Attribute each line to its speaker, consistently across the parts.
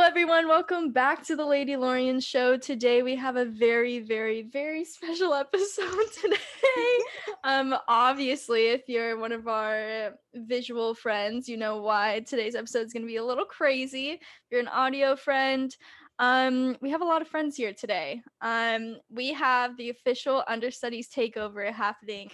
Speaker 1: everyone. Welcome back to the Lady Lorian Show. Today we have a very, very, very special episode today. um, obviously, if you're one of our visual friends, you know why today's episode is going to be a little crazy. If you're an audio friend, um, we have a lot of friends here today. Um, we have the official understudies takeover happening.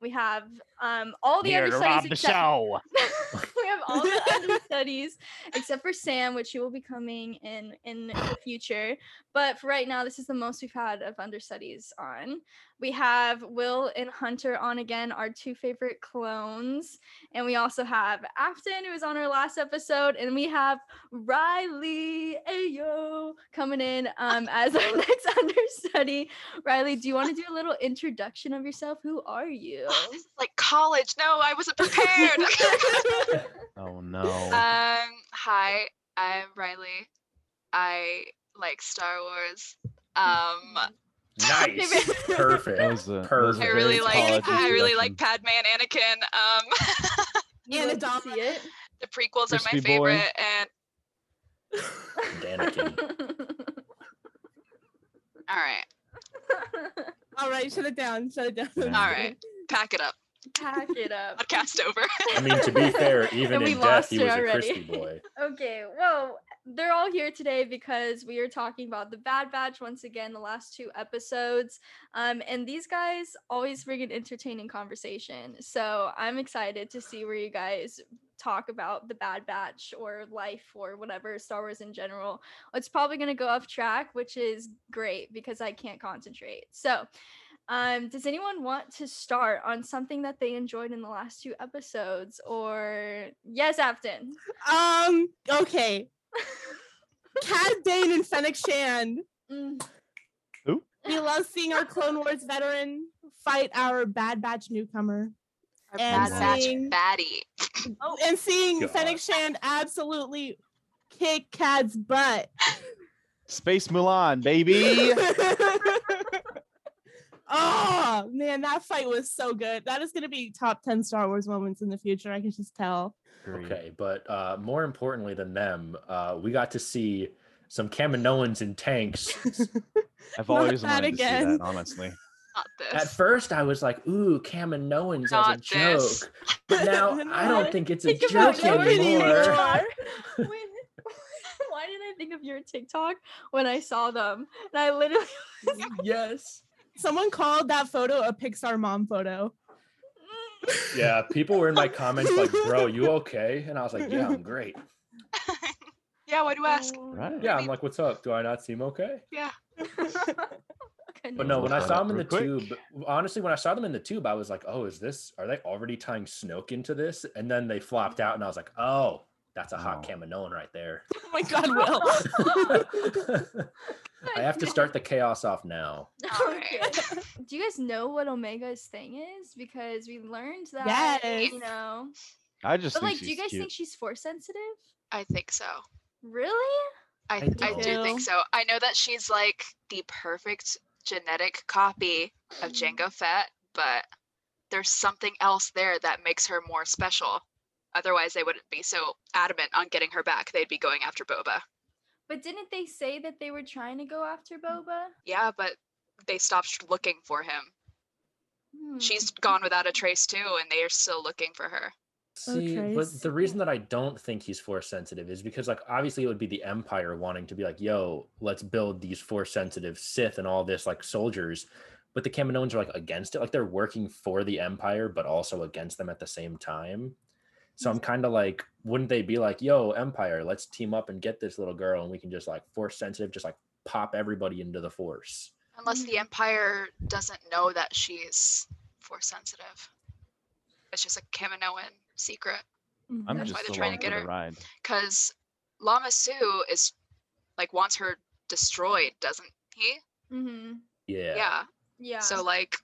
Speaker 1: We have um all the
Speaker 2: Here to rob
Speaker 1: understudies
Speaker 2: the
Speaker 1: except
Speaker 2: show.
Speaker 1: we have all the understudies except for Sam, which he will be coming in in the future. But for right now, this is the most we've had of understudies on. We have Will and Hunter on again, our two favorite clones, and we also have Afton, who was on our last episode, and we have Riley Ayo coming in um, as our next understudy. Riley, do you want to do a little introduction of yourself? Who are you?
Speaker 3: this is like college. No, I wasn't prepared.
Speaker 2: Oh no.
Speaker 3: um, hi, I'm Riley. I like Star Wars. Um,
Speaker 4: Nice.
Speaker 2: That
Speaker 4: Perfect.
Speaker 2: was a,
Speaker 4: Perfect.
Speaker 3: I
Speaker 4: Very
Speaker 3: really like
Speaker 4: college
Speaker 3: I really like Padme and Anakin. Um,
Speaker 1: You love to
Speaker 5: Anathema.
Speaker 1: see it.
Speaker 3: the prequels are
Speaker 2: Crispy
Speaker 3: my
Speaker 2: boy.
Speaker 3: favorite, and
Speaker 4: Anakin.
Speaker 3: all right,
Speaker 5: All right, shut it down. Shut it down.
Speaker 2: All
Speaker 3: all right, pack it up.
Speaker 1: Pack it up.
Speaker 3: Podcast over.
Speaker 4: I mean, to be fair,
Speaker 1: And
Speaker 4: even
Speaker 1: we
Speaker 4: in
Speaker 1: lost
Speaker 4: death, he
Speaker 1: her
Speaker 4: was a
Speaker 1: already.
Speaker 4: crispy boy.
Speaker 1: Okay, well, they're all here today because we are talking about the Bad Batch once again, the last two episodes. Um, and these guys always bring an entertaining conversation. So I'm excited to see where you guys talk about the Bad Batch or life or whatever, Star Wars in general. It's probably going to go off track, which is great because I can't concentrate. So, um, does anyone want to start on something that they enjoyed in the last two episodes? Or, yes, Afton.
Speaker 5: Um, okay. Cad Bane and Fennec Shand.
Speaker 1: Mm.
Speaker 5: We love seeing our Clone Wars veteran fight our Bad Batch newcomer.
Speaker 3: Our Bad
Speaker 5: And
Speaker 3: Batch
Speaker 5: seeing-
Speaker 3: baddie.
Speaker 5: Oh, and seeing
Speaker 4: God.
Speaker 5: Fennec Shand absolutely kick Cad's butt.
Speaker 2: Space Mulan, baby.
Speaker 5: oh man, that fight was so good. That is gonna be top 10 Star Wars moments in the future. I can just tell.
Speaker 4: Okay, but uh, more importantly than them, uh, we got to see some Kaminoans in tanks.
Speaker 2: I've
Speaker 5: Not
Speaker 2: always
Speaker 5: that
Speaker 2: wanted to see
Speaker 5: again.
Speaker 2: that, honestly.
Speaker 3: Not
Speaker 4: At
Speaker 3: this.
Speaker 4: first, I was like, "Ooh, Kaminoans as a
Speaker 3: Not this.
Speaker 4: joke," but now I
Speaker 5: No.
Speaker 4: don't think it's a
Speaker 1: Think about
Speaker 4: joke
Speaker 1: nobody
Speaker 4: anymore.
Speaker 1: anymore. when, why did I think of your TikTok when I saw them? And I literally
Speaker 4: yes.
Speaker 5: Someone called that photo a Pixar mom photo.
Speaker 4: Yeah, people were in my comments like, "Bro, you okay?" And I was like, "Yeah, I'm great."
Speaker 3: yeah, why do you
Speaker 1: Oh.
Speaker 3: ask?
Speaker 2: Right.
Speaker 4: Yeah, I'm like, "What's up? Do I not seem okay?" But no,
Speaker 2: We'll
Speaker 4: when I
Speaker 2: find
Speaker 4: saw
Speaker 2: out
Speaker 4: them in the
Speaker 2: pretty quick.
Speaker 4: tube, honestly, when I saw them in the tube, I was like, "Oh, is this? Are they already tying Snoke into this?" And then they flopped out, and I was like, "Oh, that's a hot
Speaker 2: Oh.
Speaker 4: Kaminoan right there."
Speaker 5: Oh my god, Will.
Speaker 4: I have to start the chaos off now.
Speaker 1: Okay. Do you guys know what Omega's thing is? Because we learned that.
Speaker 5: Yes.
Speaker 1: You know.
Speaker 2: I just
Speaker 1: But
Speaker 2: think
Speaker 1: like, do you
Speaker 2: she's
Speaker 1: guys
Speaker 2: cute.
Speaker 1: think she's force sensitive?
Speaker 3: I think so.
Speaker 1: Really?
Speaker 3: I,
Speaker 4: I
Speaker 3: I do
Speaker 5: do.
Speaker 3: think so. I know that she's like the perfect genetic copy of Jango Fett, but there's something else there that makes her more special. Otherwise, they wouldn't be so adamant on getting her back. They'd be going after Boba.
Speaker 1: But didn't they say that they were trying to go after Boba?
Speaker 3: Yeah, but they stopped looking for him.
Speaker 1: Hmm.
Speaker 3: She's gone without a trace too, and they are still looking for her.
Speaker 4: See,
Speaker 5: Trace.
Speaker 4: but the reason that I don't think he's force sensitive is because, like, obviously, it would be the Empire wanting to be like, "Yo, let's build these force sensitive Sith and all this like soldiers," but the Kaminoans are like against it. Like they're working for the Empire, but also against them at the same time. So I'm kind of like, wouldn't they be like, "Yo, Empire, let's team up and get this little girl, and we can just like force sensitive, just like pop everybody into the Force."
Speaker 3: Unless the Empire doesn't know that she's force sensitive. It's just a Kaminoan secret.
Speaker 1: Mm-hmm.
Speaker 2: I'm
Speaker 3: That's why
Speaker 2: just
Speaker 3: they're
Speaker 2: along
Speaker 3: trying to
Speaker 2: for
Speaker 3: get
Speaker 2: the
Speaker 3: her.
Speaker 2: ride.
Speaker 3: because Lama Su is like wants her destroyed, doesn't he?
Speaker 1: Mhm.
Speaker 4: Yeah.
Speaker 3: Yeah.
Speaker 1: Yeah.
Speaker 3: So like,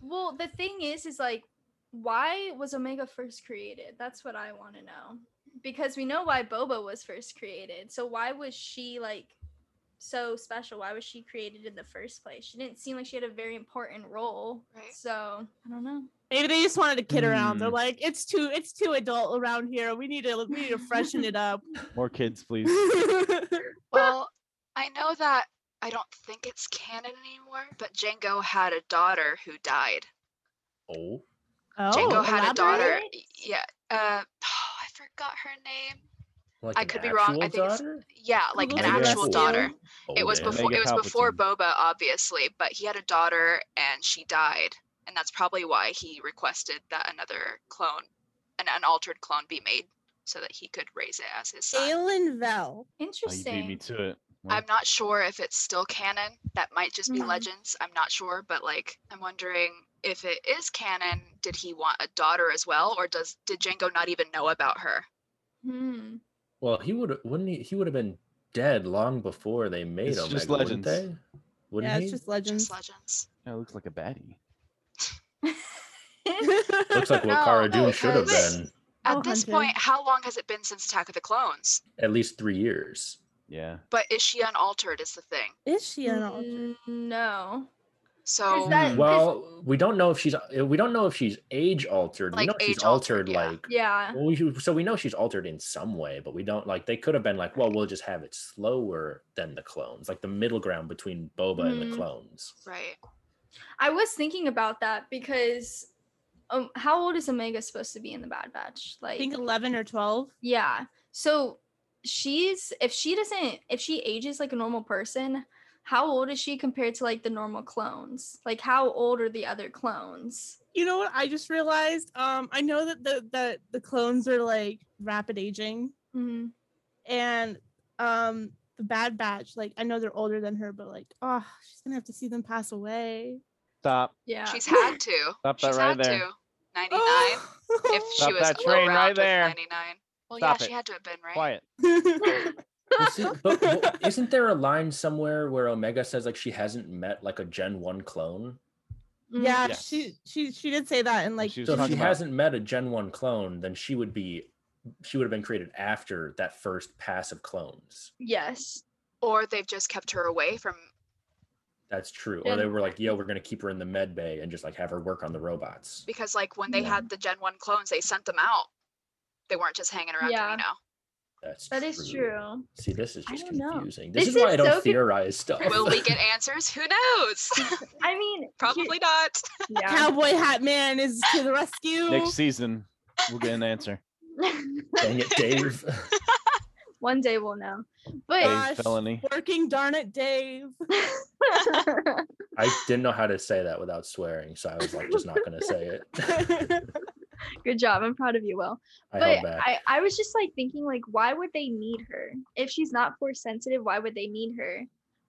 Speaker 1: Well, the thing is, is like, why was Omega first created? That's what I want to know. Because we know why Boba was first created. So why was she like so special? Why was she created in the first place? She didn't seem like she had a very important role.
Speaker 3: Right.
Speaker 1: So I don't know.
Speaker 5: Maybe they just wanted to kid around. They're
Speaker 2: Mm.
Speaker 5: like, it's too it's too adult around here. We need to we need to freshen it up.
Speaker 2: More kids, please.
Speaker 5: Wait,
Speaker 3: Well, I know that I don't think it's canon anymore, but Django had a daughter who died.
Speaker 4: Oh,
Speaker 5: Oh,
Speaker 3: Django had a daughter.
Speaker 5: elaborate?
Speaker 3: y- Yeah. Uh, I forgot her name.
Speaker 4: like
Speaker 3: I
Speaker 4: an
Speaker 3: could be wrong,
Speaker 4: actual
Speaker 3: I think it's-
Speaker 4: daughter?
Speaker 3: Yeah, like an
Speaker 5: Google
Speaker 4: Omega
Speaker 3: actual
Speaker 4: Palpatine.
Speaker 3: daughter.
Speaker 4: Oh,
Speaker 3: It was
Speaker 4: damn.
Speaker 3: before it
Speaker 2: Omega
Speaker 3: was before
Speaker 2: Palpatine.
Speaker 3: Boba, obviously, but he had a daughter and she died, and that's probably why he requested that another clone, an unaltered clone, be made so that he could raise it as his son.
Speaker 5: Aelin Vel.
Speaker 2: Oh, you beat me
Speaker 1: Interesting.
Speaker 2: to it. Well,
Speaker 3: I'm not sure if it's still canon. That might just be
Speaker 5: Mm-hmm.
Speaker 1: Mhm.
Speaker 3: legends. I'm not sure, but like I'm wondering if it is canon, did he want a daughter as well or does did Django not even know about her?
Speaker 1: Hmm.
Speaker 4: Well, he would wouldn't he? He would have been dead long before they made
Speaker 2: It's
Speaker 4: Omega,
Speaker 2: just
Speaker 4: wouldn't
Speaker 2: legends.
Speaker 4: they? Wouldn't
Speaker 5: yeah,
Speaker 4: he?
Speaker 5: it's just legends.
Speaker 3: Just legends.
Speaker 2: yeah, it looks like a baddie.
Speaker 4: Looks like what
Speaker 3: No,
Speaker 4: Cara
Speaker 3: no,
Speaker 4: Dune should have
Speaker 3: because-
Speaker 4: been
Speaker 3: At
Speaker 5: Oh,
Speaker 3: this
Speaker 5: Hunter.
Speaker 3: point, how long has it been since Attack of the Clones?
Speaker 4: at least three years.
Speaker 2: Yeah.
Speaker 3: But is she unaltered is the thing.
Speaker 5: Is she an alter?
Speaker 1: Mm, No.
Speaker 3: So
Speaker 2: Hmm.
Speaker 1: that- 'cause-
Speaker 4: Well, we don't know if she's uh, we don't know if she's age altered. we
Speaker 3: Like,
Speaker 4: know she's
Speaker 3: age altered,
Speaker 4: altered,
Speaker 3: yeah.
Speaker 4: like
Speaker 1: Yeah.
Speaker 4: Well, we, should- so we know she's altered in some way, but we don't like they could have been like, well, we'll just have it slower than the clones, like the middle ground between Boba and
Speaker 1: Mm.
Speaker 3: Hmm.
Speaker 4: the clones.
Speaker 3: right.
Speaker 1: I was thinking about that because um how old is Omega supposed to be in the Bad Batch?
Speaker 5: I
Speaker 1: Like
Speaker 5: think 11 or 12.
Speaker 1: yeah. So she's if she doesn't if she ages like a normal person, how old is she compared to like the normal clones? Like how old are the other clones?
Speaker 5: You know what? I just realized. Um, I know that the that the clones are like rapid aging,
Speaker 1: Mhm.
Speaker 5: and um, the Bad Batch. Like I know they're older than her, but like, oh, she's gonna have to see them pass away.
Speaker 2: Stop.
Speaker 1: Yeah.
Speaker 3: She's had to.
Speaker 2: Stop that
Speaker 3: she's
Speaker 2: right
Speaker 3: had
Speaker 2: there.
Speaker 3: to. 99
Speaker 5: Oh.
Speaker 3: if she
Speaker 2: Stop
Speaker 3: was
Speaker 2: that
Speaker 3: still
Speaker 2: train
Speaker 3: around
Speaker 2: right
Speaker 3: with
Speaker 2: there.
Speaker 3: 99. Well,
Speaker 2: Stop
Speaker 3: yeah, she
Speaker 2: it.
Speaker 3: had to have been, right?
Speaker 2: Quiet.
Speaker 4: Is it- but, but isn't there a line somewhere where Omega says like she hasn't met like a Gen One clone?
Speaker 1: Mhm.
Speaker 5: yeah,
Speaker 2: Yes.
Speaker 5: she she she did say that, and like
Speaker 2: she was
Speaker 4: So if
Speaker 2: talking
Speaker 4: she
Speaker 2: about-
Speaker 4: hasn't met a Gen One clone, then she would be she would have been created after that first pass of clones.
Speaker 1: Yes.
Speaker 3: Or they've just kept her away from
Speaker 4: That's true. Or
Speaker 1: Gen
Speaker 4: they were like, yo, we're gonna keep her in the med bay and just like have her work on the robots.
Speaker 3: because like when they
Speaker 1: Yeah.
Speaker 3: had the Gen 1 clones, they sent them out. They weren't just hanging around
Speaker 1: Yeah.
Speaker 3: Camino.
Speaker 4: That's
Speaker 1: That is true.
Speaker 4: See, this is
Speaker 1: I
Speaker 4: just
Speaker 1: don't know.
Speaker 4: confusing. This,
Speaker 1: This
Speaker 4: is why
Speaker 1: is
Speaker 4: I don't
Speaker 1: so conf-
Speaker 4: theorize stuff.
Speaker 3: Will we get answers? Who knows?
Speaker 1: I mean here-
Speaker 3: Probably not.
Speaker 1: yeah.
Speaker 5: Cowboy Hat Man is to the rescue.
Speaker 2: Next season, we'll get an answer.
Speaker 4: Dang it, Dave.
Speaker 1: One day we'll know. But
Speaker 2: Dave
Speaker 5: Gosh,
Speaker 2: felony.
Speaker 5: working, darn it, Dave.
Speaker 4: I didn't know how to say that without swearing, so I was like, just not gonna say it.
Speaker 1: good job. I'm proud of you, Will.
Speaker 4: I held
Speaker 1: but
Speaker 4: back.
Speaker 1: I, I was just like thinking like why would they need her if she's not force sensitive why would they need her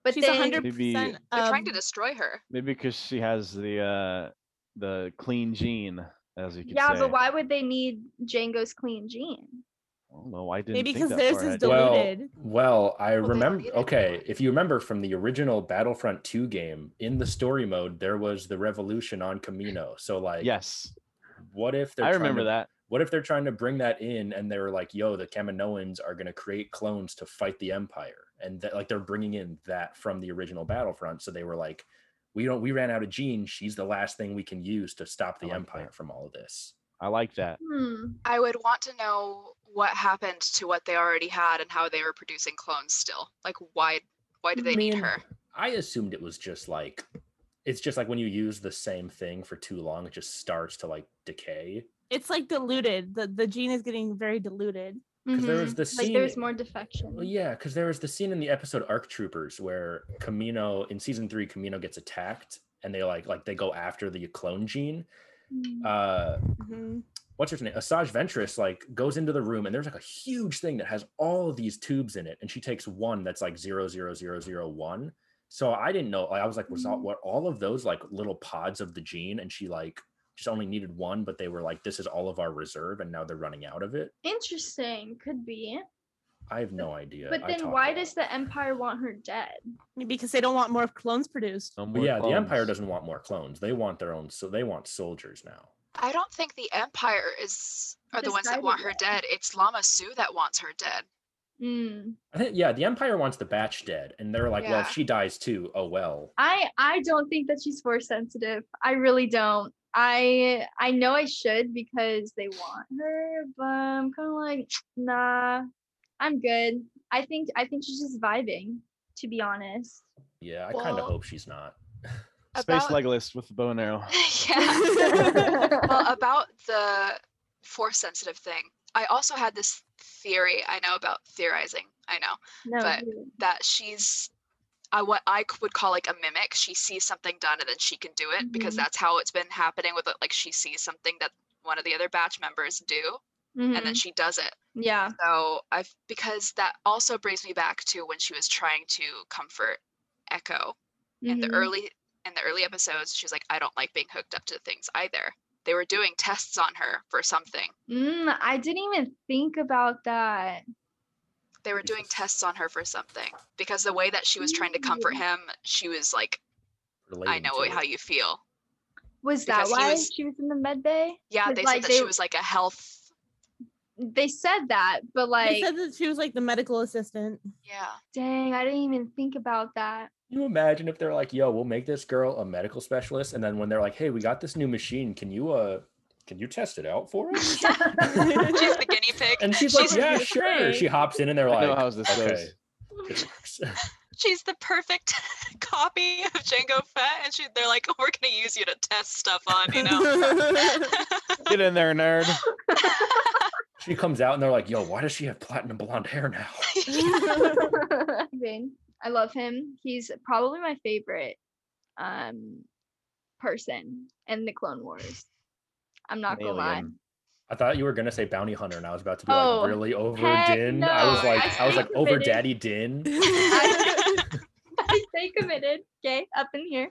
Speaker 1: but
Speaker 5: She's
Speaker 1: then
Speaker 5: hundred
Speaker 2: Maybe-
Speaker 5: percent.
Speaker 3: They're trying
Speaker 1: Um,
Speaker 3: to destroy her.
Speaker 2: Maybe because she has the uh the clean gene, as you could
Speaker 1: yeah
Speaker 2: say.
Speaker 1: but why would they need django's clean gene
Speaker 2: I don't know. I didn't.
Speaker 5: Maybe
Speaker 2: think
Speaker 5: 'cause
Speaker 2: that
Speaker 5: theirs
Speaker 2: far
Speaker 5: is
Speaker 2: ahead.
Speaker 5: del-
Speaker 2: Well,
Speaker 4: well,
Speaker 5: deleted.
Speaker 4: well, I
Speaker 3: Well, they
Speaker 4: remember.
Speaker 3: deleted it.
Speaker 4: Okay, if you remember from the original Battlefront 2 game, in the story mode, there was the revolution on Camino. So, like,
Speaker 2: yes,
Speaker 4: what if they're
Speaker 2: I
Speaker 4: trying
Speaker 2: remember
Speaker 4: to-
Speaker 2: that.
Speaker 4: What if they're trying to bring that in, and they were like, "Yo, the Kaminoans are gonna create clones to fight the Empire," and that like they're bringing in that from the original Battlefront. So they were like, "We don't. We ran out of Jean. She's the last thing we can use to stop the
Speaker 2: I like
Speaker 4: Empire
Speaker 2: that.
Speaker 4: from all of this."
Speaker 2: I like that.
Speaker 1: hmm.
Speaker 3: I would want to know what happened to what they already had and how they were producing clones still. Like why why do they need
Speaker 5: Man.
Speaker 3: her?
Speaker 4: I assumed it was just like, it's just like when you use the same thing for too long, it just starts to like decay.
Speaker 5: it's like diluted. The the gene is getting very diluted.
Speaker 4: Because there was
Speaker 1: Mhm.
Speaker 4: the
Speaker 1: like
Speaker 4: scene.
Speaker 1: there's more defection
Speaker 4: Well, yeah, because there was the scene in the episode Arc Troopers where Camino in season three, Camino gets attacked, and they like like they go after the clone gene.
Speaker 1: Mm.
Speaker 4: Uh,
Speaker 5: Mhm.
Speaker 4: what's her name? Asajj Ventress like goes into the room, and there's like a huge thing that has all of these tubes in it, and she takes one that's like zero zero zero zero one. So I didn't know. I was like, was all,
Speaker 1: Mm.
Speaker 4: what all of those like little pods of the gene? And she like just only needed one, but they were like, this is all of our reserve, and now they're running out of it.
Speaker 1: interesting could be
Speaker 4: I have no idea.
Speaker 1: but
Speaker 4: I
Speaker 1: then
Speaker 4: talk
Speaker 1: why
Speaker 4: a lot.
Speaker 1: does the empire want her dead
Speaker 5: Because they don't want more clones produced.
Speaker 2: No
Speaker 4: But
Speaker 2: more
Speaker 4: yeah, the Empire
Speaker 2: clones.
Speaker 4: doesn't want more clones. They want their own. So they want soldiers now.
Speaker 3: I don't think the Empire is are the ones that
Speaker 1: Decided
Speaker 3: want her
Speaker 1: that.
Speaker 3: dead. It's Lama Sue that wants her dead.
Speaker 1: Mm.
Speaker 4: I think yeah, the Empire wants the Batch dead, and they're like, well,
Speaker 3: Yeah.
Speaker 4: if she dies too, oh well.
Speaker 1: I I don't think that she's force sensitive. I really don't. I I know I should because they want her, but I'm kind of like, nah, I'm good. I think I think she's just vibing, to be honest.
Speaker 4: Yeah, I kind of
Speaker 3: Well-
Speaker 4: hope she's not.
Speaker 2: Space
Speaker 3: About-
Speaker 2: Legolas with the bow and arrow.
Speaker 3: yeah. well, about the force sensitive thing, I also had this theory. I know about theorizing. I know
Speaker 1: No.
Speaker 3: But-
Speaker 1: you-
Speaker 3: that she's uh, what I c- would call like a mimic. She sees something done and then she can do it because
Speaker 1: Mhm.
Speaker 3: that's how it's been happening with it. Like she sees something that one of the other batch members do and then
Speaker 1: Mhm.
Speaker 3: she does it.
Speaker 1: yeah.
Speaker 3: So I've because that also brings me back to when she was trying to comfort Echo in the
Speaker 1: mhm.
Speaker 3: early in the early episodes. She was like, I don't like being hooked up to things either. They were doing tests on her for something.
Speaker 1: Mm, I didn't even think about that.
Speaker 3: they were doing tests on her for something because the way that she was trying to comfort him, she was like, "I
Speaker 4: relating
Speaker 3: know
Speaker 4: to it.
Speaker 3: how you feel."
Speaker 1: Was that
Speaker 3: Because he
Speaker 1: why
Speaker 3: was-
Speaker 1: she was in the med bay?
Speaker 3: Yeah,
Speaker 1: 'Cause,
Speaker 3: they
Speaker 1: like,
Speaker 3: said that
Speaker 1: they-
Speaker 3: she was like a health.
Speaker 1: They said that, but like,
Speaker 5: They said that she was like the medical assistant.
Speaker 3: Yeah,
Speaker 1: dang, I didn't even think about that.
Speaker 4: you imagine if they're like, "Yo, we'll make this girl a medical specialist," and then when they're like, "Hey, we got this new machine. Can you uh, can you test it out for us?"
Speaker 3: she's the guinea pig.
Speaker 4: And she's like,
Speaker 3: She's
Speaker 4: "Yeah,
Speaker 5: the
Speaker 4: sure." She
Speaker 5: thing.
Speaker 4: hops in, and they're
Speaker 2: I know
Speaker 4: like,
Speaker 2: how this
Speaker 4: okay.
Speaker 2: goes.
Speaker 4: "This works."
Speaker 3: She's the perfect copy of Django Fett, and she, they're like, "We're gonna use you to test stuff on," you know.
Speaker 2: Get in there, nerd.
Speaker 4: she comes out, and they're like, "Yo, why does she have platinum blonde hair now?"
Speaker 1: Vin, I love him. He's probably my favorite um person in the Clone Wars. I'm not gonna lie.
Speaker 2: Alien.
Speaker 4: I thought you were gonna say bounty hunter, and I was about to be
Speaker 1: Oh,
Speaker 4: like really over
Speaker 1: heck
Speaker 4: Din. I was
Speaker 3: no,
Speaker 4: like, I was
Speaker 3: I
Speaker 4: like over
Speaker 1: committed.
Speaker 4: Daddy Din.
Speaker 1: I stay committed, okay, up in here.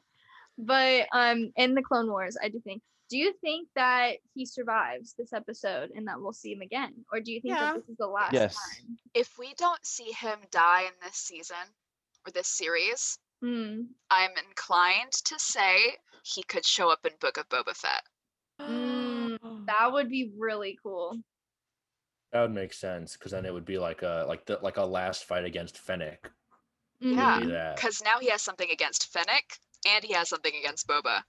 Speaker 1: But um in the Clone Wars, I do think. Do you think that he survives this episode and that we'll see him again? Or do you think
Speaker 5: Yeah.
Speaker 1: that this is the last
Speaker 2: Yes.
Speaker 1: time?
Speaker 3: if we don't see him die in this season or this series,
Speaker 1: Mm.
Speaker 3: I'm inclined to say he could show up in Book of Boba Fett.
Speaker 1: Mm, That would be really cool.
Speaker 4: That would make sense because then it would be like a like the like a last fight against Fennec.
Speaker 3: Yeah.
Speaker 4: Would
Speaker 1: Mm-hmm.
Speaker 4: be that.
Speaker 3: because now he has something against Fennec and he has something against Boba.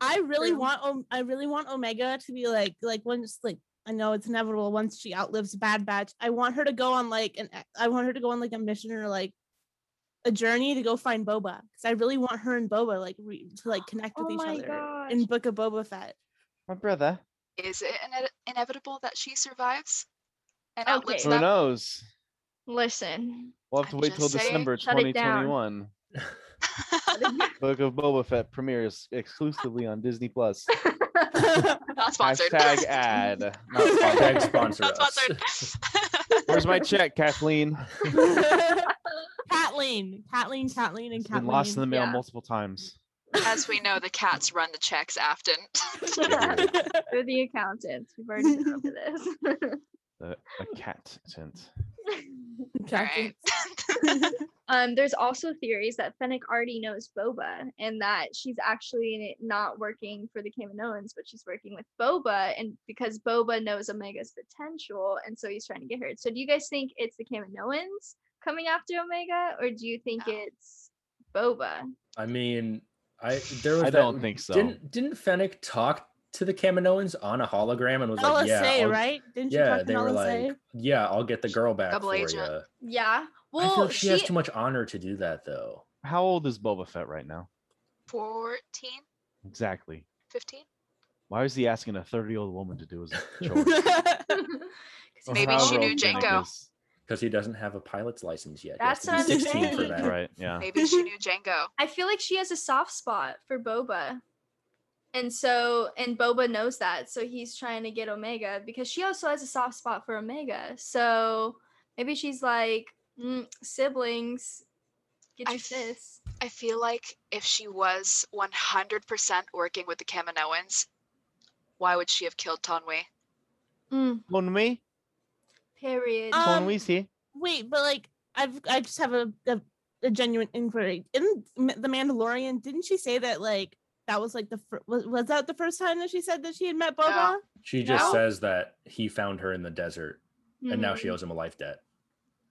Speaker 5: I really
Speaker 1: True.
Speaker 5: want Om- I really want Omega to be like like once like I know it's inevitable once she outlives Bad Batch. I want her to go on like an ex- I want her to go on like a mission or like a journey to go find Boba because I really want her and Boba like re- to like connect with
Speaker 1: Oh
Speaker 5: each
Speaker 1: my
Speaker 5: other
Speaker 1: gosh.
Speaker 5: in Book of Boba Fett.
Speaker 2: My brother.
Speaker 3: Is it ine- inevitable that she survives and
Speaker 1: Okay.
Speaker 3: outlives
Speaker 2: Who
Speaker 3: them?
Speaker 2: knows?
Speaker 1: Listen.
Speaker 2: We'll have to
Speaker 3: I'm
Speaker 2: wait till
Speaker 3: just saying,
Speaker 2: December
Speaker 1: shut it down.
Speaker 2: 2021. Book of Boba Fett premieres exclusively on Disney Plus.
Speaker 3: Not sponsored.
Speaker 2: Hashtag ad. Not
Speaker 4: Hashtag
Speaker 2: sponsored.
Speaker 4: sponsor
Speaker 3: Not
Speaker 4: us.
Speaker 3: sponsored.
Speaker 2: Where's my check, Kathleen?
Speaker 5: Kathleen, Kathleen, Kathleen, and
Speaker 2: It's
Speaker 5: Kathleen.
Speaker 2: been lost in the mail
Speaker 1: yeah.
Speaker 2: multiple times.
Speaker 3: As we know, the cats run the checks, Afton.
Speaker 1: They're the accountants. We've already been over this.
Speaker 2: The, a cat tint.
Speaker 5: Kathleen.
Speaker 1: um, there's also theories that Fennec already knows Boba and that she's actually not working for the Kaminoans, but she's working with Boba, and because Boba knows Omega's potential, and so he's trying to get her. So, do you guys think it's the Kaminoans coming after Omega, or do you think
Speaker 3: No.
Speaker 1: it's Boba?
Speaker 4: I mean, I there was
Speaker 2: I
Speaker 4: that-
Speaker 2: don't think so.
Speaker 4: Didn't didn't Fennec talk to the Kaminoans on a hologram and was like, yeah,
Speaker 5: LSA,
Speaker 4: I'll-
Speaker 5: right? Didn't you
Speaker 4: Yeah,
Speaker 5: talk to
Speaker 4: they were
Speaker 5: LSA?
Speaker 4: like, yeah, I'll get the girl back
Speaker 3: Double
Speaker 4: for
Speaker 3: agent.
Speaker 4: you.
Speaker 1: Yeah.
Speaker 4: I feel
Speaker 1: Well,
Speaker 4: she,
Speaker 1: she,
Speaker 4: has too much honor to do that though.
Speaker 2: How old is Boba Fett right now?
Speaker 3: 14,
Speaker 2: Exactly.
Speaker 3: 15?
Speaker 2: Why was he asking a 30 year old woman to do his chores? Or
Speaker 3: Maybe
Speaker 2: however
Speaker 3: she knew
Speaker 2: old Fennec
Speaker 3: Jango.
Speaker 2: is.
Speaker 4: Because he doesn't have a pilot's license yet. He has
Speaker 1: That's
Speaker 4: to
Speaker 1: what
Speaker 4: be
Speaker 1: I'm
Speaker 4: 16 for
Speaker 5: saying.
Speaker 4: that.
Speaker 2: Right, yeah.
Speaker 3: Maybe she knew Django.
Speaker 1: I feel like she has a soft spot for Boba. And so, and Boba knows that. So he's trying to get Omega because she also has a soft spot for Omega. So maybe she's like, mm, siblings, get
Speaker 3: I
Speaker 1: your
Speaker 3: f-
Speaker 1: sis.
Speaker 3: I feel like if she was 100% working with the Kaminoans, why would she have killed Tonwe?
Speaker 1: Mm,
Speaker 2: Bon me?
Speaker 1: period.
Speaker 5: Um,
Speaker 2: Bon we see.
Speaker 5: Wait, but like I've I just have a a, a genuine inquiry. In Ma- the Mandalorian, didn't she say that like that was like the fir- was, was that the first time that she said that she had met Boba?
Speaker 4: She just
Speaker 3: No.
Speaker 4: says that he found her in the desert and now she
Speaker 1: Mhm.
Speaker 4: owes him a life debt.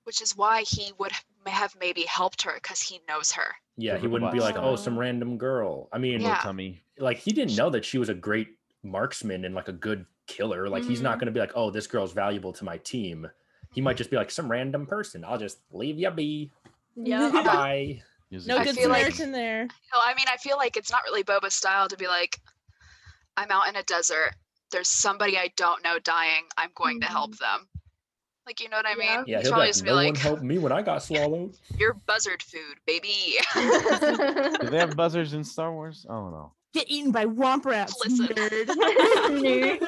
Speaker 3: which is why he would h- may have maybe helped her because he knows her.
Speaker 4: Yeah,
Speaker 2: Give her
Speaker 4: he
Speaker 2: the
Speaker 4: wouldn't be
Speaker 2: box
Speaker 4: like, oh,
Speaker 1: stomach.
Speaker 4: some random girl. I mean,
Speaker 2: Little
Speaker 3: Yeah.
Speaker 2: tummy.
Speaker 4: like he didn't know that she was a great marksman and like a good killer. Like he's
Speaker 1: Mhm.
Speaker 4: not
Speaker 3: Mm-hmm.
Speaker 4: gonna be like, oh, this girl's valuable to my team. He might just be like some random person. I'll just leave you be.
Speaker 1: Yeah.
Speaker 4: Bye.
Speaker 2: Use
Speaker 5: no
Speaker 2: it
Speaker 3: I
Speaker 5: good
Speaker 2: as a-
Speaker 3: feel like-
Speaker 5: Samaritan there.
Speaker 3: No, I mean, I feel like it's not really Boba style to be like, I'm out in a desert. There's somebody I don't know dying. I'm going to help them. Like, you know what I
Speaker 1: Yeah.
Speaker 3: mean?
Speaker 4: Yeah,
Speaker 3: He's
Speaker 4: he'll
Speaker 3: probably
Speaker 4: be like,
Speaker 3: just be
Speaker 4: no one
Speaker 3: like,
Speaker 4: helped me when I got swallowed.
Speaker 3: "You're buzzard food, baby."
Speaker 2: Do they have buzzers in Star Wars? I don't know.
Speaker 5: Get eaten by womp rats.
Speaker 3: Listen.
Speaker 5: nerd.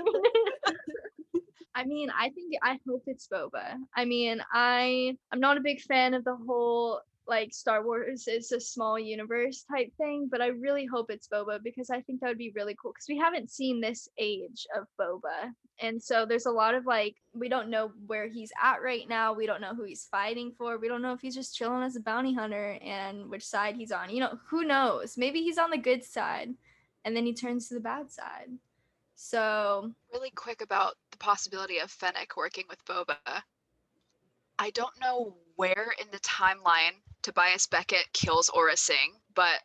Speaker 1: I mean, I think I hope it's Boba. I mean, I I'm not a big fan of the whole like Star Wars is a small universe type thing, but I really hope it's Boba because I think that would be really cool because we haven't seen this age of Boba. And so there's a lot of like we don't know where he's at right now. We don't know who he's fighting for. We don't know if he's just chilling as a bounty hunter and which side he's on. You know, who knows? Maybe he's on the good side and then he turns to the bad side. So
Speaker 3: really quick about the possibility of Fennec working with Boba. I don't know where in the timeline Tobias Beckett kills Aura Singh, but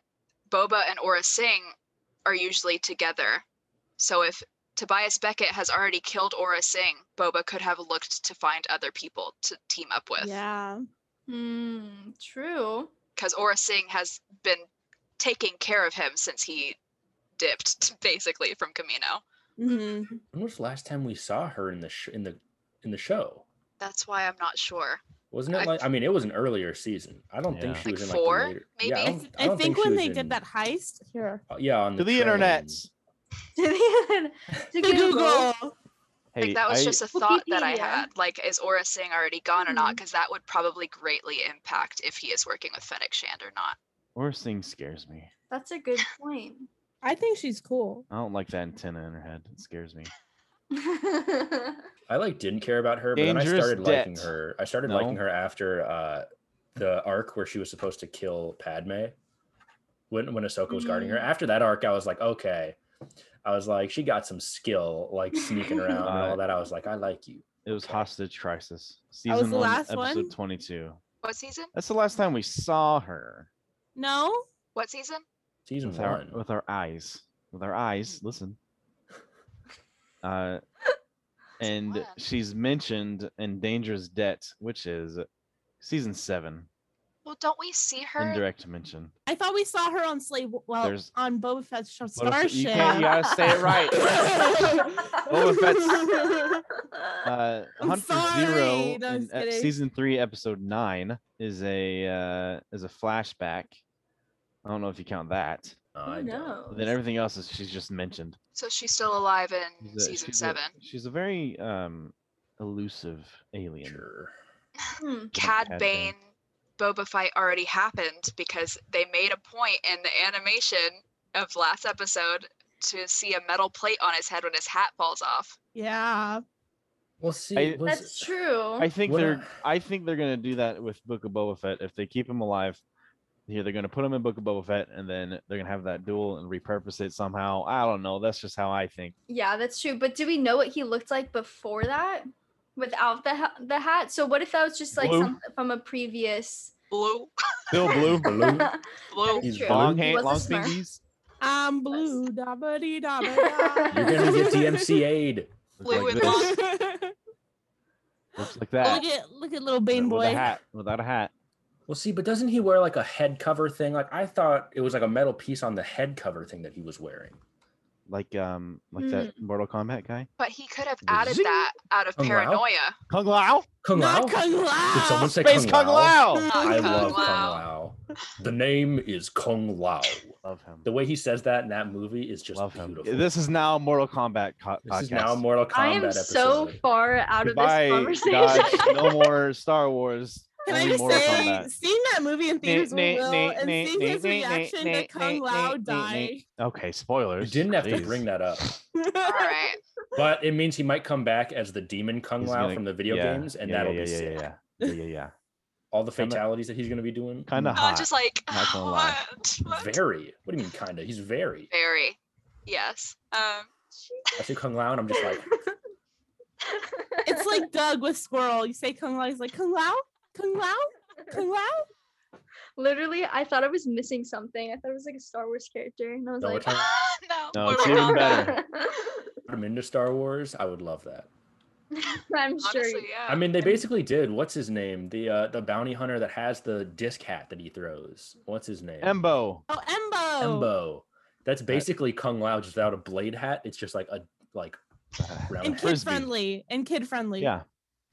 Speaker 3: Boba and Aura Singh are usually together. So if Tobias Beckett has already killed Aura Singh, Boba could have looked to find other people to team up with.
Speaker 5: yeah.
Speaker 1: Mm, true.
Speaker 3: Because Aura Singh has been taking care of him since he dipped basically from Camino.
Speaker 5: hmm
Speaker 4: When was the last time we saw her in the sh- in the in the show?
Speaker 3: That's why I'm not sure.
Speaker 4: Wasn't it
Speaker 3: I-
Speaker 4: like I mean it was an earlier season. I don't think
Speaker 2: Yeah.
Speaker 4: she
Speaker 3: Like
Speaker 4: was in
Speaker 3: four,
Speaker 4: like the later.
Speaker 3: maybe?
Speaker 4: Yeah, I,
Speaker 5: I,
Speaker 3: I
Speaker 4: don't,
Speaker 5: th-
Speaker 4: I
Speaker 5: I
Speaker 4: don't
Speaker 5: think
Speaker 4: she
Speaker 5: when
Speaker 4: was
Speaker 5: they
Speaker 4: in-
Speaker 5: did that heist here
Speaker 4: uh, yeah, on
Speaker 2: To
Speaker 4: the
Speaker 2: the
Speaker 4: train.
Speaker 2: internets.
Speaker 1: to the- to
Speaker 5: to
Speaker 1: Google.
Speaker 5: Google.
Speaker 2: Hey,
Speaker 3: like that was
Speaker 2: I-
Speaker 3: just a thought that I
Speaker 1: Wikipedia.
Speaker 3: had. Like, is Aura Singh already gone or not? Because that would probably greatly impact if he is working with Fennec Shand or not.
Speaker 2: worst thing scares me.
Speaker 1: That's a good point.
Speaker 5: I think she's cool.
Speaker 2: I don't like that antenna in her head. It scares me.
Speaker 4: I like didn't care about her, but then I
Speaker 2: Dangerous
Speaker 4: started liking
Speaker 2: debt.
Speaker 4: her. I started
Speaker 2: No.
Speaker 4: liking her after uh the arc where she was supposed to kill Padme when when Ahsoka was guarding her.
Speaker 1: Mm.
Speaker 4: After that arc, I was like, okay. I was like, she got some skill, like sneaking around and all
Speaker 2: Uh,
Speaker 4: that. I was like, I like you.
Speaker 2: It was
Speaker 4: Okay.
Speaker 2: Hostage Crisis,
Speaker 5: That was
Speaker 2: season
Speaker 5: the
Speaker 2: one,
Speaker 5: last
Speaker 2: episode
Speaker 5: one?
Speaker 2: twenty-two.
Speaker 3: What season?
Speaker 2: That's the last time we saw her
Speaker 5: No?
Speaker 3: What season?
Speaker 4: Season
Speaker 2: with our,
Speaker 4: one.
Speaker 2: with our eyes, with our eyes. Listen, uh, and
Speaker 3: one.
Speaker 2: she's mentioned in Dangerous Debt, which is season seven,
Speaker 3: Well, don't we see her?
Speaker 2: indirect mention.
Speaker 5: I thought we saw her on Slave well
Speaker 2: There's-
Speaker 5: on Boba Fett's show
Speaker 2: Boba Fett-
Speaker 5: Starship.
Speaker 2: you can't, you gotta say it right. Boba Fett's- uh,
Speaker 5: I'm
Speaker 2: Hunt for
Speaker 5: sorry.
Speaker 2: Zero
Speaker 5: No, I'm
Speaker 2: in
Speaker 5: just
Speaker 2: ep-
Speaker 5: kidding.
Speaker 2: season three, episode nine is a uh, is a flashback. I don't know if you count that.
Speaker 4: No, I
Speaker 1: Who
Speaker 4: don't.
Speaker 1: knows?
Speaker 2: Then everything else is she's just mentioned.
Speaker 3: So she's still alive in
Speaker 2: She's a-
Speaker 3: season
Speaker 2: she's a-
Speaker 3: seven.
Speaker 2: she's a very um, elusive alien.
Speaker 4: Sure.
Speaker 1: Hmm.
Speaker 3: Cad,
Speaker 2: Cad Bane.
Speaker 3: Bane, Boba fight already happened because they made a point in the animation of last episode to see a metal plate on his head when his hat falls off.
Speaker 5: yeah.
Speaker 4: Well, see,
Speaker 2: I-
Speaker 4: was-
Speaker 1: That's true.
Speaker 2: I think
Speaker 4: What
Speaker 2: they're
Speaker 4: a-
Speaker 2: I think they're gonna do that with Book of Boba Fett if they keep him alive. Here they're gonna put him in Book of Boba Fett and then they're gonna have that duel and repurpose it somehow. I don't know. That's just how I think.
Speaker 1: yeah, that's true. But do we know what he looked like before that, without the ha- the hat? So what if that was just like
Speaker 2: Blue.
Speaker 1: some, from a previous?
Speaker 3: Blue,
Speaker 2: Still blue,
Speaker 4: Blue.
Speaker 3: blue.
Speaker 4: He's
Speaker 1: True.
Speaker 2: long
Speaker 1: He was
Speaker 2: hand,
Speaker 1: a
Speaker 2: long
Speaker 1: smurf.
Speaker 2: fingies.
Speaker 5: I'm blue. Da ba dee da ba da.
Speaker 4: you're gonna get DMCA'd.
Speaker 2: Look
Speaker 3: Blue
Speaker 2: like
Speaker 3: and
Speaker 2: this.
Speaker 3: long.
Speaker 2: Looks like
Speaker 5: look
Speaker 2: that.
Speaker 5: at look at little
Speaker 2: but
Speaker 5: Bane
Speaker 2: With a
Speaker 5: boy.
Speaker 2: hat. Without a hat.
Speaker 4: Well, see, but doesn't he wear like a head cover thing? Like I thought it was like a metal piece on the head cover thing that he was wearing.
Speaker 2: Like um like that
Speaker 4: Hmm.
Speaker 2: Mortal Kombat guy.
Speaker 3: But he could have
Speaker 4: The
Speaker 3: added
Speaker 4: zing.
Speaker 3: that out of
Speaker 4: Oh, wow.
Speaker 3: paranoia.
Speaker 2: Kung Lao?
Speaker 4: Kung Lao?
Speaker 5: Not Kung Lao.
Speaker 4: Did someone say
Speaker 2: Space
Speaker 4: Kung
Speaker 2: Kung
Speaker 4: Lao? Hmm.
Speaker 2: Lao.
Speaker 4: I
Speaker 3: Kung
Speaker 4: love Kung
Speaker 3: Lao.
Speaker 4: Lao. The name is Kung Lao.
Speaker 2: Love him.
Speaker 4: The way he says that in that movie is just
Speaker 2: Love him.
Speaker 4: beautiful.
Speaker 2: This is now Mortal Kombat co-
Speaker 4: This
Speaker 2: podcast.
Speaker 4: is now a Mortal Kombat
Speaker 1: I am
Speaker 4: episode.
Speaker 1: so far out
Speaker 2: Goodbye,
Speaker 1: of this conversation.
Speaker 2: guys. No more Star Wars.
Speaker 5: Can I
Speaker 2: only
Speaker 5: just
Speaker 2: Mortal
Speaker 5: say,
Speaker 2: Kombat.
Speaker 5: seeing that movie in theaters
Speaker 2: nay,
Speaker 5: with Will
Speaker 2: nay,
Speaker 5: and
Speaker 2: nay,
Speaker 5: seeing
Speaker 2: nay,
Speaker 5: his
Speaker 2: nay, nay,
Speaker 5: reaction
Speaker 2: nay,
Speaker 5: to Kung
Speaker 2: nay,
Speaker 5: Lao
Speaker 2: nay, nay,
Speaker 5: die.
Speaker 2: Okay,
Speaker 4: you
Speaker 2: spoilers.
Speaker 4: didn't have to
Speaker 2: please.
Speaker 4: bring that up,
Speaker 3: All right.
Speaker 4: but it means he might come back as the demon Kung
Speaker 2: He's
Speaker 4: Lao
Speaker 2: gonna-
Speaker 4: from the video
Speaker 2: yeah,
Speaker 4: games, and
Speaker 2: yeah,
Speaker 4: that'll
Speaker 2: yeah,
Speaker 4: be
Speaker 2: yeah,
Speaker 4: sick.
Speaker 2: Yeah, yeah, yeah, yeah, yeah.
Speaker 4: All the
Speaker 2: Kinda-
Speaker 4: fatalities that he's going to be doing.
Speaker 2: Kinda
Speaker 3: Uh,
Speaker 2: hot.
Speaker 3: just like
Speaker 2: not gonna lie.
Speaker 3: what? What?
Speaker 4: Very. What do you mean, kinda? He's very.
Speaker 3: Very. Yes. Um,
Speaker 4: I see Kung Lao, and I'm just like,
Speaker 5: It's like Doug with Squirrel. You say Kung Lao, he's like Kung Lao, Kung Lao, Kung Lao.
Speaker 1: Literally, I thought I was missing something. I thought it was like a Star Wars character, and I was
Speaker 4: No,
Speaker 1: like,
Speaker 4: we're
Speaker 3: no.
Speaker 2: No,
Speaker 3: Mortal
Speaker 2: it's even
Speaker 3: Kombat.
Speaker 2: better.
Speaker 4: put him into Star Wars. I would love that.
Speaker 1: I'm sure.
Speaker 3: Honestly,
Speaker 1: you-
Speaker 3: yeah.
Speaker 4: I mean, they basically did. What's his name? The uh, the bounty hunter that has the disc hat that he throws. What's his name?
Speaker 2: Embo.
Speaker 5: Oh, Embo.
Speaker 4: Embo. That's basically Kung Lao just without a blade hat. It's just like a like round
Speaker 5: And kid
Speaker 4: hat.
Speaker 2: Frisbee.
Speaker 5: friendly. And kid friendly.
Speaker 2: Yeah.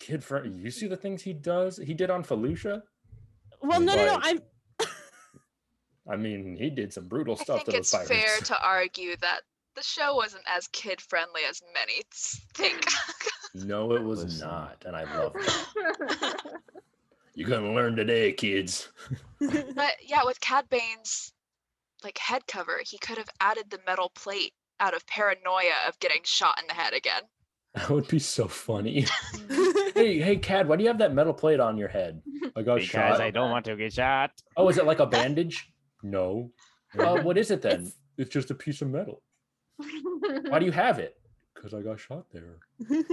Speaker 4: kid friend. You see the things he does? He did on Felucia.
Speaker 5: Well, no, no, no.
Speaker 4: Like-
Speaker 5: I'm
Speaker 4: I mean, he did some brutal
Speaker 3: I
Speaker 4: stuff
Speaker 3: think
Speaker 4: to those
Speaker 3: it's fair
Speaker 4: pirates.
Speaker 3: to argue that the show wasn't as kid friendly as many s- think.
Speaker 4: No, it was
Speaker 2: Listen.
Speaker 4: not, and I
Speaker 3: Oh,
Speaker 4: love it. You're gonna learn today, kids.
Speaker 3: but yeah, with Cad Bane's like head cover, he could have added the metal plate out of paranoia of getting shot in the head again.
Speaker 4: That would be so funny. hey, hey, Cad, why do you have that metal plate on your head? I
Speaker 2: Oh,
Speaker 4: got shot.
Speaker 2: don't want to get shot.
Speaker 4: Oh, is it like a bandage? No. Uh, what is it then? It's,
Speaker 5: It's-
Speaker 4: just a piece of metal. Why do you have it? Because I got shot there.
Speaker 2: Don't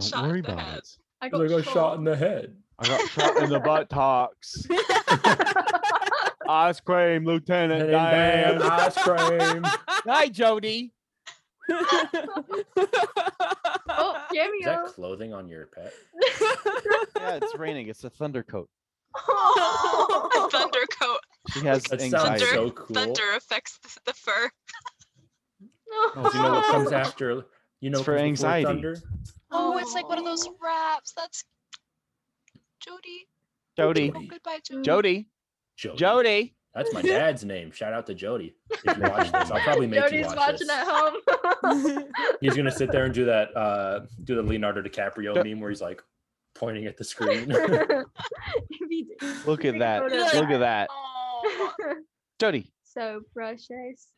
Speaker 3: Shot in
Speaker 2: worry
Speaker 3: the
Speaker 2: about
Speaker 3: head.
Speaker 2: it.
Speaker 4: 'Cause I got shot in the head.
Speaker 2: I got shot in the buttocks. Ice cream, Lieutenant
Speaker 4: Hey, man,
Speaker 2: Diane.
Speaker 4: ice cream.
Speaker 2: Hi, Jody.
Speaker 1: oh,
Speaker 4: Is that
Speaker 1: cameo.
Speaker 4: clothing on your pet? Oh.
Speaker 2: Yeah, it's raining. It's a thunder coat.
Speaker 3: A thunder coat.
Speaker 2: She has
Speaker 4: That sounds
Speaker 2: anxiety.
Speaker 4: so cool.
Speaker 3: Thunder affects the, the fur.
Speaker 2: Oh,
Speaker 4: Do you know what comes after? You know,
Speaker 2: It's for
Speaker 4: what comes before
Speaker 2: anxiety.
Speaker 4: Thunder?
Speaker 3: Oh, it's like one of those
Speaker 5: Oh.
Speaker 3: wraps. That's Jody.
Speaker 2: Jody.
Speaker 3: Oh, goodbye, Jody.
Speaker 2: Jody.
Speaker 4: Jody.
Speaker 2: Jody.
Speaker 4: That's my dad's name. Shout out to Jody. If you watch this, I'll probably make
Speaker 1: Jody's
Speaker 4: you watch
Speaker 1: watching
Speaker 4: this.
Speaker 1: at home.
Speaker 4: He's gonna sit there and do that, uh, do the Leonardo DiCaprio
Speaker 2: Jo-
Speaker 4: meme where he's like pointing at the screen.
Speaker 1: If he did-
Speaker 2: Look
Speaker 1: take
Speaker 2: at
Speaker 1: a
Speaker 2: that.
Speaker 1: photo
Speaker 5: Look
Speaker 1: of
Speaker 2: Look at that.
Speaker 3: Oh,
Speaker 2: Jody.
Speaker 1: so precious.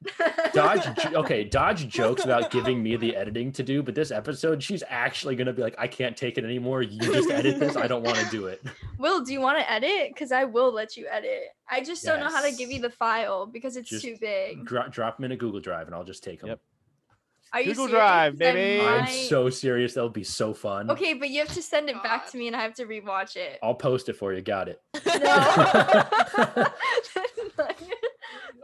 Speaker 4: Dodge, j- okay, Dodge jokes about giving me the editing to do, but this episode, she's actually gonna be like, I can't take it anymore. You just edit this. I don't want to do it.
Speaker 1: Will, do you want to edit? Because I will let you edit. I just don't know how to give
Speaker 4: Yes.
Speaker 1: you the file because it's
Speaker 4: Just
Speaker 1: too big.
Speaker 4: Dro- drop them in a Google Drive, and I'll just take them.
Speaker 2: Yep.
Speaker 1: Are you
Speaker 2: Google
Speaker 1: serious?
Speaker 2: Drive,
Speaker 1: I
Speaker 2: baby.
Speaker 4: I'm
Speaker 1: might-
Speaker 4: so serious. That'll be so fun.
Speaker 1: Okay, but you have to send it back
Speaker 3: God.
Speaker 1: to me and I have to rewatch it.
Speaker 4: I'll post it for you. Got it.
Speaker 1: No. That's not good.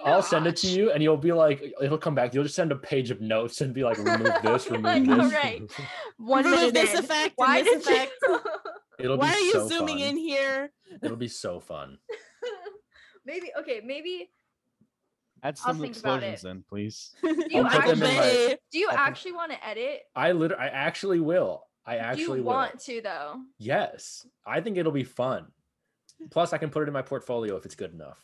Speaker 4: I'll send it to
Speaker 3: Gosh.
Speaker 4: you, and you'll be like, it'll come back. You'll just send a page of notes and be like, remove this, remove
Speaker 1: Like,
Speaker 4: this.
Speaker 1: alright. One
Speaker 5: Remove
Speaker 1: minute.
Speaker 5: this
Speaker 1: in.
Speaker 5: effect and
Speaker 1: Why
Speaker 5: this
Speaker 1: did
Speaker 5: effect.
Speaker 1: you?
Speaker 4: It'll
Speaker 5: Why
Speaker 4: be
Speaker 5: are you
Speaker 4: so
Speaker 5: zooming
Speaker 4: fun.
Speaker 5: in here?
Speaker 4: It'll be so fun.
Speaker 1: maybe okay. Maybe
Speaker 2: Add
Speaker 1: I'll
Speaker 2: some
Speaker 1: think about
Speaker 2: explosions
Speaker 1: it.
Speaker 2: in, please.
Speaker 1: do you
Speaker 4: I'll put them in
Speaker 1: actually
Speaker 4: my-
Speaker 1: do you
Speaker 4: I'll put-
Speaker 1: actually want to edit?
Speaker 4: I literally, I actually will. I
Speaker 1: do
Speaker 4: actually
Speaker 1: you
Speaker 4: will.
Speaker 1: want to though?
Speaker 4: Yes, I think it'll be fun. Plus, I can put it in my portfolio if it's good enough.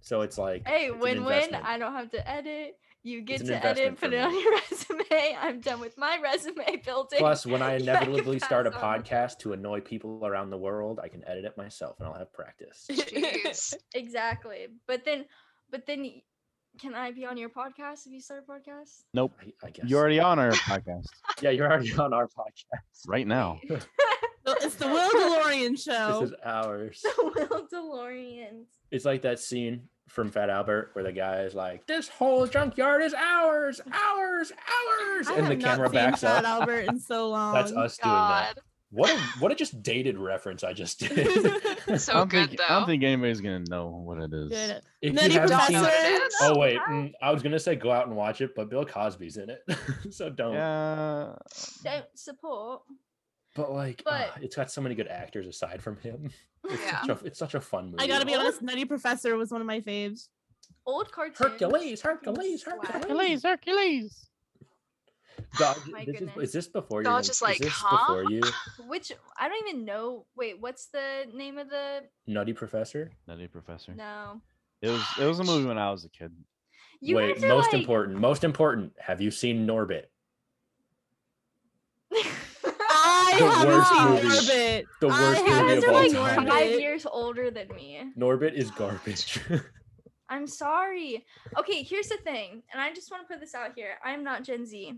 Speaker 4: So it's like,
Speaker 1: Hey,
Speaker 4: it's an
Speaker 1: win-win.
Speaker 4: investment.
Speaker 1: I don't have to edit. You get
Speaker 4: an
Speaker 1: to edit,
Speaker 4: investment
Speaker 1: put
Speaker 4: for
Speaker 1: it on
Speaker 4: me.
Speaker 1: your resume. I'm done with my resume building.
Speaker 4: Plus, when I
Speaker 1: Yeah, can
Speaker 4: inevitably start a
Speaker 1: pass on.
Speaker 4: podcast to annoy people around the world, I can edit it myself, and I'll have practice.
Speaker 3: jeez.
Speaker 1: Exactly. But then, but then, y- can I be on your podcast if you start a podcast?
Speaker 2: Nope.
Speaker 4: I, I guess.
Speaker 2: You're already on our podcast
Speaker 4: yeah, you're already on our podcast.
Speaker 2: right now.
Speaker 5: No, It's the Will DeLorean show.
Speaker 4: This is ours.
Speaker 1: Will DeLorean.
Speaker 4: It's like that scene from Fat Albert where the guy is like, "This whole junkyard is ours, ours, ours,"
Speaker 5: I
Speaker 4: and the
Speaker 5: have not
Speaker 4: camera
Speaker 5: seen
Speaker 4: backs
Speaker 5: Fat
Speaker 4: up.
Speaker 5: Albert in so long.
Speaker 4: That's us doing that.
Speaker 3: God.
Speaker 4: What a what a just dated reference I just did.
Speaker 3: So
Speaker 2: I, don't
Speaker 3: good,
Speaker 2: think,
Speaker 3: though.
Speaker 2: I don't think anybody's going to know what it is.
Speaker 5: Good.
Speaker 4: If you
Speaker 5: Nutty
Speaker 4: haven't seen-
Speaker 5: Professor.
Speaker 3: this.
Speaker 4: Oh wait, mm, I was gonna say go out and watch it, but Bill Cosby's in it, so
Speaker 2: Oh.
Speaker 4: don't.
Speaker 2: Yeah.
Speaker 1: Don't support.
Speaker 4: But like,
Speaker 1: But-
Speaker 4: ah, it's got so many good actors aside from him.
Speaker 2: "Oh,
Speaker 4: It's,
Speaker 3: Yeah.
Speaker 4: such, a, it's such a fun movie.
Speaker 5: I gotta be honest, Nutty Professor was one of my faves.
Speaker 1: Old cartoons.
Speaker 4: Hercules, Hercules,
Speaker 1: Wow.
Speaker 4: Hercules.
Speaker 2: Hercules, Hercules.
Speaker 4: Dodge,
Speaker 1: My
Speaker 4: this is,
Speaker 1: goodness.
Speaker 4: is this before you?
Speaker 3: Dodge is like,
Speaker 4: this
Speaker 3: huh?
Speaker 4: before you,
Speaker 1: Which I don't even know. Wait, what's the name of the?
Speaker 4: Nutty Professor?
Speaker 2: Nutty Professor.
Speaker 1: No.
Speaker 2: It was it was a movie when I was a kid.
Speaker 1: You
Speaker 4: Wait,
Speaker 1: guys are
Speaker 4: most
Speaker 1: like-
Speaker 4: important, most important. Have you seen Norbit?
Speaker 5: I
Speaker 4: The worst
Speaker 5: haven't
Speaker 4: movie.
Speaker 5: seen Orbit.
Speaker 4: The
Speaker 5: I
Speaker 4: worst
Speaker 1: Uh, you
Speaker 5: haven't
Speaker 4: movie
Speaker 1: guys
Speaker 4: of
Speaker 1: are
Speaker 4: all
Speaker 1: like
Speaker 4: time.
Speaker 1: five years older than me.
Speaker 4: Norbit is garbage.
Speaker 1: I'm sorry. Okay, here's the thing, and I just want to put this out here. I'm not Gen Z.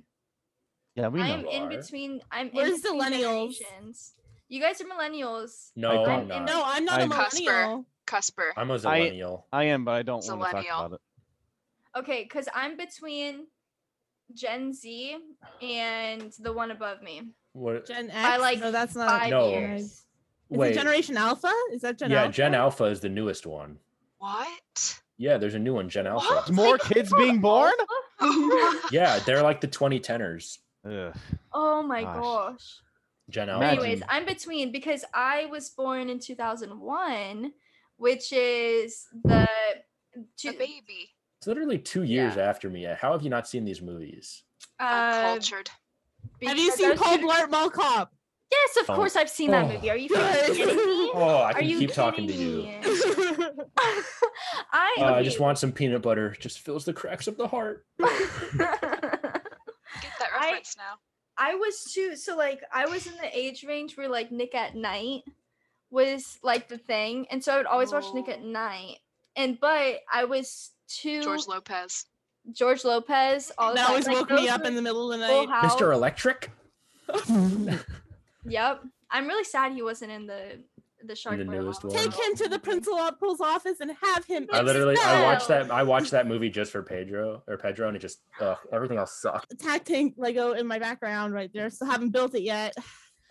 Speaker 2: Yeah, we
Speaker 1: I
Speaker 2: know.
Speaker 1: am in
Speaker 4: are.
Speaker 1: between. I'm in
Speaker 5: Where's
Speaker 1: between
Speaker 5: millennials?
Speaker 1: generations. You guys are millennials.
Speaker 4: no,
Speaker 2: I don't-
Speaker 4: I'm not.
Speaker 5: No, I'm not a
Speaker 2: I'm-
Speaker 3: Cusper.
Speaker 5: millennial.
Speaker 3: Cusper.
Speaker 4: I'm a
Speaker 2: I-
Speaker 4: millennial.
Speaker 2: I am, but I don't want to talk
Speaker 3: Millennial.
Speaker 2: about it.
Speaker 1: Okay, because I'm between Gen Z and the one above me.
Speaker 4: What?
Speaker 5: Gen X.
Speaker 1: I like
Speaker 5: no, that's not.
Speaker 1: Five
Speaker 4: No.
Speaker 1: years.
Speaker 5: Is
Speaker 4: Wait.
Speaker 5: it Generation Alpha? Is that Gen
Speaker 4: yeah,
Speaker 5: Alpha?
Speaker 4: Gen Alpha is the newest one.
Speaker 3: What?
Speaker 4: Yeah, there's a new one, Gen Alpha.
Speaker 3: What?
Speaker 2: More kids being born?
Speaker 4: Yeah, they're like the 2010ers.
Speaker 2: Ugh.
Speaker 1: Oh my
Speaker 2: Gosh.
Speaker 1: gosh.
Speaker 4: Gen
Speaker 1: But
Speaker 4: L.
Speaker 2: Imagine.
Speaker 1: Anyways, I'm between because I was born in 2001, which is the
Speaker 3: The
Speaker 1: two,
Speaker 3: baby.
Speaker 4: It's literally two years after me. How have you not seen these movies?
Speaker 1: uh,
Speaker 3: Uncultured.
Speaker 5: Have you
Speaker 1: because
Speaker 5: seen
Speaker 1: those
Speaker 5: Cold
Speaker 1: two-
Speaker 5: Blood Mall Cop?
Speaker 1: Yes, of
Speaker 4: Oh.
Speaker 1: course I've seen that
Speaker 4: Oh.
Speaker 1: movie. Are you fucking kidding me?
Speaker 4: Oh, I
Speaker 1: Are
Speaker 4: can
Speaker 1: you
Speaker 4: keep talking to
Speaker 1: kidding
Speaker 4: you.
Speaker 1: me? I,
Speaker 4: Uh, I just
Speaker 1: okay.
Speaker 4: want some peanut butter. Just fills the cracks of the heart.
Speaker 3: Get that
Speaker 1: I-
Speaker 3: reference now.
Speaker 1: I was too. So like I was in the age range where like Nick at Night was like the thing, and so I would always watch Nick at
Speaker 3: Oh.
Speaker 1: Night. And but I was too
Speaker 3: George Lopez.
Speaker 1: George Lopez. All
Speaker 5: That always
Speaker 1: like,
Speaker 5: woke me
Speaker 1: those
Speaker 5: up
Speaker 1: were
Speaker 5: in the middle of the
Speaker 1: Full
Speaker 5: night.
Speaker 1: House.
Speaker 4: Mr. Electric.
Speaker 1: Yep. I'm really sad he wasn't in the the Shark.
Speaker 4: newest one.
Speaker 5: Take him to the principal's office and have him.
Speaker 4: I literally I watched
Speaker 1: No.
Speaker 4: that I watched that movie just for Pedro or Pedro and it just ugh, everything else sucked.
Speaker 5: Attack tank Lego in my background right there. Still haven't built it yet.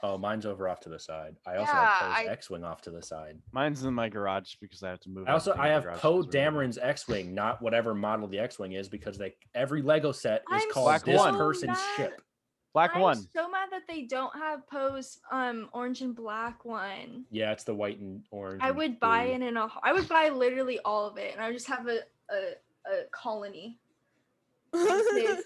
Speaker 4: Oh, mine's over off to the side. I also
Speaker 3: Yeah,
Speaker 4: have Poe's
Speaker 3: I-
Speaker 4: X-wing off to the side.
Speaker 2: Mine's in my garage because I have to move.
Speaker 4: I also
Speaker 2: everything
Speaker 4: I
Speaker 2: in
Speaker 4: have
Speaker 2: the garage
Speaker 4: Poe
Speaker 2: 'cause we're moving.
Speaker 4: Dameron's X-wing, not whatever model the X-wing is, because they every Lego set is
Speaker 1: I'm
Speaker 4: called
Speaker 2: Black
Speaker 4: this
Speaker 2: One.
Speaker 4: person's
Speaker 1: so
Speaker 4: ship.
Speaker 2: Black
Speaker 1: I'm
Speaker 2: one.
Speaker 1: so mad that they don't have Poe's um orange and black one.
Speaker 4: Yeah, it's the white and orange.
Speaker 1: I
Speaker 4: and
Speaker 1: would buy
Speaker 4: blue.
Speaker 1: it in a. I would buy literally all of it, and I would just have a a, a colony.
Speaker 5: you
Speaker 1: It's-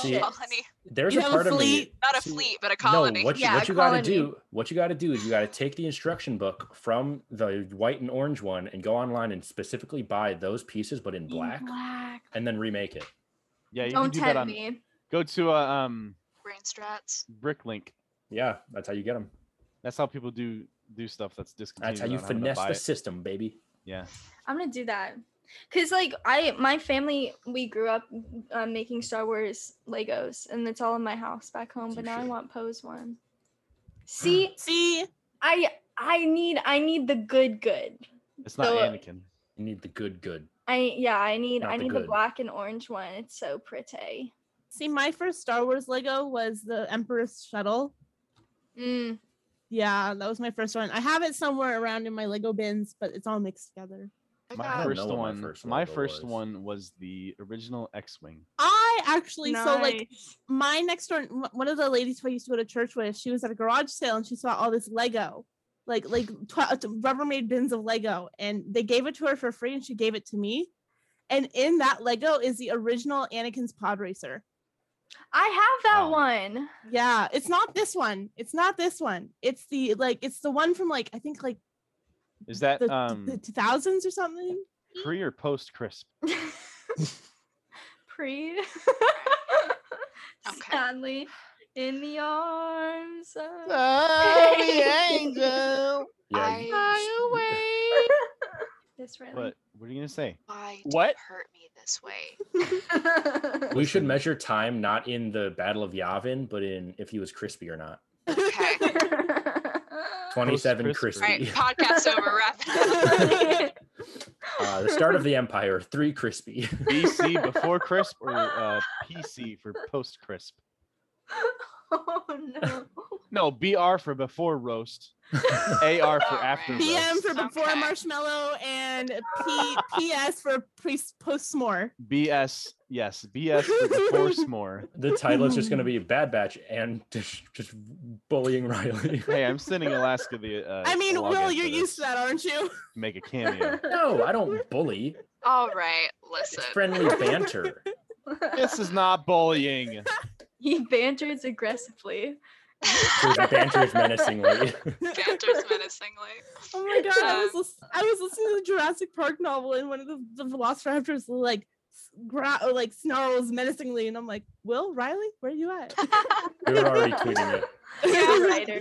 Speaker 4: See,
Speaker 1: Yes.
Speaker 3: Colony.
Speaker 4: There's a
Speaker 5: have
Speaker 4: part
Speaker 5: a
Speaker 4: of me.
Speaker 5: fleet.
Speaker 3: Not a
Speaker 4: See,
Speaker 3: fleet, but a colony.
Speaker 4: No, what you,
Speaker 1: Yeah,
Speaker 4: what
Speaker 1: a
Speaker 4: you got to
Speaker 1: colony.
Speaker 4: do, what you got to do is you got to take the instruction book from the white and orange one and go online and specifically buy those pieces, but in
Speaker 1: in
Speaker 4: black,
Speaker 1: black.
Speaker 4: and then remake it.
Speaker 2: Yeah, you can
Speaker 1: Don't
Speaker 2: do that
Speaker 1: tempt
Speaker 2: on.
Speaker 1: me.
Speaker 2: Go to uh, um
Speaker 3: Brain strats.
Speaker 2: Bricklink.
Speaker 4: Yeah, that's how you get them.
Speaker 2: That's how people do do stuff that's discontinued.
Speaker 4: That's how you
Speaker 2: without having to
Speaker 4: finesse
Speaker 2: buy
Speaker 4: the
Speaker 2: it.
Speaker 4: system, baby.
Speaker 2: Yeah.
Speaker 1: I'm gonna do that. Cause like I, my family, we grew up uh, making Star Wars Legos, and it's all in my house back home.
Speaker 4: You
Speaker 1: But now I
Speaker 4: should.
Speaker 1: want Poe's one. See,
Speaker 5: See,
Speaker 1: I I need I need the good good.
Speaker 2: It's not
Speaker 1: So, uh,
Speaker 2: Anakin.
Speaker 4: You need the good, good.
Speaker 1: I yeah I need
Speaker 4: Not
Speaker 1: I
Speaker 4: the
Speaker 1: need the
Speaker 4: good.
Speaker 1: black and orange one. It's so pretty.
Speaker 5: see, my first Star Wars Lego was the Emperor's shuttle.
Speaker 1: Mm.
Speaker 5: Yeah, that was my first one. I have it somewhere around in my Lego bins, but it's all mixed together.
Speaker 3: I
Speaker 4: I
Speaker 2: My
Speaker 4: don't
Speaker 3: got
Speaker 2: first
Speaker 4: know what my
Speaker 2: one.
Speaker 4: first
Speaker 2: My
Speaker 4: Lego
Speaker 2: first
Speaker 4: was.
Speaker 2: one was the original X-wing.
Speaker 5: I actually so like
Speaker 1: Nice.
Speaker 5: my next door m- one of the ladies who I used to go to church with, she was at a garage sale and she saw all this Lego, like like tw- uh, Rubbermaid bins of Lego, and they gave it to her for free, and she gave it to me. And in that Lego is the original Anakin's pod racer.
Speaker 1: I have that
Speaker 2: Wow.
Speaker 1: one.
Speaker 5: Yeah, it's not this one. It's not this one. It's the like it's the one from like I think like
Speaker 2: Is that
Speaker 5: the,
Speaker 2: um
Speaker 5: the 2000s or something.
Speaker 2: pre or post crisp?
Speaker 1: Pre.
Speaker 3: Okay.
Speaker 1: Sadly, in the arms of the
Speaker 5: angel.
Speaker 4: Yeah,
Speaker 3: I-
Speaker 4: you-
Speaker 1: this really.
Speaker 2: What? What are you gonna say?
Speaker 3: Why did
Speaker 2: What?
Speaker 3: you hurt me this way?
Speaker 4: we should
Speaker 2: Listen.
Speaker 4: measure time not in the Battle of Yavin, but in if he was crispy or not.
Speaker 3: Okay.
Speaker 4: Twenty-seven
Speaker 2: Post-crisper.
Speaker 4: crispy.
Speaker 3: All right, podcast over. Wrap it up.
Speaker 4: Uh, the start of the Empire. Three crispy.
Speaker 2: BC before crisp or uh, PC for post crisp?
Speaker 1: oh no.
Speaker 2: No, BR for before roast, AR for after
Speaker 3: Alright.
Speaker 5: PM
Speaker 2: roast,
Speaker 5: for before
Speaker 3: Okay.
Speaker 5: marshmallow and P- PS for pre- post s'more.
Speaker 2: BS yes, BS for before s'more.
Speaker 4: The title is just going to be Bad Batch and just, just bullying Riley.
Speaker 2: Hey, I'm sending Alaska the. Uh,
Speaker 5: I mean,
Speaker 2: login
Speaker 5: Will,
Speaker 2: for
Speaker 5: you're used
Speaker 2: this.
Speaker 5: to that, aren't you?
Speaker 2: Make a cameo.
Speaker 4: No, I don't bully.
Speaker 3: All right, listen.
Speaker 4: It's friendly banter.
Speaker 2: this is not bullying.
Speaker 1: he banters aggressively.
Speaker 4: So the banter is menacingly.
Speaker 3: Banter's menacingly.
Speaker 5: Oh my god, I was lis- I was listening to the Jurassic Park novel, and one of the, the Velociraptors like s- grow or, like snarls menacingly, and I'm like, Will Riley, where are you at?
Speaker 4: We were already tweeting it.
Speaker 1: Yeah, writer.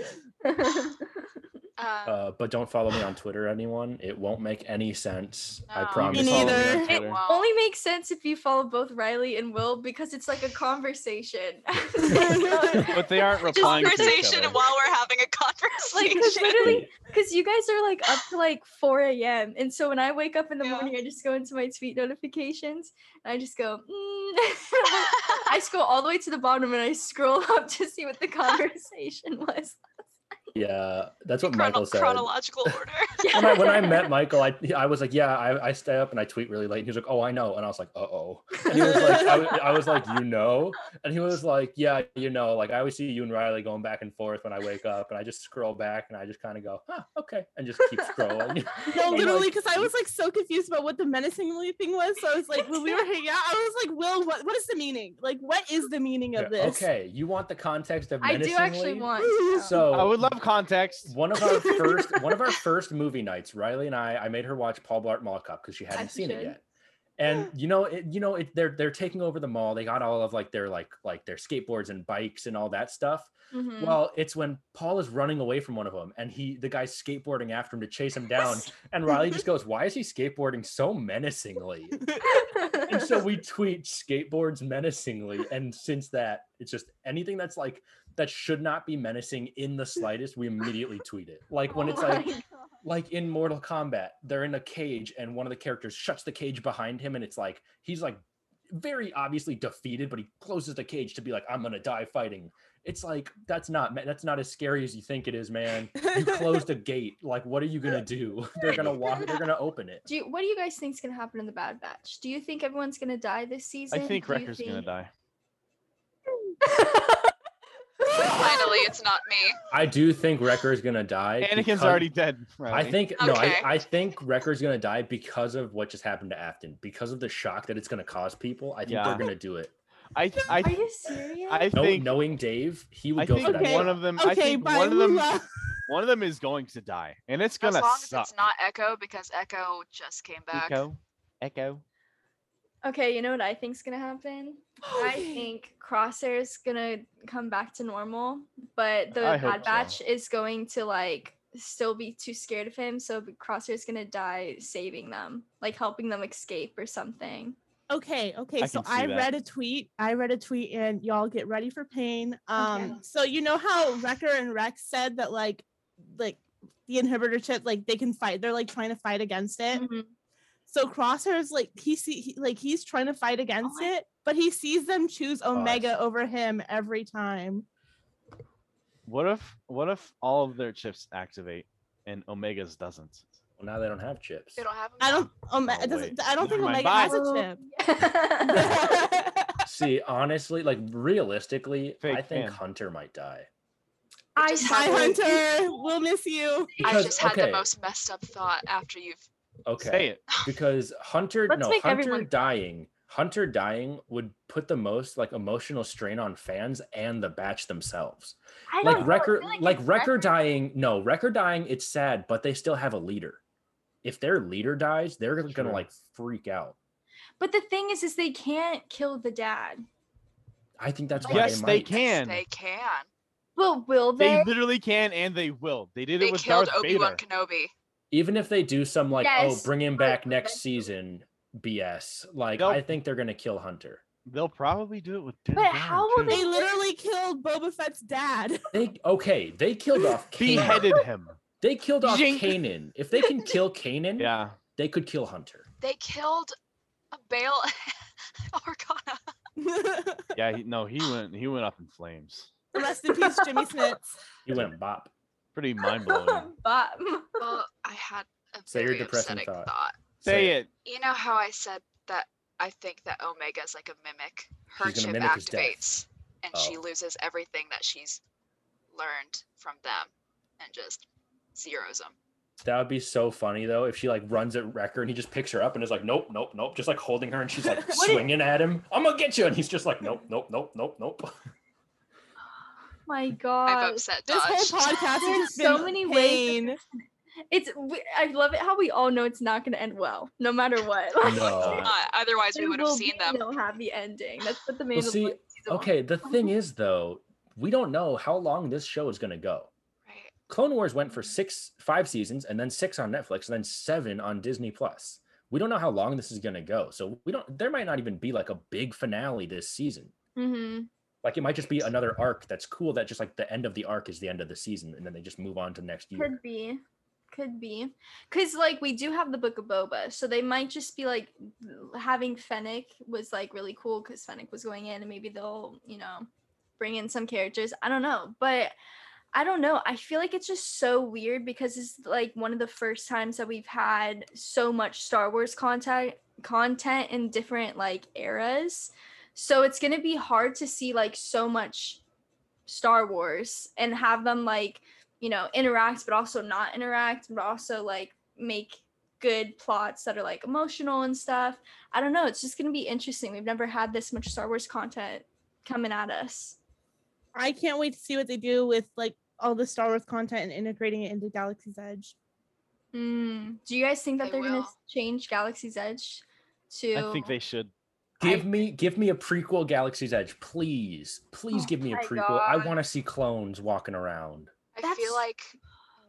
Speaker 3: Um,
Speaker 4: Uh, but don't follow me on Twitter, anyone. It won't make any sense. I
Speaker 3: No. Me
Speaker 4: promise.
Speaker 5: Me
Speaker 4: you.
Speaker 5: neither.
Speaker 2: on
Speaker 1: It
Speaker 2: Twitter.
Speaker 3: well,
Speaker 1: only makes sense if you follow both Riley and Will because it's like a conversation. like,
Speaker 2: But they aren't replying to each
Speaker 3: conversation
Speaker 2: other.
Speaker 3: while we're having a
Speaker 1: 'cause
Speaker 3: conversation.
Speaker 1: literally, because you guys are like up to like 4 a.m. And so when I wake up in the
Speaker 3: Yeah.
Speaker 1: morning, I just go into my tweet notifications and I just go, mm. I scroll all the way to the bottom and I scroll up to see what the conversation was.
Speaker 4: Yeah, that's what
Speaker 3: Chrono-
Speaker 4: Michael said.
Speaker 3: chronological order.
Speaker 4: When I, when I met Michael, I, I was like, yeah, I, I stay up and I tweet really late. And he was like, oh, I know. And I was like, uh oh. And he was like, I, was- I was like, you know? And he was like, yeah, you know. Like I always see you and Riley going back and forth when I wake up, and I just scroll back and I just kind of go, huh, okay, and just keep scrolling.
Speaker 5: No,
Speaker 4: I'm
Speaker 5: literally,
Speaker 4: like-
Speaker 5: because I was like so confused about what the menacingly thing was. So I was like, when we were hanging out, I was like, Will, what, what is the meaning? Like, what is the meaning
Speaker 4: Yeah,
Speaker 5: of this?
Speaker 4: Okay, you want the context of
Speaker 1: I do actually
Speaker 4: menacingly?
Speaker 1: want. to know.
Speaker 4: So
Speaker 2: I would love context.
Speaker 4: One of our first one of our first movie nights, Riley and I, I made her watch Paul Blart Mall Cop because she hadn't seen it
Speaker 1: should.
Speaker 4: yet. And you know, it, you know, it, they're they're taking over the mall. They got all of like their like like their skateboards and bikes and all that stuff.
Speaker 1: Mhm.
Speaker 4: Well, it's when Paul is running away from one of them, and he the guy's skateboarding after him to chase him down. And Riley just goes, "Why is he skateboarding so menacingly?" and so we tweet skateboards menacingly and since that it's just anything that's like that should not be menacing in the slightest we immediately tweet it like when it's
Speaker 1: Oh
Speaker 4: like
Speaker 1: my God.
Speaker 4: like in mortal kombat they're in a cage and one of the characters shuts the cage behind him and it's like he's like very obviously defeated but he closes the cage to be like i'm gonna die fighting it's like that's not ma- that's not as scary as you think it is man you closed a gate like what are you gonna do they're gonna walk they're gonna open it
Speaker 1: do you, what do you guys think is gonna happen in the Bad Batch? Do you think everyone's gonna die this
Speaker 2: I
Speaker 1: season?
Speaker 2: think
Speaker 1: Do you
Speaker 2: Wrecker's gonna
Speaker 1: think-
Speaker 2: die.
Speaker 3: Finally, it's not me.
Speaker 4: i do think wrecker is gonna die
Speaker 2: Anakin's
Speaker 4: because-
Speaker 2: already dead.
Speaker 4: I
Speaker 2: Riley.
Speaker 4: think no, I,
Speaker 3: Okay.
Speaker 4: I think Wrecker's gonna die because of what just happened to Afton, because of the shock that it's gonna cause people. I think
Speaker 2: Yeah.
Speaker 4: they're gonna do it.
Speaker 2: I th- I
Speaker 1: Are
Speaker 2: th-
Speaker 1: you serious?
Speaker 2: I
Speaker 4: No,
Speaker 2: think
Speaker 4: knowing Dave, he would
Speaker 2: I
Speaker 4: go for
Speaker 2: think
Speaker 4: that.
Speaker 5: Okay.
Speaker 2: one
Speaker 4: shot.
Speaker 2: of them. I
Speaker 5: Okay,
Speaker 2: think
Speaker 5: bye.
Speaker 2: one of them.
Speaker 5: Lula.
Speaker 2: One of them is going to die, and it's
Speaker 3: As
Speaker 2: gonna
Speaker 3: long as
Speaker 2: suck.
Speaker 3: it's not Echo, because Echo just came back.
Speaker 2: Echo, Echo.
Speaker 1: okay, you know what I think's gonna happen? I
Speaker 5: Okay.
Speaker 1: think Crosshair's gonna come back to normal, but the
Speaker 2: I hope
Speaker 1: Bad
Speaker 2: so.
Speaker 1: Batch is going to like still be too scared of him, so b- Crosshair's gonna die saving them, like helping them escape or something.
Speaker 5: okay okay
Speaker 2: I
Speaker 5: so
Speaker 2: can see
Speaker 5: i
Speaker 2: that.
Speaker 5: read a tweet i read a tweet and y'all get ready for pain um
Speaker 1: Okay.
Speaker 5: so you know how wrecker and rex said that like like the inhibitor chip like they can fight they're like trying to fight against it
Speaker 1: Mhm.
Speaker 5: so crosshair's like he see he, like he's trying to fight against
Speaker 3: my-
Speaker 5: it but he sees them choose
Speaker 2: Oh,
Speaker 4: I
Speaker 5: omega
Speaker 4: see.
Speaker 5: over him every time
Speaker 2: What if what if all of their chips activate and Omega's doesn't?
Speaker 4: Well, now they don't have chips.
Speaker 3: They don't have him.
Speaker 5: i don't um,
Speaker 4: Oh,
Speaker 5: it
Speaker 4: wait.
Speaker 5: doesn't, i don't think
Speaker 2: Never mind.
Speaker 5: omega
Speaker 2: Bye.
Speaker 5: has a chip
Speaker 4: See, honestly, like realistically, I
Speaker 2: Fake
Speaker 4: think
Speaker 2: fan.
Speaker 4: Hunter might die.
Speaker 3: I
Speaker 1: I
Speaker 3: just
Speaker 5: Hi,
Speaker 3: had the-
Speaker 5: Hunter. We'll miss you.
Speaker 3: I
Speaker 4: Because-
Speaker 3: just had
Speaker 4: okay.
Speaker 3: the most messed up thought after you've.
Speaker 4: Okay.
Speaker 2: Say it.
Speaker 4: because Hunter
Speaker 1: Let's
Speaker 4: no
Speaker 1: make
Speaker 4: Hunter
Speaker 1: everyone-
Speaker 4: dying Hunter dying would put the most like emotional strain on fans and the batch themselves.
Speaker 1: I
Speaker 4: like
Speaker 1: don't know, I
Speaker 4: record
Speaker 1: feel
Speaker 4: like
Speaker 1: if
Speaker 4: record dying no record dying it's sad but they still have a leader if their leader dies they're gonna
Speaker 2: True.
Speaker 4: like freak out
Speaker 1: But the thing is, is they can't kill the dad.
Speaker 4: i think that's why
Speaker 2: Yes,
Speaker 4: they,
Speaker 2: they
Speaker 4: might.
Speaker 2: can.
Speaker 3: They can.
Speaker 1: But will they?
Speaker 2: They literally can, and they will. They did
Speaker 3: They
Speaker 2: it with
Speaker 3: killed
Speaker 2: Darth
Speaker 3: Obi Wan
Speaker 2: Vader.
Speaker 3: Kenobi.
Speaker 4: even if they do some like
Speaker 1: Yes,
Speaker 4: oh bring him
Speaker 1: but
Speaker 4: back next
Speaker 1: eventually-
Speaker 4: season bs like
Speaker 2: Nope.
Speaker 4: i think they're gonna kill hunter
Speaker 2: They'll probably do it with. Din
Speaker 1: But
Speaker 2: Djarin,
Speaker 1: how will
Speaker 2: too.
Speaker 5: They literally killed Boba Fett's dad.
Speaker 4: they okay they killed off Kanan.
Speaker 2: beheaded him?
Speaker 4: they killed off
Speaker 2: Jink.
Speaker 4: Kanan. if they can kill Kanan,
Speaker 2: Yeah.
Speaker 4: they could kill hunter
Speaker 3: They killed a Bail Organa.
Speaker 2: Yeah, he, no, he went he went up in flames.
Speaker 5: Rest in peace, Jimmy Smits.
Speaker 4: you went bop
Speaker 2: Pretty mind blowing.
Speaker 1: But oh
Speaker 3: Well, I had a
Speaker 4: Say your
Speaker 3: very
Speaker 4: depressing
Speaker 3: upsetting
Speaker 4: thought.
Speaker 3: thought.
Speaker 2: Say
Speaker 4: So,
Speaker 2: it.
Speaker 3: You know how I said that I think that Omega's like a mimic. Her
Speaker 4: She's
Speaker 3: chip
Speaker 4: gonna mimic his death.
Speaker 3: activates, and she
Speaker 4: Oh.
Speaker 3: loses everything that she's learned from them, and just zeroes them.
Speaker 4: That would be so funny though if she like runs at Wrecker and he just picks her up and is like, nope, nope, nope, just like holding her and she's like
Speaker 1: What if-
Speaker 4: swinging at him. I'm gonna get you, and he's just like, nope, nope, nope, nope, nope.
Speaker 1: my
Speaker 3: I've
Speaker 1: god,
Speaker 3: upset
Speaker 5: This
Speaker 3: Dodge.
Speaker 5: whole podcast has
Speaker 1: There's
Speaker 5: just been
Speaker 1: so many ways that
Speaker 5: pain.
Speaker 1: it's we- I love it how we all know it's not going to end well, no matter what. Like,
Speaker 4: No.
Speaker 3: Not, otherwise, we
Speaker 1: there
Speaker 3: would have
Speaker 1: will
Speaker 3: seen
Speaker 1: be
Speaker 3: them.
Speaker 1: no happy ending. That's what the
Speaker 4: Well,
Speaker 1: Mandalorian
Speaker 4: see,
Speaker 1: season one-
Speaker 4: okay. The thing is though, we don't know how long this show is gonna go.
Speaker 3: Right.
Speaker 4: Clone Wars went for six, five seasons, and then six on Netflix, and then seven on Disney Plus. We don't know how long this is gonna go, so we don't. There might not even be like a big finale this season.
Speaker 1: Mhm.
Speaker 4: Like it might just be another arc that's cool. That just like the end of the arc is the end of the season, and then they just move on to next year.
Speaker 1: Could be, could be, because like we do have the Book of Boba, so they might just be like having Fennec was like really cool because Fennec was going in, and maybe they'll you know bring in some characters. I don't know, but I don't know. I feel like it's just so weird because it's like one of the first times that we've had so much Star Wars content content in different like eras. So it's going to be hard to see like so much Star Wars and have them like, you know, interact but also not interact, but also like make good plots that are like emotional and stuff. I don't know, it's just going to be interesting. We've never had this much Star Wars content coming at us.
Speaker 5: I can't wait to see what they do with like all the Star Wars content and integrating it into Galaxy's Edge.
Speaker 1: Mm, Do you guys think that
Speaker 3: They
Speaker 1: they are going to
Speaker 3: will.
Speaker 1: change Galaxy's Edge to
Speaker 2: I think they should.
Speaker 4: Give me give me a prequel Galaxy's Edge, please. Please
Speaker 1: Oh
Speaker 4: give me a
Speaker 1: my
Speaker 4: prequel. I
Speaker 1: God.
Speaker 4: want to see clones walking around.
Speaker 3: I
Speaker 1: That's-
Speaker 3: feel like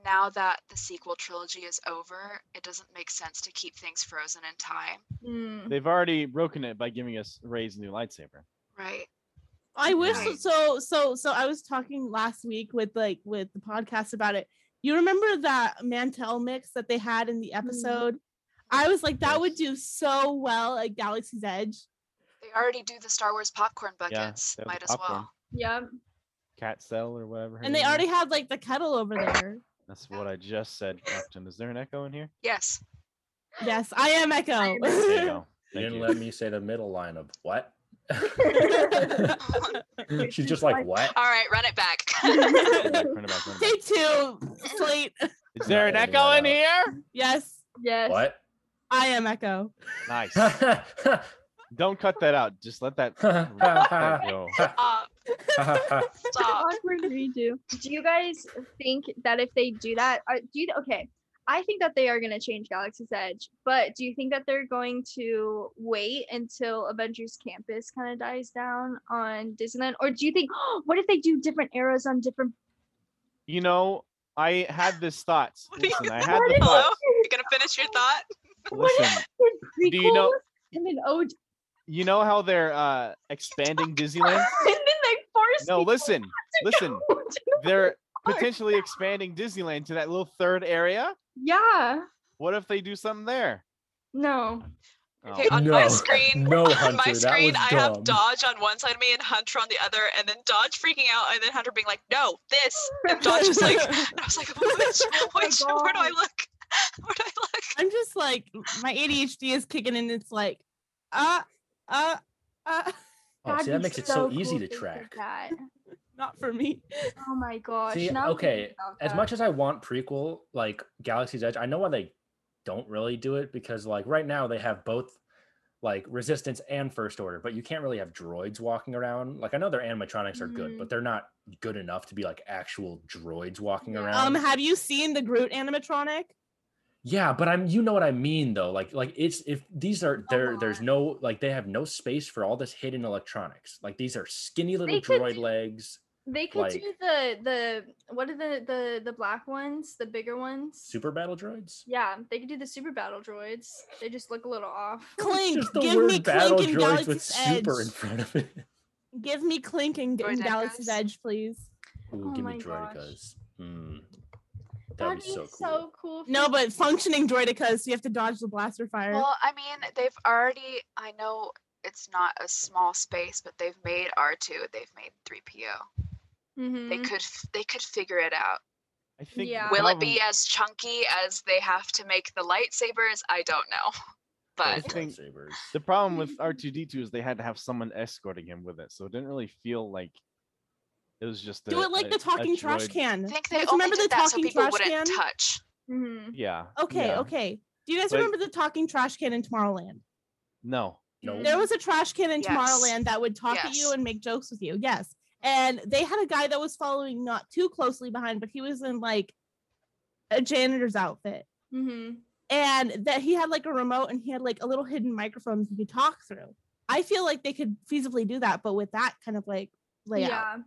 Speaker 3: now that the sequel trilogy is over, it doesn't make sense to keep things frozen in time.
Speaker 1: Mm,
Speaker 2: They've already broken it by giving us Ray's new lightsaber.
Speaker 3: Right.
Speaker 5: I wish so,
Speaker 3: Right.
Speaker 5: so so so I was talking last week with like with the podcast about it. You remember that Mantel mix that they had in
Speaker 1: Mm-hmm.
Speaker 5: the episode? I was like, that would do so well at Galaxy's Edge.
Speaker 3: They already do the Star Wars popcorn
Speaker 2: Yeah,
Speaker 3: buckets.
Speaker 2: they have the
Speaker 3: Might as
Speaker 2: popcorn.
Speaker 3: well.
Speaker 1: yeah.
Speaker 2: Cat cell or whatever. her
Speaker 5: And they
Speaker 2: name is.
Speaker 5: already had like the kettle over there.
Speaker 2: That's what I just said, Captain. Is there an echo in here?
Speaker 3: Yes.
Speaker 5: Yes, I am Echo.
Speaker 2: There you go.
Speaker 4: You
Speaker 2: Thank
Speaker 4: didn't
Speaker 2: you.
Speaker 4: let me say the middle line of what?
Speaker 3: All
Speaker 4: She's just like, what?
Speaker 3: right, run it back.
Speaker 2: Run it back, run it back, run it back.
Speaker 5: Day two, slate.
Speaker 2: Is there an
Speaker 4: Not
Speaker 2: echo in
Speaker 4: editing
Speaker 2: here?
Speaker 5: Yes,
Speaker 1: Yes.
Speaker 4: What?
Speaker 5: I am Echo.
Speaker 2: Nice. Don't cut that out. Just let that that go.
Speaker 3: Stop. Uh, Stop.
Speaker 1: Awkward redo. Do you guys think that if they do that, uh, do you, okay? I think that they are going to change Galaxy's Edge, but do you think that they're going to wait until Avengers Campus kind of dies down on Disneyland, or do you think what if they do different eras on different?
Speaker 2: You know, I had this thought.
Speaker 3: What do you
Speaker 2: Listen, I
Speaker 3: think?
Speaker 2: had the
Speaker 3: Hello?
Speaker 2: thought.
Speaker 3: You gonna finish your thought?
Speaker 1: What
Speaker 2: Listen,
Speaker 1: if
Speaker 2: do you know-
Speaker 1: prequels and then OG
Speaker 2: you know how they're uh expanding Disneyland?
Speaker 1: and then they force
Speaker 2: No,
Speaker 1: people
Speaker 2: listen,
Speaker 1: to
Speaker 2: listen.
Speaker 1: go to-
Speaker 2: They're
Speaker 1: Park.
Speaker 2: potentially expanding Disneyland to that little third area.
Speaker 1: yeah
Speaker 2: What if they do something there?
Speaker 1: no
Speaker 2: Oh,
Speaker 3: Okay, on
Speaker 4: No.
Speaker 3: my screen,
Speaker 4: No,
Speaker 3: on
Speaker 4: Hunter,
Speaker 3: my
Speaker 4: that
Speaker 3: screen,
Speaker 4: was
Speaker 3: I have
Speaker 4: dumb.
Speaker 3: Dodge on one side of me and Hunter on the other, and then Dodge freaking out, and then Hunter being like, "No, this." And Dodge is like, and I was like, "Which? Which? Where do I
Speaker 1: God.
Speaker 3: look? Where do I look?"
Speaker 5: I'm just like my ADHD is kicking in. It's like, uh, uh, uh,
Speaker 4: Oh,
Speaker 1: That'd
Speaker 4: see, that
Speaker 1: be
Speaker 4: makes it so easy
Speaker 1: cool
Speaker 4: to
Speaker 1: if they did
Speaker 4: track.
Speaker 1: that.
Speaker 5: not for me.
Speaker 1: oh my gosh
Speaker 4: See,
Speaker 1: now I'm thinking
Speaker 4: okay,
Speaker 1: about
Speaker 4: As
Speaker 1: that.
Speaker 4: much as I want prequel, like Galaxy's Edge, I know why they don't really do it because, like, right now they have both like Resistance and First Order, but you can't really have droids walking around. Like, I know their animatronics are good,
Speaker 1: Mhm.
Speaker 5: Mm-hmm.
Speaker 4: but they're not good enough to be like actual droids walking
Speaker 1: Yeah.
Speaker 4: around.
Speaker 5: Um, have you seen the Groot animatronic?
Speaker 4: Yeah, but I'm you know what I mean though. Like like it's if these are there there's
Speaker 5: Uh-huh.
Speaker 1: on.
Speaker 4: no like they have no space for all this hidden electronics. Like these are skinny little
Speaker 1: They could
Speaker 4: droid
Speaker 1: do-
Speaker 4: legs,
Speaker 1: they could
Speaker 4: like-
Speaker 1: do the the what are the the the black ones the bigger ones
Speaker 4: super battle droids.
Speaker 1: yeah they could do the super battle droids they just look a little off
Speaker 5: Clink,
Speaker 4: Just the
Speaker 5: give
Speaker 4: word
Speaker 5: me
Speaker 4: battle
Speaker 5: Clink and
Speaker 4: droids
Speaker 5: Galaxy's
Speaker 4: with super
Speaker 5: Edge.
Speaker 4: in front of it.
Speaker 5: Give me Clink and,
Speaker 3: Droid
Speaker 5: and
Speaker 3: Ed
Speaker 5: Galaxy's
Speaker 3: guys?
Speaker 5: Edge, please.
Speaker 4: Ooh,
Speaker 1: Oh
Speaker 4: give me
Speaker 1: my gosh.
Speaker 4: droidicas. Mm.
Speaker 1: that'd
Speaker 4: That'd be
Speaker 1: be
Speaker 4: so cool.
Speaker 1: so cool for
Speaker 5: No, but functioning droidicas, so you have to dodge the blaster fire.
Speaker 3: Well, I mean, they've already. I know it's not a small space, but they've made R two. They've made three PO.
Speaker 1: Mhm.
Speaker 3: They could. f- They could figure it out.
Speaker 2: I think
Speaker 1: Yeah.
Speaker 2: the
Speaker 3: Will it be
Speaker 4: Um,
Speaker 2: problem-
Speaker 3: as chunky as they have to make the lightsabers? I don't know. But
Speaker 4: Both
Speaker 2: I think-
Speaker 4: lightsabers.
Speaker 2: The problem with R2D2 is they had to have someone escorting him with it, so it didn't really feel like it was just
Speaker 5: Do
Speaker 2: a-
Speaker 5: it like
Speaker 2: a-
Speaker 5: the
Speaker 2: a
Speaker 5: talking trash
Speaker 2: droid-
Speaker 5: can.
Speaker 3: I think
Speaker 5: You
Speaker 3: they
Speaker 5: guys
Speaker 3: only did that so people wouldn't
Speaker 5: can?
Speaker 3: touch.
Speaker 1: Mhm.
Speaker 2: Yeah.
Speaker 5: Okay,
Speaker 4: Yeah.
Speaker 5: okay. Do you guys
Speaker 2: But-
Speaker 5: remember the talking trash can in Tomorrowland?
Speaker 2: No.
Speaker 4: No.
Speaker 5: There was a trash can in
Speaker 3: Yes.
Speaker 5: Tomorrowland that would talk at you
Speaker 3: Yes.
Speaker 5: and make jokes with you. Yes. And they had a guy that was following not too closely behind, but he was in like a janitor's outfit.
Speaker 1: Mhm.
Speaker 5: And that he had like a remote and he had like a little hidden microphone you could talk through. I feel like they could feasibly do that, but with that kind of like layout.
Speaker 1: yeah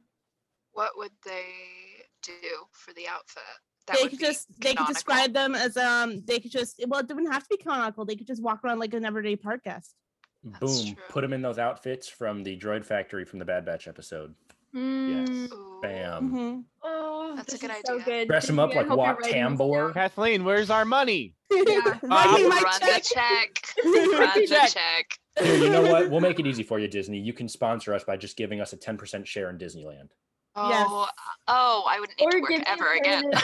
Speaker 3: What would they do for the outfit? That
Speaker 5: they
Speaker 3: would
Speaker 5: could
Speaker 3: be
Speaker 5: just they could
Speaker 3: canonical.
Speaker 5: describe them as um they could just well it wouldn't have to be canonical. They could just walk around like an everyday park guest.
Speaker 3: That's
Speaker 4: Boom.
Speaker 3: true.
Speaker 4: Put them in those outfits from the Droid Factory from the Bad Batch episode.
Speaker 1: Mm.
Speaker 3: Ooh,
Speaker 4: Bam.
Speaker 5: Mhm.
Speaker 3: Um,
Speaker 1: oh
Speaker 3: That's a
Speaker 1: this
Speaker 3: good
Speaker 1: is so
Speaker 3: idea.
Speaker 1: good.
Speaker 4: Dress 'em
Speaker 1: Thank
Speaker 4: up
Speaker 1: you. I
Speaker 4: like
Speaker 1: hope
Speaker 4: Wat
Speaker 1: you're writing this
Speaker 4: Tambor.
Speaker 1: down.
Speaker 2: Kathleen, where's our money?
Speaker 5: Mm-hmm.
Speaker 1: Yeah.
Speaker 5: Writing my
Speaker 3: Uh, Run
Speaker 5: check.
Speaker 3: the check. Run
Speaker 5: Run
Speaker 3: the
Speaker 2: Check.
Speaker 3: check.
Speaker 4: Here, you know what? We'll make it easy for you, Disney. You can sponsor us by just giving us a 10% share in Disneyland.
Speaker 5: Yes.
Speaker 3: Oh, oh, I wouldn't need to work
Speaker 1: me a
Speaker 3: ever again.
Speaker 1: permanent-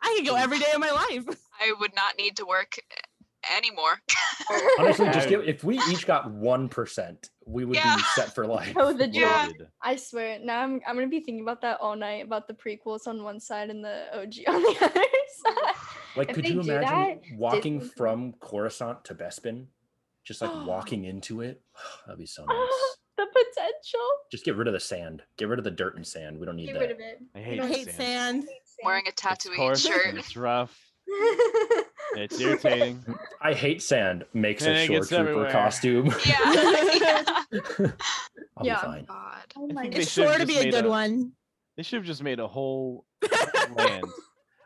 Speaker 5: I could go every day of my life.
Speaker 3: I would not need to work anymore.
Speaker 4: Honestly, just
Speaker 2: I-
Speaker 4: give, if we each got one percent, we would
Speaker 3: Yeah.
Speaker 4: be set for life.
Speaker 1: Oh, the joy.
Speaker 3: Yeah.
Speaker 2: Loaded.
Speaker 1: I swear. Now I'm I'm gonna be thinking about that all night about the prequels on one side and the OG on the other side.
Speaker 4: Like,
Speaker 1: If
Speaker 4: could
Speaker 1: they
Speaker 4: you
Speaker 1: do
Speaker 4: imagine walking
Speaker 1: Disney-
Speaker 4: from Coruscant to Bespin? Just like walking into it? That'd be so nice.
Speaker 1: the potential.
Speaker 4: Just get rid of the sand. Get rid of the dirt and sand. We don't need
Speaker 1: Get
Speaker 4: that.
Speaker 1: rid of it.
Speaker 2: I
Speaker 1: You
Speaker 2: hate,
Speaker 5: I
Speaker 1: don't
Speaker 5: hate sand.
Speaker 3: Wearing a
Speaker 2: It's
Speaker 3: Tatooine
Speaker 2: coarse and
Speaker 3: shirt.
Speaker 2: It's rough. It's irritating.
Speaker 4: I hate sand. Makes
Speaker 2: And
Speaker 4: a
Speaker 2: it gets
Speaker 4: short trooper
Speaker 2: everywhere.
Speaker 4: costume.
Speaker 3: Yeah. yeah.
Speaker 4: I'll
Speaker 1: Yeah.
Speaker 4: be fine.
Speaker 3: God.
Speaker 1: Oh
Speaker 2: I
Speaker 1: my god.
Speaker 2: think they
Speaker 5: It's
Speaker 2: should've
Speaker 5: sure to
Speaker 2: just
Speaker 5: be a
Speaker 2: made
Speaker 5: good
Speaker 2: a-
Speaker 5: one.
Speaker 2: They should have just made a whole land.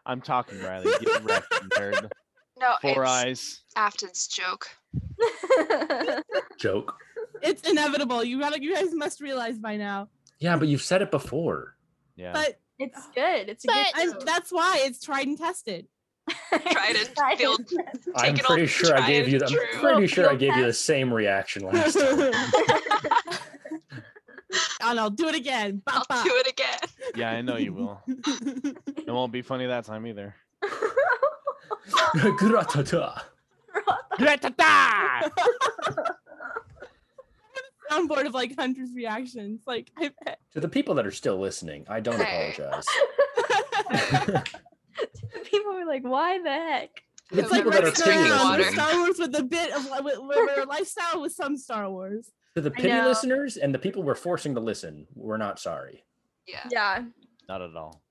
Speaker 2: I'm talking, Riley. Get wrecked, nerd.
Speaker 3: No,
Speaker 2: Four
Speaker 3: Oh, it's
Speaker 2: eyes.
Speaker 3: Afton's joke.
Speaker 4: Joke.
Speaker 5: It's inevitable. You gotta. You guys must realize by now.
Speaker 4: Yeah, but you've said it before.
Speaker 2: Yeah.
Speaker 5: But
Speaker 1: it's good. It's a good.
Speaker 5: but I'm,
Speaker 1: show.
Speaker 5: that's why it's tried and tested.
Speaker 3: Tried and
Speaker 1: Tried
Speaker 3: failed.
Speaker 1: and tested.
Speaker 4: I'm
Speaker 3: it all
Speaker 4: pretty sure
Speaker 3: tried
Speaker 4: I gave you.
Speaker 3: and
Speaker 4: The, I'm
Speaker 3: true.
Speaker 4: pretty
Speaker 1: Little
Speaker 4: sure I
Speaker 1: field
Speaker 4: gave you the
Speaker 1: test.
Speaker 4: same reaction last time.
Speaker 5: oh no! Do it again. Bop,
Speaker 3: I'll
Speaker 5: bop.
Speaker 3: do it again.
Speaker 2: yeah, I know you will. It won't be funny that time either.
Speaker 4: Gratata.
Speaker 2: Gratata!
Speaker 5: Soundboard of like Hunter's reactions. Like I bet.
Speaker 4: To the people that are still listening, I don't
Speaker 3: Hey.
Speaker 4: apologize.
Speaker 1: People were like, "Why the heck?"
Speaker 4: The
Speaker 3: It's
Speaker 5: like
Speaker 4: people that are
Speaker 5: right
Speaker 3: Everyone's drinking
Speaker 4: pity
Speaker 5: now,
Speaker 3: water.
Speaker 5: with
Speaker 4: listeners,
Speaker 5: Star Wars with a bit of with, with, with lifestyle with some Star Wars.
Speaker 4: to the
Speaker 1: I
Speaker 4: pity
Speaker 1: know.
Speaker 4: listeners and the people we're forcing to listen, we're not sorry.
Speaker 3: Yeah.
Speaker 1: Yeah,
Speaker 2: Not at all.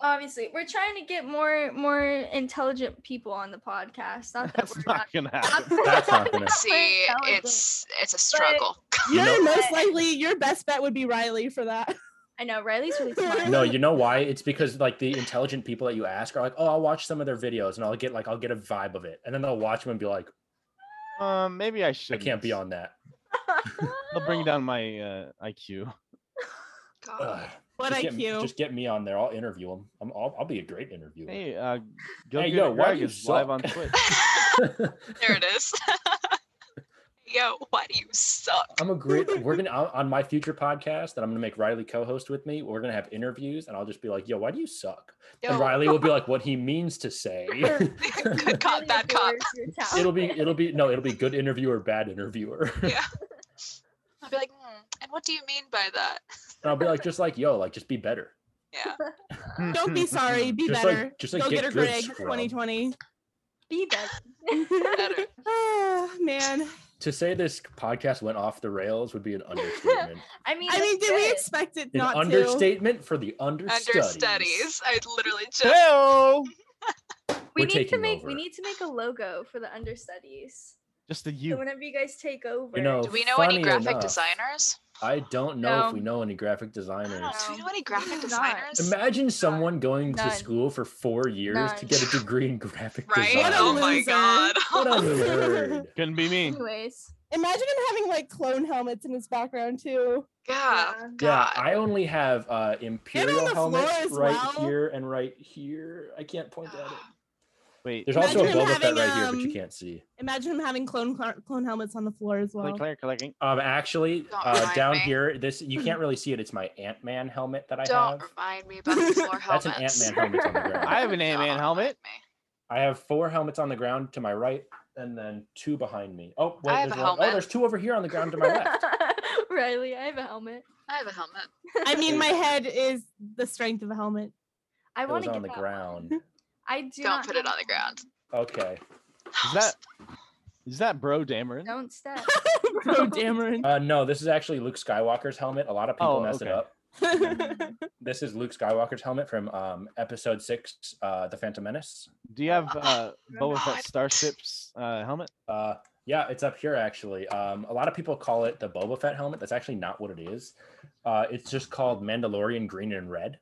Speaker 5: Oh,
Speaker 1: obviously, we're trying to get more more intelligent people on the podcast. Not that
Speaker 2: That's
Speaker 1: we're
Speaker 2: not gonna happen.
Speaker 1: not-
Speaker 4: That's not gonna.
Speaker 3: See,
Speaker 1: That was a-
Speaker 3: it's it's a struggle.
Speaker 4: You
Speaker 5: You're
Speaker 4: know-
Speaker 5: most likely your best bet would be Riley for that.
Speaker 1: I know Riley's really smart.
Speaker 4: No, you know why? It's because like the intelligent people that you ask are like, oh, I'll watch some of their videos and I'll get like I'll get a vibe of it, and then they'll watch them and be like,
Speaker 2: Um, maybe I
Speaker 4: I
Speaker 2: should.
Speaker 4: can't be on that.
Speaker 2: They'll bring down my uh, IQ.
Speaker 3: God.
Speaker 4: Ugh.
Speaker 5: What
Speaker 4: just Get,
Speaker 5: IQ?
Speaker 4: just get me on there. I'll interview them. I'm, I'll, I'll be a great interviewer.
Speaker 2: Hey, uh, go
Speaker 4: Hey,
Speaker 2: get
Speaker 4: yo,
Speaker 2: it,
Speaker 4: why do
Speaker 2: Greg
Speaker 4: you
Speaker 2: is live on
Speaker 4: suck?
Speaker 2: Twitch.
Speaker 3: there it is. Yo, why do you suck?
Speaker 4: I'm a great. We're gonna on on my future podcast that I'm gonna make Riley co-host with me. We're gonna have interviews, and I'll just be like, "Yo, why do you suck?"
Speaker 3: Yo,
Speaker 4: And Riley will be like, "What he means to say."
Speaker 3: good cop, bad cop.
Speaker 4: it'll be it'll be no, it'll be good interviewer, bad interviewer. and
Speaker 3: Yeah. I'll be like, hmm, and what do you mean by that?
Speaker 4: I'll be like, just like yo, like just be better.
Speaker 3: Yeah.
Speaker 5: Don't be sorry. Be
Speaker 4: just
Speaker 5: better.
Speaker 4: like just like
Speaker 5: Go
Speaker 4: get,
Speaker 5: get her,
Speaker 4: good,
Speaker 5: Greg.
Speaker 4: scrub.
Speaker 5: 2020.
Speaker 1: be better.
Speaker 3: Better.
Speaker 5: Ah, man.
Speaker 4: To say this podcast went off the rails would be an understatement.
Speaker 1: I mean,
Speaker 5: I mean, did we expect it
Speaker 4: An
Speaker 5: not to?
Speaker 4: understatement for the understudies.
Speaker 3: Understudies. I literally just
Speaker 2: Hello.
Speaker 1: we
Speaker 4: We're
Speaker 1: need to
Speaker 4: taking
Speaker 1: make
Speaker 4: over.
Speaker 1: we need to make a logo for the understudies.
Speaker 2: Just the
Speaker 1: So
Speaker 2: you.
Speaker 1: whenever you guys take over,
Speaker 4: You know,
Speaker 3: do we know
Speaker 4: funny
Speaker 3: any graphic
Speaker 4: enough,
Speaker 3: designers?
Speaker 4: I don't know
Speaker 1: No.
Speaker 4: if we know any graphic
Speaker 3: I don't
Speaker 4: designers.
Speaker 3: know. Do we know any graphic
Speaker 1: Not.
Speaker 3: designers?
Speaker 4: Imagine someone going
Speaker 1: None.
Speaker 4: to school for four years to
Speaker 1: None.
Speaker 4: get a degree in graphic
Speaker 3: Right?
Speaker 4: design.
Speaker 5: What a
Speaker 3: Oh my
Speaker 5: loser.
Speaker 3: god.
Speaker 4: What a nerd.
Speaker 2: Couldn't be me.
Speaker 1: anyways.
Speaker 5: Imagine him having like clone helmets in his background too.
Speaker 3: yeah.
Speaker 1: Yeah.
Speaker 4: Yeah,
Speaker 3: God.
Speaker 4: I only have uh, imperial
Speaker 5: the floor
Speaker 4: helmets
Speaker 5: as
Speaker 4: right
Speaker 5: well.
Speaker 4: here and right here. I can't point at it.
Speaker 2: Wait.
Speaker 4: There's
Speaker 5: Imagine
Speaker 4: also a
Speaker 5: him
Speaker 4: Boba Fett
Speaker 5: having,
Speaker 4: right here, but you
Speaker 5: um,
Speaker 4: can't see.
Speaker 5: Imagine him having clone cl- clone helmets on the floor as well.
Speaker 2: Click, click, clicking.
Speaker 4: Um, actually,
Speaker 3: Don't
Speaker 4: uh,
Speaker 3: remind
Speaker 4: down
Speaker 3: me.
Speaker 4: here, this you can't really see it. It's my Ant Man helmet that I
Speaker 3: Don't
Speaker 4: have.
Speaker 3: remind me about the floor helmets.
Speaker 4: That's an Ant Man helmet on the ground.
Speaker 2: I have an Ant Man
Speaker 3: Don't
Speaker 2: helmet.
Speaker 3: remind me.
Speaker 4: I have four helmets on the ground to my right, and then two behind me. Oh, wait,
Speaker 3: I have
Speaker 4: there's
Speaker 3: a
Speaker 4: one. Oh,
Speaker 3: helmet.
Speaker 4: there's two over here on the ground to my left.
Speaker 1: Riley, I have a helmet.
Speaker 3: I have a helmet.
Speaker 5: I mean, my head is the strength of a helmet.
Speaker 1: I
Speaker 4: It
Speaker 1: want to
Speaker 4: was
Speaker 1: get
Speaker 4: on the
Speaker 1: that
Speaker 4: ground.
Speaker 1: One. I do
Speaker 3: Don't
Speaker 1: not
Speaker 3: put it
Speaker 1: have
Speaker 3: on the
Speaker 1: one.
Speaker 3: ground.
Speaker 4: Okay.
Speaker 2: Is that is that Bro Dameron?
Speaker 1: Don't step.
Speaker 5: Bro, Dameron.
Speaker 4: Uh, no, this is actually Luke Skywalker's helmet. A lot of people
Speaker 2: Oh,
Speaker 4: mess it
Speaker 2: okay.
Speaker 4: up. This is Luke Skywalker's helmet from um, Episode Six, uh, The Phantom Menace.
Speaker 2: Do you have uh, Boba
Speaker 3: God.
Speaker 2: Fett Starship's uh, helmet?
Speaker 4: Uh, yeah, it's up here actually. Um, a lot of people call it the Boba Fett helmet. That's actually not what it is. Uh, it's just called Mandalorian green and red.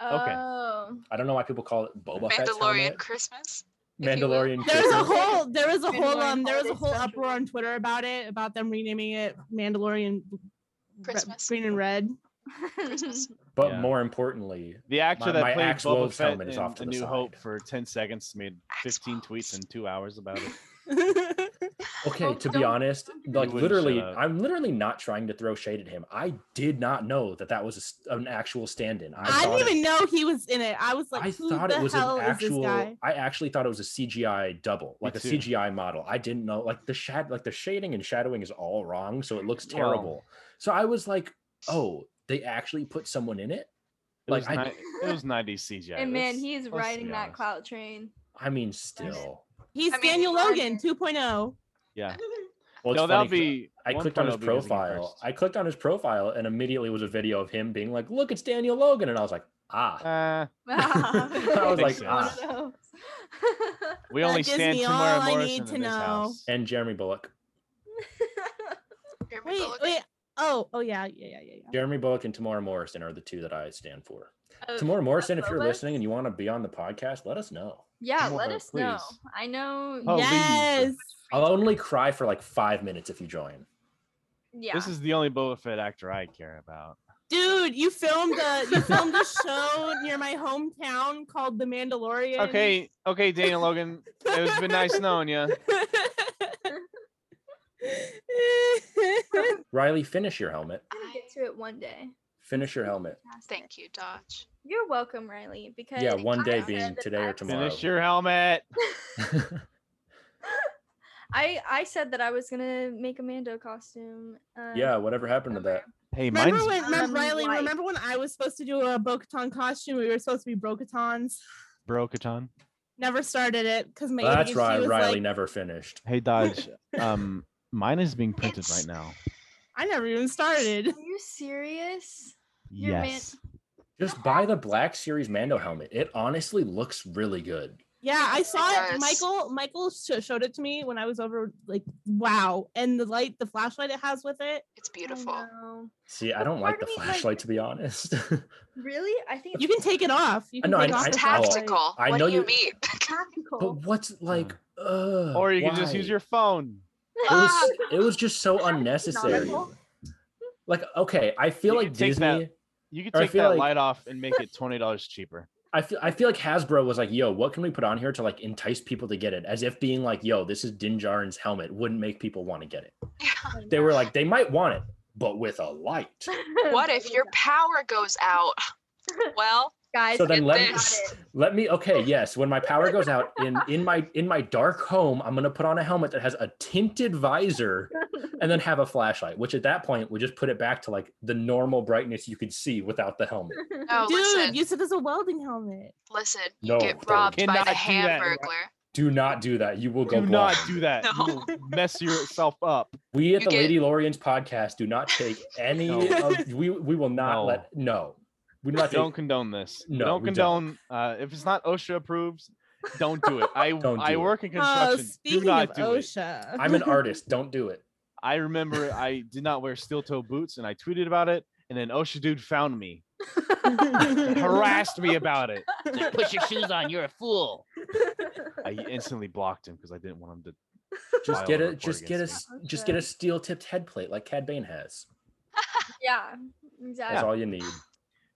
Speaker 1: Oh.
Speaker 4: I don't know why people call it Boba Fett's
Speaker 3: Mandalorian
Speaker 4: helmet.
Speaker 3: Christmas. if you will.
Speaker 4: Mandalorian.
Speaker 5: There's a
Speaker 4: Christmas.
Speaker 5: whole there was a whole
Speaker 1: Mandalorian
Speaker 5: um there was a
Speaker 1: holiday
Speaker 5: whole
Speaker 1: special.
Speaker 5: uproar on Twitter about it about them renaming it Mandalorian b- re-
Speaker 3: Christmas.
Speaker 5: green and red.
Speaker 3: Christmas.
Speaker 4: But
Speaker 2: Yeah.
Speaker 4: more importantly,
Speaker 2: The actor
Speaker 4: My-
Speaker 2: that
Speaker 4: my
Speaker 2: played
Speaker 4: axe
Speaker 2: Boba
Speaker 4: Wolf's
Speaker 2: Fett
Speaker 4: helmet
Speaker 2: in
Speaker 4: is off to
Speaker 2: A
Speaker 4: the
Speaker 2: New
Speaker 4: side.
Speaker 2: Hope for 10 seconds made
Speaker 3: Axe
Speaker 2: 15 tweets
Speaker 3: Wolves.
Speaker 2: in two hours about it.
Speaker 4: Okay,
Speaker 1: Oh,
Speaker 4: to be
Speaker 1: don't-
Speaker 4: honest,
Speaker 1: don't do that.
Speaker 4: like
Speaker 2: wouldn't
Speaker 4: literally,
Speaker 2: shut up.
Speaker 4: I'm literally not trying to throw shade at him. I did not know that that was a s an actual stand-in. I,
Speaker 5: I,
Speaker 4: thought
Speaker 5: didn't
Speaker 4: it-
Speaker 5: even know he was in it. I was like,
Speaker 4: I
Speaker 5: who
Speaker 4: thought
Speaker 5: the
Speaker 4: it was
Speaker 5: hell
Speaker 4: an
Speaker 5: is
Speaker 4: actual.
Speaker 5: this guy?
Speaker 4: I actually thought it was a CGI double,
Speaker 2: Me
Speaker 4: like a
Speaker 2: too.
Speaker 4: CGI model. I didn't know, like the shad, like the shading and shadowing is all wrong, so it looks
Speaker 2: Well-
Speaker 4: terrible. so I was like, oh, they actually put someone in it.
Speaker 2: It was,
Speaker 4: Like, I-
Speaker 2: ni- it was 90s CGI.
Speaker 1: and man,
Speaker 2: Let's-
Speaker 1: he is
Speaker 2: let's be
Speaker 1: riding that
Speaker 2: honest.
Speaker 1: cloud train.
Speaker 4: I mean, still.
Speaker 5: He's
Speaker 3: I mean,
Speaker 5: Daniel
Speaker 3: why-
Speaker 5: Logan oh. 2.0.
Speaker 2: Yeah.
Speaker 4: Well, it's
Speaker 2: no, that'll
Speaker 4: funny 'cause
Speaker 2: be.
Speaker 4: I clicked on his
Speaker 2: 1.0 because he
Speaker 4: profile.
Speaker 2: cursed.
Speaker 4: I clicked on his profile, and immediately was a video of him being like, "Look, it's Daniel Logan," and I was like, "Ah."
Speaker 2: Uh,
Speaker 4: I was like,
Speaker 2: Makes
Speaker 4: ah.
Speaker 2: sense. we only
Speaker 5: gives
Speaker 2: stand
Speaker 5: me
Speaker 2: tomorrow
Speaker 5: all I
Speaker 2: Morrison
Speaker 5: need
Speaker 2: in
Speaker 5: to
Speaker 2: this
Speaker 5: know.
Speaker 2: house.
Speaker 4: and Jeremy Bullock.
Speaker 3: Jeremy
Speaker 5: Wait,
Speaker 3: Bullock.
Speaker 5: wait. Oh, oh yeah, yeah, yeah, yeah, yeah.
Speaker 4: Jeremy Bullock and Tamora Morrison are the two that I stand for.
Speaker 1: Oh,
Speaker 4: Tamora Morrison, if you're
Speaker 1: Boba?
Speaker 4: listening and you want to be on the podcast, let us know.
Speaker 1: yeah,
Speaker 2: Come
Speaker 1: let
Speaker 2: over,
Speaker 1: us know.
Speaker 2: please.
Speaker 1: I know.
Speaker 2: Oh, leave.
Speaker 5: yes.
Speaker 4: I'll only cry for like five minutes if you join.
Speaker 1: Yeah.
Speaker 2: This is the only Boba Fett actor I care about.
Speaker 5: Dude, you filmed a you filmed a show near my hometown called The Mandalorian.
Speaker 2: Okay, okay, Dana Logan. It's been nice knowing you.
Speaker 4: Riley, finish your helmet.
Speaker 1: I'm gonna get to it one day.
Speaker 4: Finish your helmet.
Speaker 1: Fantastic.
Speaker 3: Thank you, Dodge.
Speaker 1: You're welcome, Riley. Because
Speaker 4: Yeah, one day
Speaker 1: I
Speaker 4: being
Speaker 1: said that
Speaker 4: today or
Speaker 1: I-
Speaker 4: tomorrow.
Speaker 2: Finish your helmet.
Speaker 1: Uh, I I said that I was gonna make a Mando costume. Um,
Speaker 4: yeah, whatever happened to that?
Speaker 1: summer.
Speaker 2: Hey,
Speaker 5: Remember
Speaker 2: mine's
Speaker 5: when, remember,
Speaker 1: Um,
Speaker 5: Riley?
Speaker 1: white.
Speaker 5: Remember when I was supposed to do a Bo-Katan costume? We were supposed to be Bo-Katans.
Speaker 2: Brokaton.
Speaker 5: Never started it because my
Speaker 4: That's
Speaker 5: ADHD
Speaker 4: right.
Speaker 5: was
Speaker 4: Riley
Speaker 5: like,
Speaker 4: never finished.
Speaker 2: Hey, Dodge. Um, mine is being printed
Speaker 3: It's-
Speaker 2: right now.
Speaker 5: I never even started.
Speaker 1: Are you serious? Your man-
Speaker 2: Yes.
Speaker 4: Just buy the Black Series Mando helmet. It honestly looks really good.
Speaker 5: Yeah, I saw it.
Speaker 3: Yes.
Speaker 5: Michael Michael sh- showed it to me when I was over. Like, wow! And the light, the flashlight it has with it.
Speaker 3: It's
Speaker 1: I
Speaker 3: beautiful.
Speaker 1: know.
Speaker 4: See, I
Speaker 1: But
Speaker 4: don't like
Speaker 1: part
Speaker 4: the
Speaker 1: of me, like-
Speaker 4: flashlight to be honest.
Speaker 1: Really? I think
Speaker 5: You can take it off. You
Speaker 4: I
Speaker 5: can
Speaker 4: know, I-
Speaker 5: take
Speaker 4: I-
Speaker 5: off
Speaker 3: It's
Speaker 5: the
Speaker 4: I-
Speaker 5: flashlight.
Speaker 3: tactical.
Speaker 4: I
Speaker 3: what
Speaker 4: know
Speaker 3: do you
Speaker 4: you-
Speaker 3: mean?
Speaker 4: but
Speaker 1: cool.
Speaker 4: what's like
Speaker 1: Oh.
Speaker 4: uh
Speaker 2: Or you can just use
Speaker 4: why?
Speaker 2: your phone.
Speaker 4: it
Speaker 1: Ah.
Speaker 4: was, it was just so unnecessary.
Speaker 1: Canonical.
Speaker 4: Like, okay, I feel
Speaker 2: You
Speaker 4: like
Speaker 2: could take that-
Speaker 4: Disney.
Speaker 2: You can
Speaker 4: Or I
Speaker 2: take
Speaker 4: feel
Speaker 2: that
Speaker 4: like-
Speaker 2: light off and make it twenty dollars cheaper.
Speaker 4: I feel I feel like Hasbro was like, "Yo, what can we put on here to like entice people to get it?" As if being like, "Yo, this is Din Djarin's helmet," wouldn't make people want to get it.
Speaker 3: Yeah.
Speaker 4: They were like, they might want it, but with a light.
Speaker 3: What if your power goes out? Well,
Speaker 1: guys?
Speaker 4: So then
Speaker 3: get
Speaker 4: let me,
Speaker 3: this.
Speaker 4: let me. Okay, yes. When my power goes out in in my in my dark home, I'm gonna put on a helmet that has a tinted visor, and then have a flashlight. Which at that point would just put it back to like the normal brightness you could see without the helmet.
Speaker 3: no,
Speaker 5: Dude,
Speaker 3: listen,
Speaker 5: use it as a welding helmet.
Speaker 3: listen.
Speaker 4: No,
Speaker 3: You
Speaker 4: no,
Speaker 3: get robbed by
Speaker 2: cannot
Speaker 3: the
Speaker 2: do that,
Speaker 3: hand
Speaker 2: right?
Speaker 3: burglar.
Speaker 4: Do not do that. You will go
Speaker 2: Do
Speaker 4: blind.
Speaker 2: not do that.
Speaker 3: No.
Speaker 2: You will mess yourself up.
Speaker 4: We at
Speaker 3: You
Speaker 4: the
Speaker 3: get-
Speaker 4: Lady Lorians podcast do not take any
Speaker 2: No.
Speaker 4: of we we will not
Speaker 2: No.
Speaker 4: let no. We do not
Speaker 2: don't
Speaker 4: take,
Speaker 2: condone this. We
Speaker 4: No,
Speaker 2: don't
Speaker 4: we don't.
Speaker 2: condone. Uh, if it's not OSHA approves, don't do it. I
Speaker 4: Don't
Speaker 2: I
Speaker 4: do it.
Speaker 2: work in
Speaker 1: Uh,
Speaker 5: Oh,
Speaker 2: construction. do
Speaker 5: speaking
Speaker 2: not
Speaker 5: of
Speaker 2: do it.
Speaker 5: OSHA,
Speaker 4: I'm an artist. Don't do it.
Speaker 2: I remember I did not wear steel toe boots, and I tweeted about it, and an OSHA dude found me, and harassed me about it. He's like, Put your shoes on. You're a fool. I instantly blocked him because I didn't want him to.
Speaker 4: Just
Speaker 2: file
Speaker 4: get
Speaker 2: a
Speaker 4: a
Speaker 2: report
Speaker 4: just get a
Speaker 2: against
Speaker 4: s- just get a steel tipped head plate like Cad Bane has.
Speaker 1: yeah,
Speaker 4: That's
Speaker 1: exactly.
Speaker 4: all you need.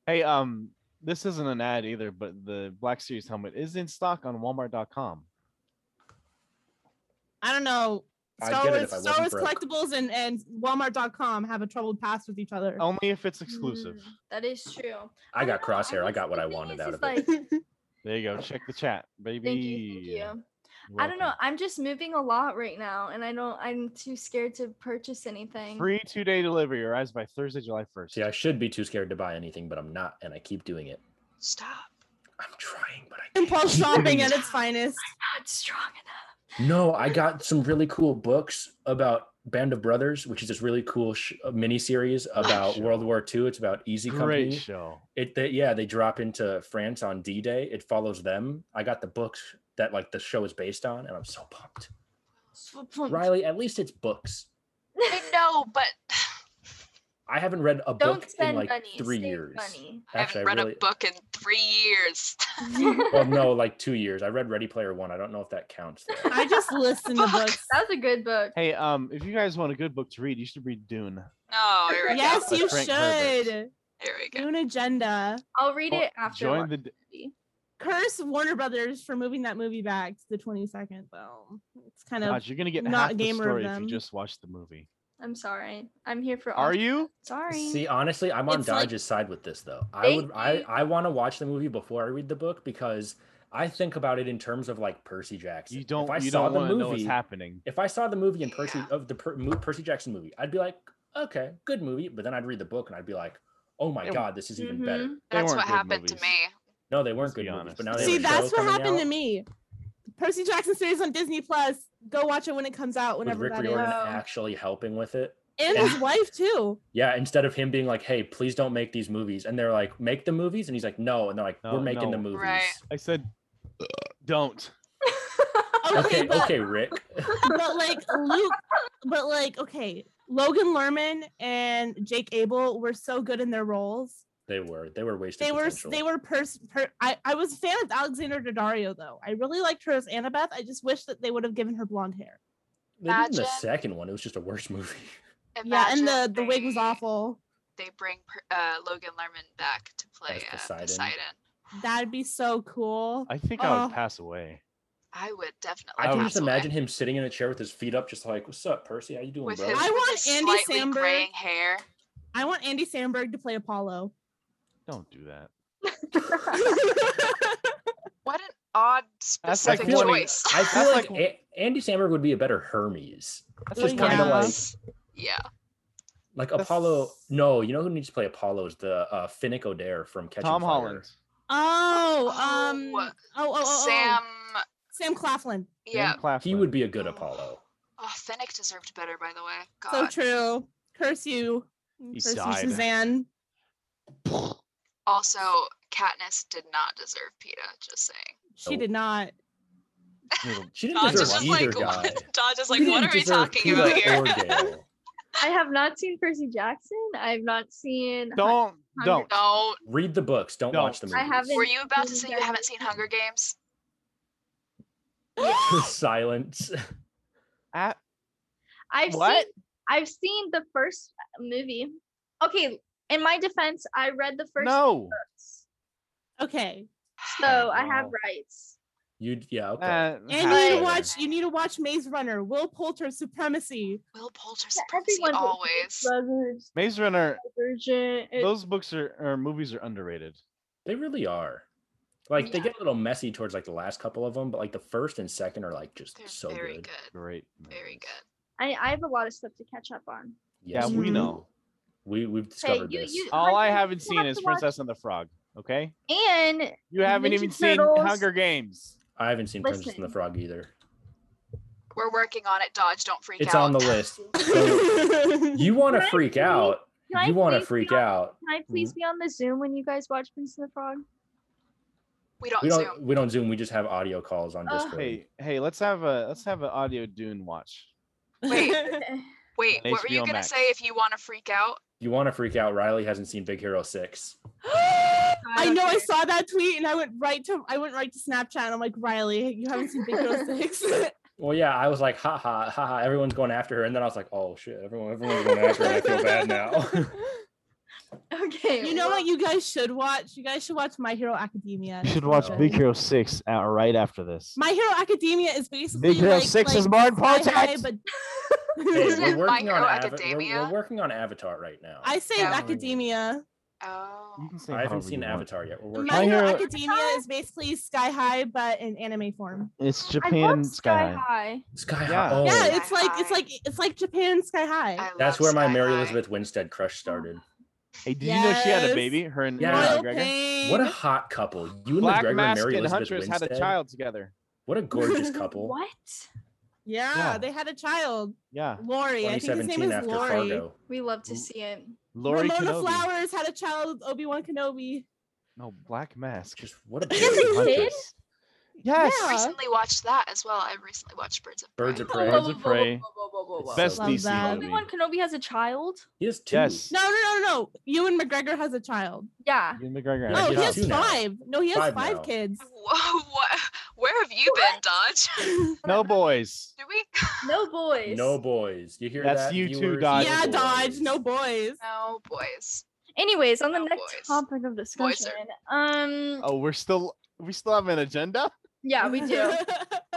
Speaker 2: Hey, um, this isn't an ad either, but the Black Series helmet is in stock on Walmart.com.
Speaker 5: I don't know.
Speaker 4: I'd
Speaker 5: Star
Speaker 4: get it
Speaker 5: Wars,
Speaker 4: if I
Speaker 5: Star Wars
Speaker 4: wasn't
Speaker 5: collectibles and, and Walmart.com have a troubled past with each other.
Speaker 4: Oh.
Speaker 2: Only if it's exclusive.
Speaker 1: Mm, that is true.
Speaker 4: I got
Speaker 1: don't know,
Speaker 4: crosshair. I
Speaker 1: guess
Speaker 4: got what
Speaker 1: the
Speaker 4: I
Speaker 1: thing
Speaker 4: wanted
Speaker 1: is,
Speaker 4: out
Speaker 1: is
Speaker 4: of it.
Speaker 1: like-
Speaker 2: There you go. Check the chat, baby.
Speaker 1: Thank you, thank you.
Speaker 2: You're
Speaker 1: I don't know.
Speaker 2: welcome.
Speaker 1: I'm just moving a lot right now, and I don't. I'm too scared to purchase anything.
Speaker 2: Free two day delivery arrives by Thursday, July 1st.
Speaker 4: See, I should be too scared to buy anything, but I'm not, and I keep doing it.
Speaker 3: Stop.
Speaker 4: I'm trying, but I can't.
Speaker 5: Impulse
Speaker 4: keep doing
Speaker 5: shopping
Speaker 4: it.
Speaker 5: at its finest.
Speaker 1: Not strong enough.
Speaker 4: No, I got some really cool books about Band of Brothers, which is this really cool sh- mini series about
Speaker 2: show.
Speaker 4: World War II. It's about Easy
Speaker 2: Great
Speaker 4: Company.
Speaker 2: show.
Speaker 4: It they, yeah, they drop into France on D Day. It follows them. I got the books that like the show is based on, and I'm so pumped.
Speaker 1: So plump.
Speaker 4: Riley, at least it's books.
Speaker 3: I know, but
Speaker 4: I haven't read a
Speaker 1: Don't
Speaker 4: book in
Speaker 1: spend
Speaker 4: like
Speaker 1: money.
Speaker 4: three
Speaker 1: save
Speaker 4: years.
Speaker 1: Money.
Speaker 3: I haven't read a book in three years.
Speaker 4: Well, no, like two years. I read Ready Player One. I don't know if that counts. though.
Speaker 5: I just listen to
Speaker 3: Fuck.
Speaker 5: books.
Speaker 1: That's a good book.
Speaker 2: Hey, um, if you guys want a good book to read, you should read Dune.
Speaker 3: No, here we
Speaker 5: Yes,
Speaker 2: By
Speaker 5: you
Speaker 2: Frank Herbert.
Speaker 5: should.
Speaker 3: go. Here we
Speaker 5: Do
Speaker 3: go.
Speaker 5: an agenda.
Speaker 1: I'll read
Speaker 2: Well,
Speaker 1: it after.
Speaker 2: Join
Speaker 1: Join
Speaker 2: the d-
Speaker 5: curse Warner Brothers for moving that movie back to the 22nd, though. It's kind of
Speaker 2: Gosh, you're gonna get
Speaker 5: not
Speaker 2: half
Speaker 5: a
Speaker 2: the
Speaker 5: gamer of
Speaker 2: story if
Speaker 5: them.
Speaker 2: you just watch the movie.
Speaker 1: I'm sorry. I'm here for. all
Speaker 2: Are
Speaker 1: of it.
Speaker 2: you?
Speaker 1: Sorry.
Speaker 4: See, honestly, I'm on
Speaker 6: It's like-
Speaker 4: Dodge's side with this though. I
Speaker 6: Thank
Speaker 4: would I,
Speaker 6: you.
Speaker 4: I want to watch the movie before I read the book because I think about it in terms of like Percy Jackson.
Speaker 2: You
Speaker 4: If I
Speaker 2: don't. You
Speaker 4: saw
Speaker 2: don't
Speaker 4: the
Speaker 2: want to know what's
Speaker 4: movie-
Speaker 2: happening.
Speaker 4: If I saw the movie in Percy
Speaker 3: Yeah.
Speaker 4: of the per, mo- Percy Jackson movie, I'd be like, okay, good movie. But then I'd read the book and I'd be like, oh my
Speaker 2: They-
Speaker 4: god, this is even better.
Speaker 5: Mm-hmm.
Speaker 1: Mhm.
Speaker 2: They
Speaker 3: That's
Speaker 2: weren't
Speaker 3: what
Speaker 2: good
Speaker 3: happened to
Speaker 2: movies.
Speaker 3: me.
Speaker 4: No, they weren't
Speaker 2: Let's be
Speaker 4: good movies, but now
Speaker 2: honest.
Speaker 4: they
Speaker 5: See,
Speaker 4: have a
Speaker 5: that's what
Speaker 4: show coming
Speaker 5: happened
Speaker 4: out
Speaker 5: to me. Percy Jackson series on Disney Plus. Go watch it when it comes out.
Speaker 4: With
Speaker 5: Whenever
Speaker 4: Rick
Speaker 5: that
Speaker 4: Riordan
Speaker 5: is.
Speaker 1: Oh.
Speaker 4: actually helping with it.
Speaker 5: And his wife too.
Speaker 4: Yeah, instead of him being like, "Hey, please don't make these movies," and they're like, "Make the movies," and he's like, "No," and they're like,
Speaker 2: No,
Speaker 4: "We're making the
Speaker 2: no.
Speaker 4: movies."
Speaker 3: Right.
Speaker 2: I said, don't.
Speaker 5: Okay,
Speaker 4: Okay,
Speaker 5: but,
Speaker 4: okay, Rick.
Speaker 5: but like Luke, but like okay, Logan Lerman and Jake Abel were so good in their roles.
Speaker 4: They were. They were wasted.
Speaker 5: They were
Speaker 4: potential.
Speaker 5: they were pers- per. I I was a fan of Alexander Daddario though. I really liked her as Annabeth. I just wish that they would have given her blonde hair.
Speaker 4: They did in the
Speaker 3: Imagine.
Speaker 4: second one. It was just a worse movie.
Speaker 3: Imagine
Speaker 5: yeah, and the the wig was
Speaker 3: they-
Speaker 5: awful.
Speaker 3: They bring Per- uh, Logan Lerman back to play uh,
Speaker 4: As
Speaker 3: Poseidon.
Speaker 4: Poseidon.
Speaker 5: That'd be so cool.
Speaker 2: I think I would
Speaker 5: Oh.
Speaker 2: pass away.
Speaker 3: I would definitely.
Speaker 4: I
Speaker 2: I
Speaker 4: can
Speaker 2: would-
Speaker 4: just
Speaker 3: pass away.
Speaker 4: imagine him sitting in a chair with his feet up, just like, "What's up, Percy? How you doing,
Speaker 3: with
Speaker 4: bro?"
Speaker 3: his,
Speaker 5: I
Speaker 3: with
Speaker 5: want
Speaker 3: his
Speaker 5: Andy
Speaker 3: slightly
Speaker 5: Samberg.
Speaker 3: graying hair.
Speaker 5: I want Andy Samberg to play Apollo.
Speaker 2: Don't do that.
Speaker 1: Mm-hmm.
Speaker 5: Oh,
Speaker 3: What an odd
Speaker 2: That's like
Speaker 3: specific
Speaker 2: wanting-
Speaker 3: choice.
Speaker 4: I feel
Speaker 2: That's
Speaker 4: like A- Andy Samberg would be a better Hermes.
Speaker 2: That's
Speaker 4: Just
Speaker 2: just
Speaker 5: Well,
Speaker 4: kind of
Speaker 5: yeah.
Speaker 4: like
Speaker 3: yeah.
Speaker 4: like
Speaker 2: That's-
Speaker 4: Apollo. No, you know who needs to play Apollo is the uh, Finnick O'Dare from Catching
Speaker 2: Tom
Speaker 4: Fire.
Speaker 2: Holland.
Speaker 5: Oh,
Speaker 3: Oh,
Speaker 5: um, oh, oh, oh, oh,
Speaker 3: Sam.
Speaker 5: Sam Claflin.
Speaker 3: Yeah.
Speaker 2: Dan Claflin.
Speaker 4: He would be a good
Speaker 3: Oh.
Speaker 4: Apollo.
Speaker 3: Oh, Fennec deserved better, by the way.
Speaker 5: So
Speaker 3: God.
Speaker 5: true. Curse you.
Speaker 2: He
Speaker 5: Curse
Speaker 2: died.
Speaker 5: you, Suzanne.
Speaker 3: Also, Katniss did not deserve PETA. Just saying.
Speaker 5: She
Speaker 4: Nope.
Speaker 5: did not.
Speaker 2: Little-
Speaker 4: She didn't
Speaker 3: Dodge is
Speaker 4: deserve
Speaker 3: just
Speaker 4: either
Speaker 3: like,
Speaker 4: guy.
Speaker 3: what? Dodge is
Speaker 4: You
Speaker 3: like, what
Speaker 4: didn't
Speaker 3: are we
Speaker 4: deserve
Speaker 3: talking
Speaker 4: Peter
Speaker 3: about here?
Speaker 4: or Dale.
Speaker 1: I have not seen Percy Jackson. I've not seen. Hun-
Speaker 2: Don't. Don't.
Speaker 3: No.
Speaker 4: Read the books. Don't
Speaker 2: No.
Speaker 4: watch the movies.
Speaker 1: I haven't-
Speaker 3: Were you about to say you
Speaker 1: Yeah.
Speaker 3: haven't seen Hunger Games?
Speaker 4: Silence.
Speaker 2: Ah,
Speaker 1: I've
Speaker 2: What?
Speaker 1: seen. I've seen the first uh, movie. Okay, in my defense, I read the first.
Speaker 2: no.
Speaker 1: books,
Speaker 5: Okay.
Speaker 1: so I
Speaker 2: no.
Speaker 1: have rights.
Speaker 4: You yeah okay.
Speaker 2: Uh,
Speaker 5: And you need
Speaker 1: Hi.
Speaker 5: to watch you need to watch Maze Runner, Will Poulter Supremacy.
Speaker 3: Will Poulter
Speaker 1: Yeah,
Speaker 3: supremacy
Speaker 1: everyone's a-
Speaker 3: always.
Speaker 1: Brothers,
Speaker 2: Maze Runner.
Speaker 1: Divergent, it-
Speaker 2: Those books are or movies are underrated.
Speaker 4: They really are. Like they
Speaker 3: Yeah.
Speaker 4: get a little messy towards like the last couple of them, but like the first and second are like just
Speaker 3: They're
Speaker 4: so
Speaker 3: very
Speaker 4: good.
Speaker 3: good.
Speaker 2: Great.
Speaker 3: Very
Speaker 2: movies.
Speaker 3: good.
Speaker 1: I, I have a lot of stuff to catch up on.
Speaker 2: Yeah,
Speaker 5: we
Speaker 4: you
Speaker 2: know.
Speaker 4: do. We we've discovered
Speaker 1: you-
Speaker 4: this.
Speaker 1: you-
Speaker 2: All I
Speaker 1: Hunter,
Speaker 2: haven't
Speaker 1: you
Speaker 2: seen
Speaker 1: have
Speaker 2: is
Speaker 1: to watch-
Speaker 2: Princess and the Frog. Okay.
Speaker 1: And
Speaker 2: You haven't
Speaker 1: Ninja
Speaker 2: even
Speaker 1: Turtles.
Speaker 2: seen Hunger Games.
Speaker 4: I haven't seen Princess and the
Speaker 1: listen.
Speaker 4: Frog either.
Speaker 3: We're working on it, Dodge. Don't freak
Speaker 4: It's
Speaker 3: out.
Speaker 4: on the list. So,
Speaker 5: I
Speaker 4: you want
Speaker 1: Can
Speaker 4: to
Speaker 1: I
Speaker 4: freak
Speaker 1: please-
Speaker 4: out.
Speaker 1: can I
Speaker 4: You want to
Speaker 1: please
Speaker 4: freak
Speaker 1: be on-
Speaker 4: out.
Speaker 1: Can I please be on the Zoom when you guys watch Prince and the Frog?
Speaker 3: we don't
Speaker 4: We
Speaker 3: Oh, zoom.
Speaker 4: don't we don't zoom. We just have audio calls on
Speaker 1: Ugh.
Speaker 4: Discord.
Speaker 2: Hey, hey, let's have a let's have an audio Dune watch.
Speaker 3: Wait. Wait,
Speaker 2: on
Speaker 3: what were you
Speaker 2: HBO
Speaker 3: gonna
Speaker 2: Max.
Speaker 3: say if you want to freak out?
Speaker 4: You want to freak out. Riley hasn't seen Big Hero 6.
Speaker 5: know I
Speaker 1: Okay.
Speaker 5: saw that tweet and I went right to I went right to Snapchat and I'm like, Riley, you haven't seen Big Hero Six.
Speaker 4: Well, yeah, I was like, ha ha ha ha. Everyone's going after her, and then I was like, oh shit, everyone, everyone's going after her. and I feel bad now.
Speaker 1: Okay.
Speaker 5: you know
Speaker 1: well,
Speaker 5: what you guys should watch? You guys should watch My Hero Academia.
Speaker 2: You should
Speaker 5: It's
Speaker 2: watch
Speaker 5: good.
Speaker 2: Big Hero Six out right after this.
Speaker 5: My Hero Academia is basically
Speaker 2: Big Hero
Speaker 5: like,
Speaker 2: Six
Speaker 5: like
Speaker 2: is more
Speaker 5: Sky High,
Speaker 2: important.
Speaker 5: but
Speaker 4: hey,
Speaker 3: Isn't
Speaker 4: we're
Speaker 3: it My
Speaker 4: working
Speaker 3: Hero
Speaker 4: on Ava- we're- we're,
Speaker 3: Academia?
Speaker 4: working on Avatar right now.
Speaker 5: I say
Speaker 3: Yeah.
Speaker 5: Academia.
Speaker 3: Oh,
Speaker 2: You can say
Speaker 4: I haven't
Speaker 2: however
Speaker 4: seen
Speaker 2: you want.
Speaker 4: Avatar yet. We're working.
Speaker 5: My
Speaker 2: My
Speaker 5: Hero
Speaker 2: Hero-
Speaker 5: Academia is basically Sky High, but in anime form.
Speaker 2: It's
Speaker 1: I
Speaker 2: Japan
Speaker 1: love
Speaker 2: Sky.
Speaker 1: Sky
Speaker 2: High.
Speaker 1: High.
Speaker 4: Sky
Speaker 2: Yeah.
Speaker 4: High. Oh,
Speaker 5: Yeah, it's
Speaker 3: Sky
Speaker 5: like it's
Speaker 3: High.
Speaker 5: like it's like Japan Sky High.
Speaker 3: I
Speaker 4: that's
Speaker 3: love
Speaker 4: where my
Speaker 3: Sky
Speaker 4: Mary
Speaker 3: High.
Speaker 4: Elizabeth Winstead crush started.
Speaker 2: Hey, did you know she had a
Speaker 5: Yes.
Speaker 2: baby? Her and
Speaker 4: Yeah.
Speaker 2: Ewan
Speaker 5: Royal
Speaker 2: McGregor.
Speaker 5: Pain.
Speaker 4: What a hot couple. You and
Speaker 2: Black
Speaker 4: McGregor and
Speaker 2: Mask
Speaker 4: Mary
Speaker 2: and
Speaker 4: Elizabeth
Speaker 2: Huntress had
Speaker 4: Winstead.
Speaker 2: a child together.
Speaker 4: What a gorgeous couple.
Speaker 1: What?
Speaker 5: yeah,
Speaker 2: Yeah.
Speaker 5: they had a child,
Speaker 2: Yeah,
Speaker 5: Lori. I think his name
Speaker 4: 2017
Speaker 5: is
Speaker 4: after
Speaker 5: Lori.
Speaker 4: Fargo.
Speaker 1: We love to
Speaker 2: Mm.
Speaker 1: see it.
Speaker 2: Lori
Speaker 5: Ramona
Speaker 2: E. Kenobi.
Speaker 5: Flowers had a child with Obi Wan Kenobi.
Speaker 2: No, Black Mask.
Speaker 4: Just what a
Speaker 2: She
Speaker 1: Yes,
Speaker 4: beautiful
Speaker 1: he did.
Speaker 2: had Huntress. Yes.
Speaker 5: Yeah.
Speaker 3: I recently watched that as well. I recently watched Birds of Prey.
Speaker 4: Birds of Prey.
Speaker 2: Birds of Prey. Best
Speaker 5: Love
Speaker 2: DC
Speaker 5: that.
Speaker 2: movie.
Speaker 1: Obi-Wan Kenobi has a child.
Speaker 4: He has two.
Speaker 2: Yes.
Speaker 5: No, no, no, no, no. Ewan McGregor has a child.
Speaker 1: Yeah.
Speaker 2: Ewan McGregor.
Speaker 4: Yeah,
Speaker 5: No,
Speaker 4: he
Speaker 5: Oh, he
Speaker 4: has
Speaker 5: has
Speaker 4: two now.
Speaker 5: five. No, he has
Speaker 4: Five
Speaker 5: five,
Speaker 4: now.
Speaker 5: kids.
Speaker 3: Whoa, what? Where have you been, Dodge?
Speaker 2: No boys.
Speaker 3: Do we?
Speaker 1: No boys.
Speaker 4: No boys. You hear
Speaker 2: That's
Speaker 4: that?
Speaker 2: you too,
Speaker 4: viewers?
Speaker 2: Dodge.
Speaker 5: yeah,
Speaker 2: no
Speaker 5: Dodge,
Speaker 4: boys.
Speaker 5: no boys.
Speaker 3: No, boys.
Speaker 1: Anyways, on the
Speaker 3: No
Speaker 1: next
Speaker 3: boys.
Speaker 1: topic of
Speaker 3: are-
Speaker 1: discussion, um,
Speaker 2: Oh, we're still We still have an agenda.
Speaker 1: Yeah, we do.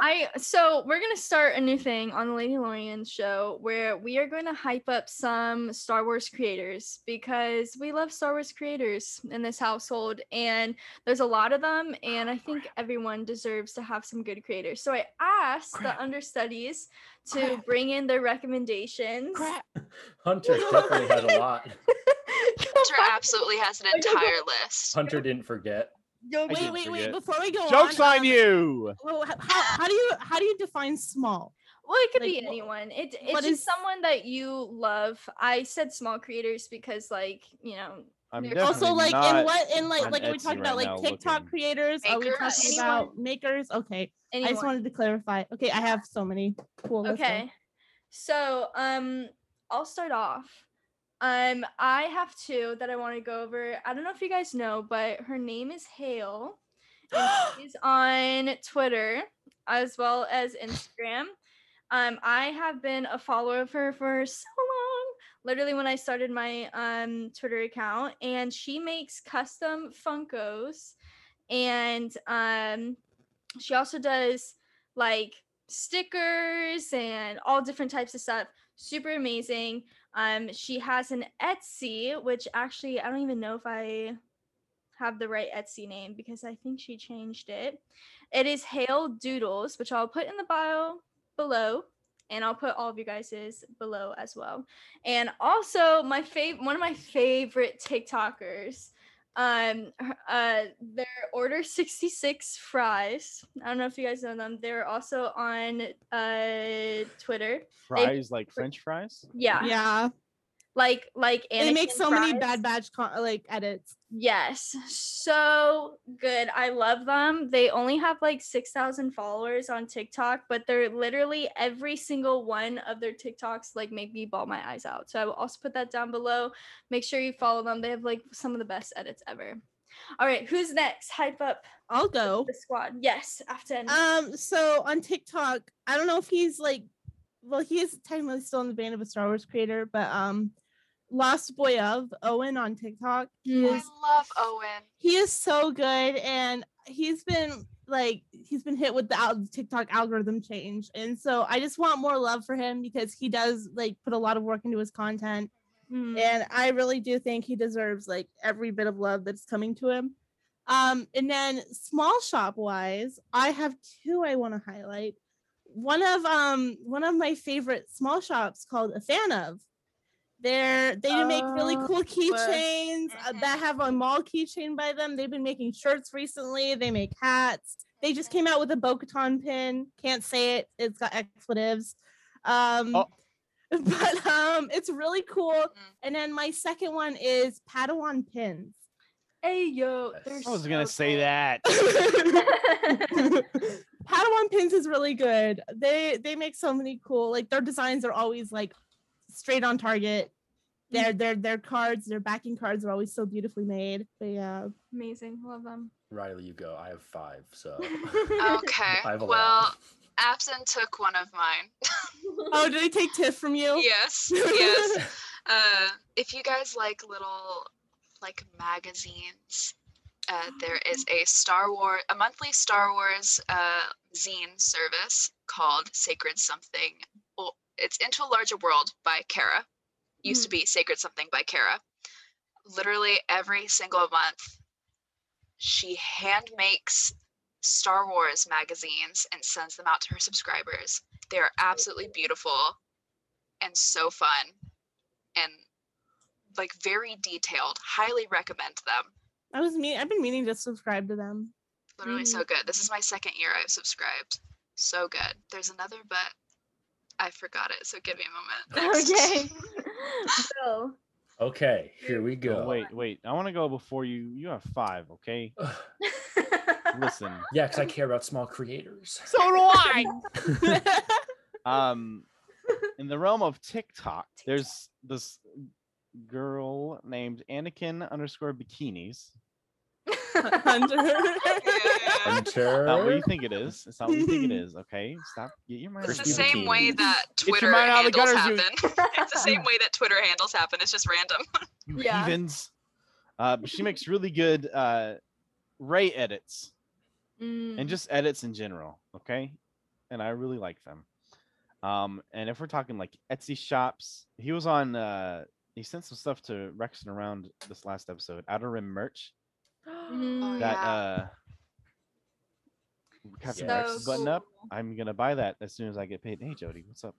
Speaker 1: I so we're gonna start a new thing on the Lady Lorian show where we are going to hype up some Star Wars creators because we love Star Wars creators in this household and there's a lot of them and I think everyone deserves to have some good creators. So I asked
Speaker 2: Crap.
Speaker 1: the understudies to
Speaker 5: Crap.
Speaker 1: bring in their recommendations.
Speaker 5: Crap.
Speaker 4: Hunter definitely has a lot.
Speaker 3: Hunter absolutely has an entire list.
Speaker 4: Hunter didn't forget.
Speaker 1: Yo,
Speaker 2: I
Speaker 5: Wait,
Speaker 2: didn't
Speaker 5: wait, wait.
Speaker 2: forget.
Speaker 5: Before we go
Speaker 2: Jokes on
Speaker 5: um,
Speaker 2: you.
Speaker 5: well, h- how, how do you how do you define small?
Speaker 1: Well, it could
Speaker 5: Like,
Speaker 1: be
Speaker 5: wha-
Speaker 1: anyone. It it's
Speaker 5: what
Speaker 1: just
Speaker 5: is-
Speaker 1: someone that you love. I said small creators because, like, you know,
Speaker 2: I'm
Speaker 1: Also,
Speaker 5: also
Speaker 2: definitely
Speaker 5: like in
Speaker 2: not-
Speaker 5: what in like
Speaker 2: on
Speaker 5: like are we
Speaker 2: Etsy right
Speaker 5: talking about like
Speaker 2: now
Speaker 5: TikTok
Speaker 2: looking.
Speaker 5: creators? Are we
Speaker 3: Makers?
Speaker 5: talking
Speaker 1: Anyone?
Speaker 5: about makers? Okay.
Speaker 1: anyone.
Speaker 5: I just wanted to clarify. Okay, I have so many. Cool. let's go.
Speaker 1: okay, so um, I'll start off. Um, I have two that I want to go over. I don't know if you guys know, but her name is Hale. and she's on Twitter as well as Instagram. Um, I have been a follower of her for so long, literally when I started my um, Twitter account, and she makes custom Funkos, and um, she also does like stickers and all different types of stuff. Super amazing. Um, she has an Etsy, which actually I don't even know if I have the right Etsy name because I think she changed it. It is Hail Doodles, which I'll put in the bio below, and I'll put all of you guys's below as well. And also my fav one of my favorite TikTokers, um, her- uh, their Order sixty six fries. I don't know if you guys know them. They're also on uh Twitter.
Speaker 2: Fries like French fries.
Speaker 1: Yeah,
Speaker 5: Yeah.
Speaker 1: like like
Speaker 5: They make
Speaker 1: Anakin
Speaker 5: so many
Speaker 1: fries.
Speaker 5: bad batch con- like edits.
Speaker 1: Yes, so good. I love them. They only have like 6,000 followers on TikTok, but they're literally every single one of their TikToks like make me ball my eyes out. So I will also put that down below. Make sure you follow them. They have like some of the best edits ever. All right, who's next? Hype up
Speaker 5: I'll go.
Speaker 1: the squad. Yes, after
Speaker 5: Um, so on TikTok, I don't know if he's like, well, he is technically still in the band of a Star Wars creator, but um, Lost Boy of Owen on TikTok
Speaker 3: I
Speaker 5: is
Speaker 3: love Owen.
Speaker 5: he is so good, and he's been like he's been hit with the al- TikTok algorithm change, and so I just want more love for him because he does like put a lot of work into his content,
Speaker 1: Mm. Mm-hmm.
Speaker 5: and I really do think he deserves like every bit of love that's coming to him. Um, and then small shop wise, I have two I want to highlight. One of um one of my favorite small shops called a fan of. They're they do make really
Speaker 1: Oh,
Speaker 5: cool keychains uh,
Speaker 3: mhm.
Speaker 5: that have a mall keychain by them. They've been making shirts recently. They make hats. They just came out with a Bo-Katan pin. Can't say it. It's got expletives. Um,
Speaker 2: Oh.
Speaker 5: but um, it's really cool.
Speaker 3: Mm.
Speaker 5: And then my second one is Padawan pins.
Speaker 1: Hey yo, they're
Speaker 4: Yes.
Speaker 2: I was gonna
Speaker 1: so
Speaker 2: say
Speaker 1: good.
Speaker 2: that.
Speaker 5: Padawan pins is really good. They they make so many cool like their designs are always like straight on target. Their their their cards, their backing cards are always so beautifully made. But yeah,
Speaker 1: Amazing. Love them.
Speaker 4: Riley, you go. I have five, so
Speaker 3: Mm, Okay.
Speaker 4: I have a
Speaker 3: Well,
Speaker 4: lot.
Speaker 3: Absin took one of mine.
Speaker 5: oh, did I take Tiff from you?
Speaker 3: yes. Yes. Uh, if you guys like little like magazines, uh, there is a Star Wars, a monthly Star Wars uh, zine service called Sacred Something. Well, it's Into a Larger World by Kara. Used to be Sacred Something by Kara. Literally every single month, she hand makes Star Wars magazines and sends them out to her subscribers. They are absolutely beautiful and so fun and like very detailed. Highly recommend them.
Speaker 5: I was mean I've been meaning to subscribe to them.
Speaker 3: Literally so good. This is my second year I've subscribed. So good. There's another, but I forgot it. So give me a
Speaker 1: Okay.
Speaker 3: moment.
Speaker 1: Bill.
Speaker 4: okay, here we
Speaker 2: No,
Speaker 4: go.
Speaker 2: Oh, wait, wait. I want to go before you. You have five, okay?
Speaker 4: Ugh,
Speaker 2: Listen.
Speaker 4: yeah, because I care about small creators.
Speaker 5: So do I.
Speaker 2: Um, in the realm of TikTok, there's this girl named Anakin underscore bikinis.
Speaker 3: Yeah.
Speaker 2: Not what
Speaker 4: Hunter,
Speaker 2: you think it is. It's not what you think it is. Okay, stop. Get your mind.
Speaker 3: It's
Speaker 2: out
Speaker 3: the
Speaker 2: of
Speaker 4: Crispy
Speaker 2: it.
Speaker 3: same way
Speaker 4: bikinis.
Speaker 3: that
Speaker 2: your
Speaker 3: Twitter
Speaker 2: mind out of the
Speaker 3: handles
Speaker 2: gutters,
Speaker 3: happen.
Speaker 2: you-
Speaker 3: it's the same way that Twitter handles happen. It's just random.
Speaker 2: You
Speaker 1: Yeah.
Speaker 2: heathens. Uh, but she makes really good uh, Ray edits. and just edits in general okay and i really like them um and if we're talking like etsy shops he was on uh he sent some stuff to rex and around this last episode outer rim merch
Speaker 1: Mm-hmm.
Speaker 3: Oh,
Speaker 2: that
Speaker 3: yeah.
Speaker 2: uh Captain Rex is
Speaker 4: So
Speaker 2: button up. I'm gonna buy that as soon as I get paid. Hey Jody, what's up?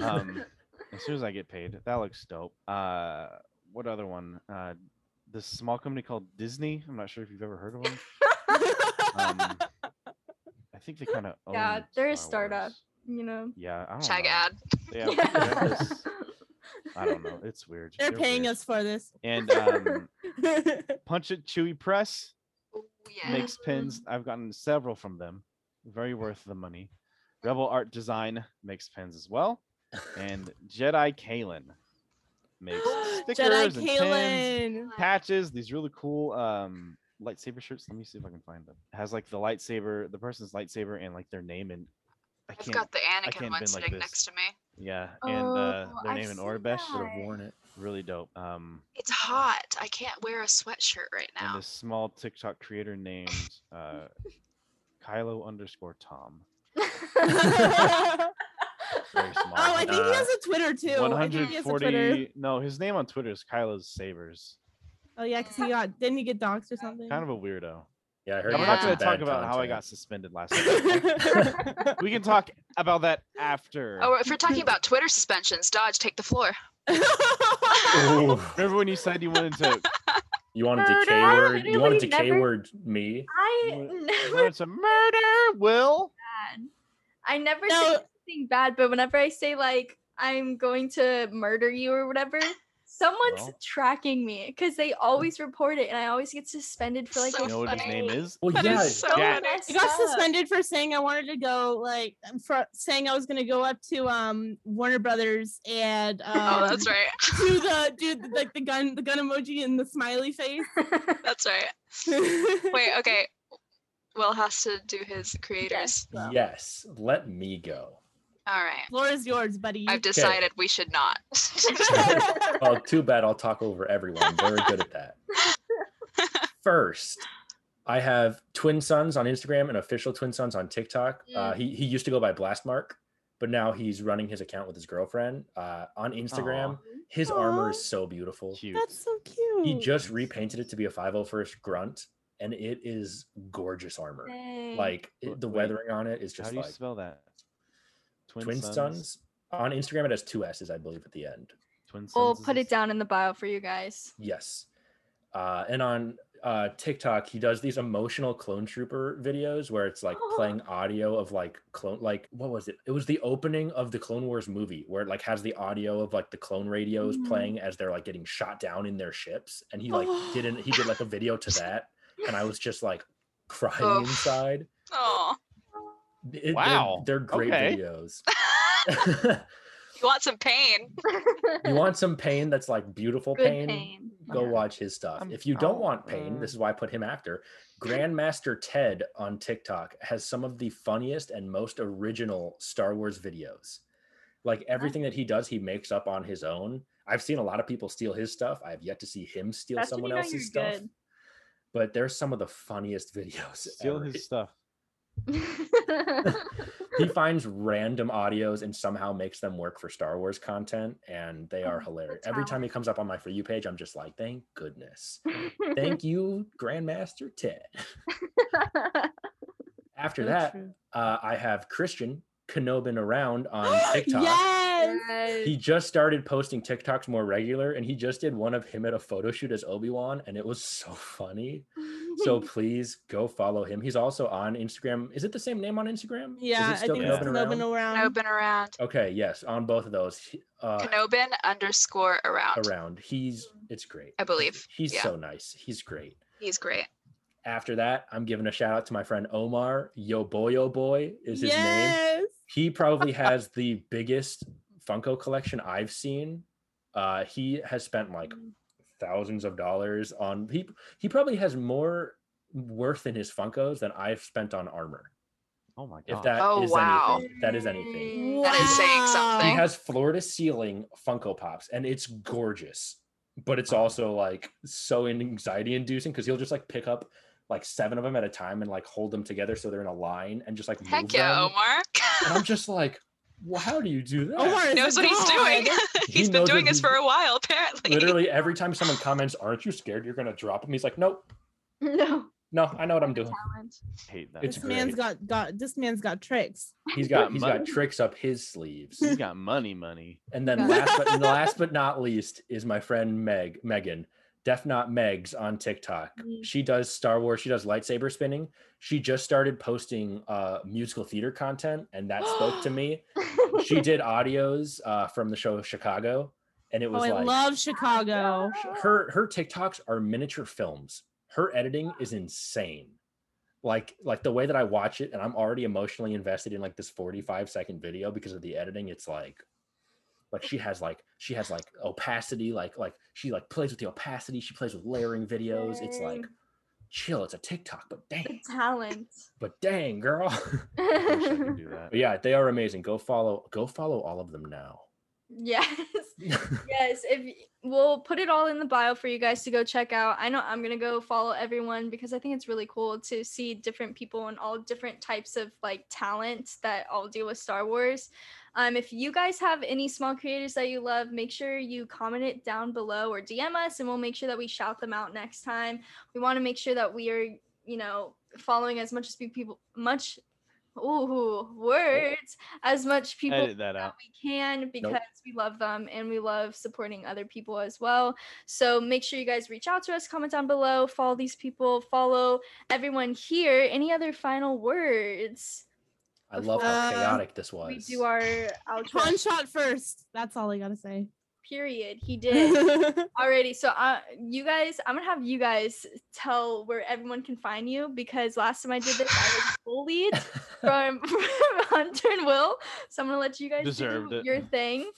Speaker 2: Um, as soon as I get paid, that looks dope. Uh, what other one? Uh, this small company called Disney. I'm not sure if you've ever heard of them. Um, I think they kind of
Speaker 1: Yeah, they're a startup. you know.
Speaker 2: Yeah, I don't
Speaker 3: Chag
Speaker 2: know.
Speaker 3: ad.
Speaker 2: Yeah,
Speaker 1: Yeah.
Speaker 2: that is- I don't know. It's weird.
Speaker 5: They're paying
Speaker 2: weird.
Speaker 5: us for this.
Speaker 2: And um, Punch It Chewy Press
Speaker 3: Ooh, Oh, yeah.
Speaker 2: makes pins.
Speaker 1: Mm-hmm.
Speaker 2: I've gotten several from them. Very worth the money. Rebel Art Design makes pins as well. And Jedi Kalen makes stickers and
Speaker 5: Jedi
Speaker 2: pins,
Speaker 5: Kalen.
Speaker 2: patches. These really cool um, lightsaber shirts. Let me see if I can find them. It has like the lightsaber, the person's lightsaber, and like their name. And I
Speaker 3: I've
Speaker 2: can't.
Speaker 3: got the
Speaker 2: can't
Speaker 3: Anakin one
Speaker 2: bend like
Speaker 3: sitting
Speaker 2: this.
Speaker 3: next to me.
Speaker 2: Yeah, and uh,
Speaker 1: Oh,
Speaker 2: their
Speaker 1: I've
Speaker 2: name in
Speaker 1: seen
Speaker 2: Orbesh.
Speaker 1: that.
Speaker 4: Should have worn it.
Speaker 2: Really dope. Um,
Speaker 3: It's hot. I can't wear a sweatshirt right now.
Speaker 2: and this small TikTok creator named uh, Kylo underscore Tom.
Speaker 5: oh,
Speaker 2: Very small.
Speaker 5: I think he
Speaker 4: Uh,
Speaker 5: has a Twitter too. I think he has a Twitter.
Speaker 2: 140. No, his name on Twitter is Kylo's Sabers.
Speaker 5: Oh yeah, because he got didn't he get doxxed or something?
Speaker 2: Kind of a weirdo.
Speaker 4: Yeah, I heard.
Speaker 2: I'm
Speaker 4: you
Speaker 2: not
Speaker 4: had
Speaker 2: going
Speaker 4: some
Speaker 2: to talk
Speaker 4: bad
Speaker 2: about how I
Speaker 4: content.
Speaker 2: got suspended last night. we can talk about that after.
Speaker 3: Oh, if we're talking about Twitter suspensions, Dodge, take the floor.
Speaker 4: Ooh,
Speaker 2: Remember when you said you wanted to,
Speaker 4: you wanted
Speaker 1: Murder?
Speaker 4: to K word? You wanted to
Speaker 1: Literally
Speaker 4: K
Speaker 1: never-
Speaker 4: word me?
Speaker 1: I
Speaker 2: What- you
Speaker 1: never
Speaker 2: wanted to murder Will?
Speaker 1: bad. I never say
Speaker 5: No.
Speaker 1: anything bad, but whenever I say like I'm going to murder you or whatever, someone's
Speaker 2: Well.
Speaker 1: tracking me because they always report it, and I always get suspended for like.
Speaker 3: So
Speaker 2: You know what his name
Speaker 3: funny.
Speaker 2: is?
Speaker 4: Well,
Speaker 3: That is
Speaker 4: yeah.
Speaker 3: so
Speaker 2: yeah.
Speaker 3: funny.
Speaker 5: I got
Speaker 1: Stop.
Speaker 5: suspended for saying I wanted to go like for saying I was gonna go up to um Warner Brothers and um,
Speaker 3: Oh, that's right.
Speaker 5: do the do the, like the gun the gun emoji and the smiley face.
Speaker 3: That's right. Wait, okay. Will has to do his creators.
Speaker 5: So,
Speaker 4: Yes, let me go.
Speaker 3: All right.
Speaker 5: Floor is yours, buddy.
Speaker 3: I've decided we should not.
Speaker 4: Oh, too bad. I'll talk over everyone. Very good at that. First, I have twin sons on Instagram and official twin sons on TikTok. Uh, he he used to go by Blastmark, but now he's running his account with his girlfriend uh, on Instagram. His armor is
Speaker 5: Aw.
Speaker 4: so beautiful.
Speaker 2: Cute.
Speaker 5: That's so cute.
Speaker 4: He just repainted it to be a 501st grunt, and it is gorgeous armor.
Speaker 1: Dang.
Speaker 4: Like
Speaker 2: W-
Speaker 4: it- the
Speaker 2: wait,
Speaker 4: weathering on it is
Speaker 2: How
Speaker 4: just
Speaker 2: do you
Speaker 4: like
Speaker 2: spell that?
Speaker 4: twin sons. On Instagram, it has two S's, I believe, at the end.
Speaker 2: Twin sons.
Speaker 1: we'll
Speaker 2: is
Speaker 1: put
Speaker 2: his-
Speaker 1: it down in the bio for you guys.
Speaker 4: Yes. Uh, and on uh, TikTok, he does these emotional clone trooper videos where it's like playing audio of like clone, like what was it? It was the opening of the Clone Wars movie where it like has the audio of like the clone radios
Speaker 1: Mhm.
Speaker 4: playing as they're like getting shot down in their ships. And he like didn't, he did like a video to that. And I was just like crying
Speaker 3: Oh.
Speaker 4: inside.
Speaker 3: Oh.
Speaker 4: It- they're-
Speaker 2: Wow.
Speaker 4: They're, great
Speaker 2: Okay.
Speaker 4: videos.
Speaker 3: You want some pain?
Speaker 4: you want some pain that's like beautiful
Speaker 1: Good
Speaker 4: pain?
Speaker 1: pain.
Speaker 4: go
Speaker 2: Yeah.
Speaker 4: watch his stuff.
Speaker 1: Um,
Speaker 2: I'm-
Speaker 4: if you don't
Speaker 1: oh,
Speaker 2: I'll,
Speaker 4: want pain,
Speaker 2: uh,
Speaker 4: this is why I put him after. Grandmaster Ted on TikTok has some of the funniest and most original Star Wars videos. Like everything that he does, he makes up on his own. I've seen a lot of people steal his stuff. I have yet to see him steal
Speaker 1: That's when
Speaker 4: someone
Speaker 1: you know
Speaker 4: else's
Speaker 1: you're
Speaker 4: stuff.
Speaker 1: good.
Speaker 4: But there's some of the funniest videos.
Speaker 2: Steal
Speaker 4: ever.
Speaker 2: his stuff.
Speaker 4: He finds random audios and somehow makes them work for Star Wars content, and they
Speaker 1: Oh,
Speaker 4: are
Speaker 1: that's
Speaker 4: hilarious. Every time he
Speaker 1: talent.
Speaker 4: comes up on my For You page, I'm just like, thank goodness. Thank you, Grandmaster Ted. After
Speaker 5: So
Speaker 4: that,
Speaker 5: true.
Speaker 4: uh, I have Christian Kenobin around on TikTok.
Speaker 5: Yes.
Speaker 4: He
Speaker 1: Yes.
Speaker 4: just started posting TikToks more regular, and he just did one of him at a photo shoot as Obi Wan, and it was so funny. So please go follow him. He's also on Instagram. Is it the same name on Instagram? Is
Speaker 5: Yeah,
Speaker 4: it
Speaker 5: I
Speaker 4: still
Speaker 5: think it's
Speaker 4: Kenobin
Speaker 5: moving
Speaker 4: around?
Speaker 5: around.
Speaker 3: Kenobin around.
Speaker 4: Okay, yes, on both of those. He- Uh,
Speaker 3: Kenobin underscore around.
Speaker 4: around. He's it's great.
Speaker 3: I believe,
Speaker 4: He's
Speaker 3: yeah.
Speaker 4: so nice. He's great.
Speaker 3: He's great.
Speaker 4: After that, I'm giving a shout out to my friend Omar. Yo boy, yo boy is his name.
Speaker 5: yes.
Speaker 4: he probably has the biggest Funko collection I've seen. Uh, he has spent like
Speaker 3: Mm.
Speaker 4: thousands of dollars on he he probably has more worth in his Funkos than I've spent on armor.
Speaker 2: Oh my god.
Speaker 4: If that is
Speaker 3: Oh, wow.
Speaker 4: anything, if that is anything.
Speaker 1: That
Speaker 3: is saying
Speaker 4: He
Speaker 3: something.
Speaker 4: has floor to ceiling Funko Pops, and it's gorgeous. But it's also like so anxiety inducing because he'll just like pick up like seven of them at a time and like hold them together so they're in a line and just like move
Speaker 3: Heck yeah,
Speaker 4: them.
Speaker 3: Omar.
Speaker 4: And I'm just like, well, how do you do that?
Speaker 5: Omar is
Speaker 3: knows
Speaker 5: a
Speaker 3: what he's
Speaker 5: god.
Speaker 3: doing. he's been
Speaker 4: knows
Speaker 3: doing
Speaker 4: what
Speaker 3: this
Speaker 4: he's
Speaker 3: for a while, apparently.
Speaker 4: Literally every time someone comments, "Aren't you scared you're gonna drop him?" He's like, "Nope,
Speaker 1: No.
Speaker 4: no, I know what I'm doing."
Speaker 3: Talent.
Speaker 2: Hate that.
Speaker 4: It's
Speaker 5: This man's got got this man's got tricks.
Speaker 4: He's got
Speaker 2: Got
Speaker 4: he's got
Speaker 2: money.
Speaker 4: tricks up his sleeves.
Speaker 2: He's got money, money.
Speaker 4: And then
Speaker 1: Yeah.
Speaker 4: last but last but not least is my friend Meg Megan, Def Not Megs on TikTok.
Speaker 5: Mm.
Speaker 4: She does Star Wars. She does lightsaber spinning. She just started posting uh, musical theater content, and that spoke to me. She did audios uh, from the show Chicago, and it
Speaker 5: Oh,
Speaker 4: was
Speaker 5: I
Speaker 4: like
Speaker 5: love Chicago.
Speaker 1: Oh.
Speaker 4: her her TikToks are miniature films. Her editing is insane. Like like the way that I watch it, and I'm already emotionally invested in like this 45 second video because of the editing. It's like like she has like she has like opacity, like like she like plays with the opacity. She plays with layering videos. It's like
Speaker 1: Dang.
Speaker 4: chill. It's a TikTok, but dang,
Speaker 1: The talent.
Speaker 4: but dang, girl.
Speaker 2: Wish I could do that.
Speaker 4: but yeah, they are amazing. Go follow go follow all of them now.
Speaker 1: yes. yes if y- we'll put it all in the bio for you guys to go check out i know i'm gonna go follow everyone because i think it's really cool to see different people and all different types of like talents that all deal with star wars um, if you guys have any small creators that you love make sure you comment it down below or dm us and we'll make sure that we shout them out next time we want to make sure that we are you know following as much as we people much ooh words as much people
Speaker 2: Edit that out.
Speaker 1: that we can because we love them and we love supporting other people as well. So make sure you guys reach out to us, comment down below, follow these people, follow everyone here. Any other final words?
Speaker 4: I love how
Speaker 5: Uh,
Speaker 4: chaotic this was.
Speaker 1: We do our outro.
Speaker 5: One shot first. That's all I gotta say.
Speaker 1: Period. He did already. So uh, you guys, I'm gonna have you guys tell where everyone can find you because last time I did this, I was bullied. from, from Hunter and Will. So I'm gonna let you guys
Speaker 2: Deserved
Speaker 1: do
Speaker 2: it.
Speaker 1: your thing.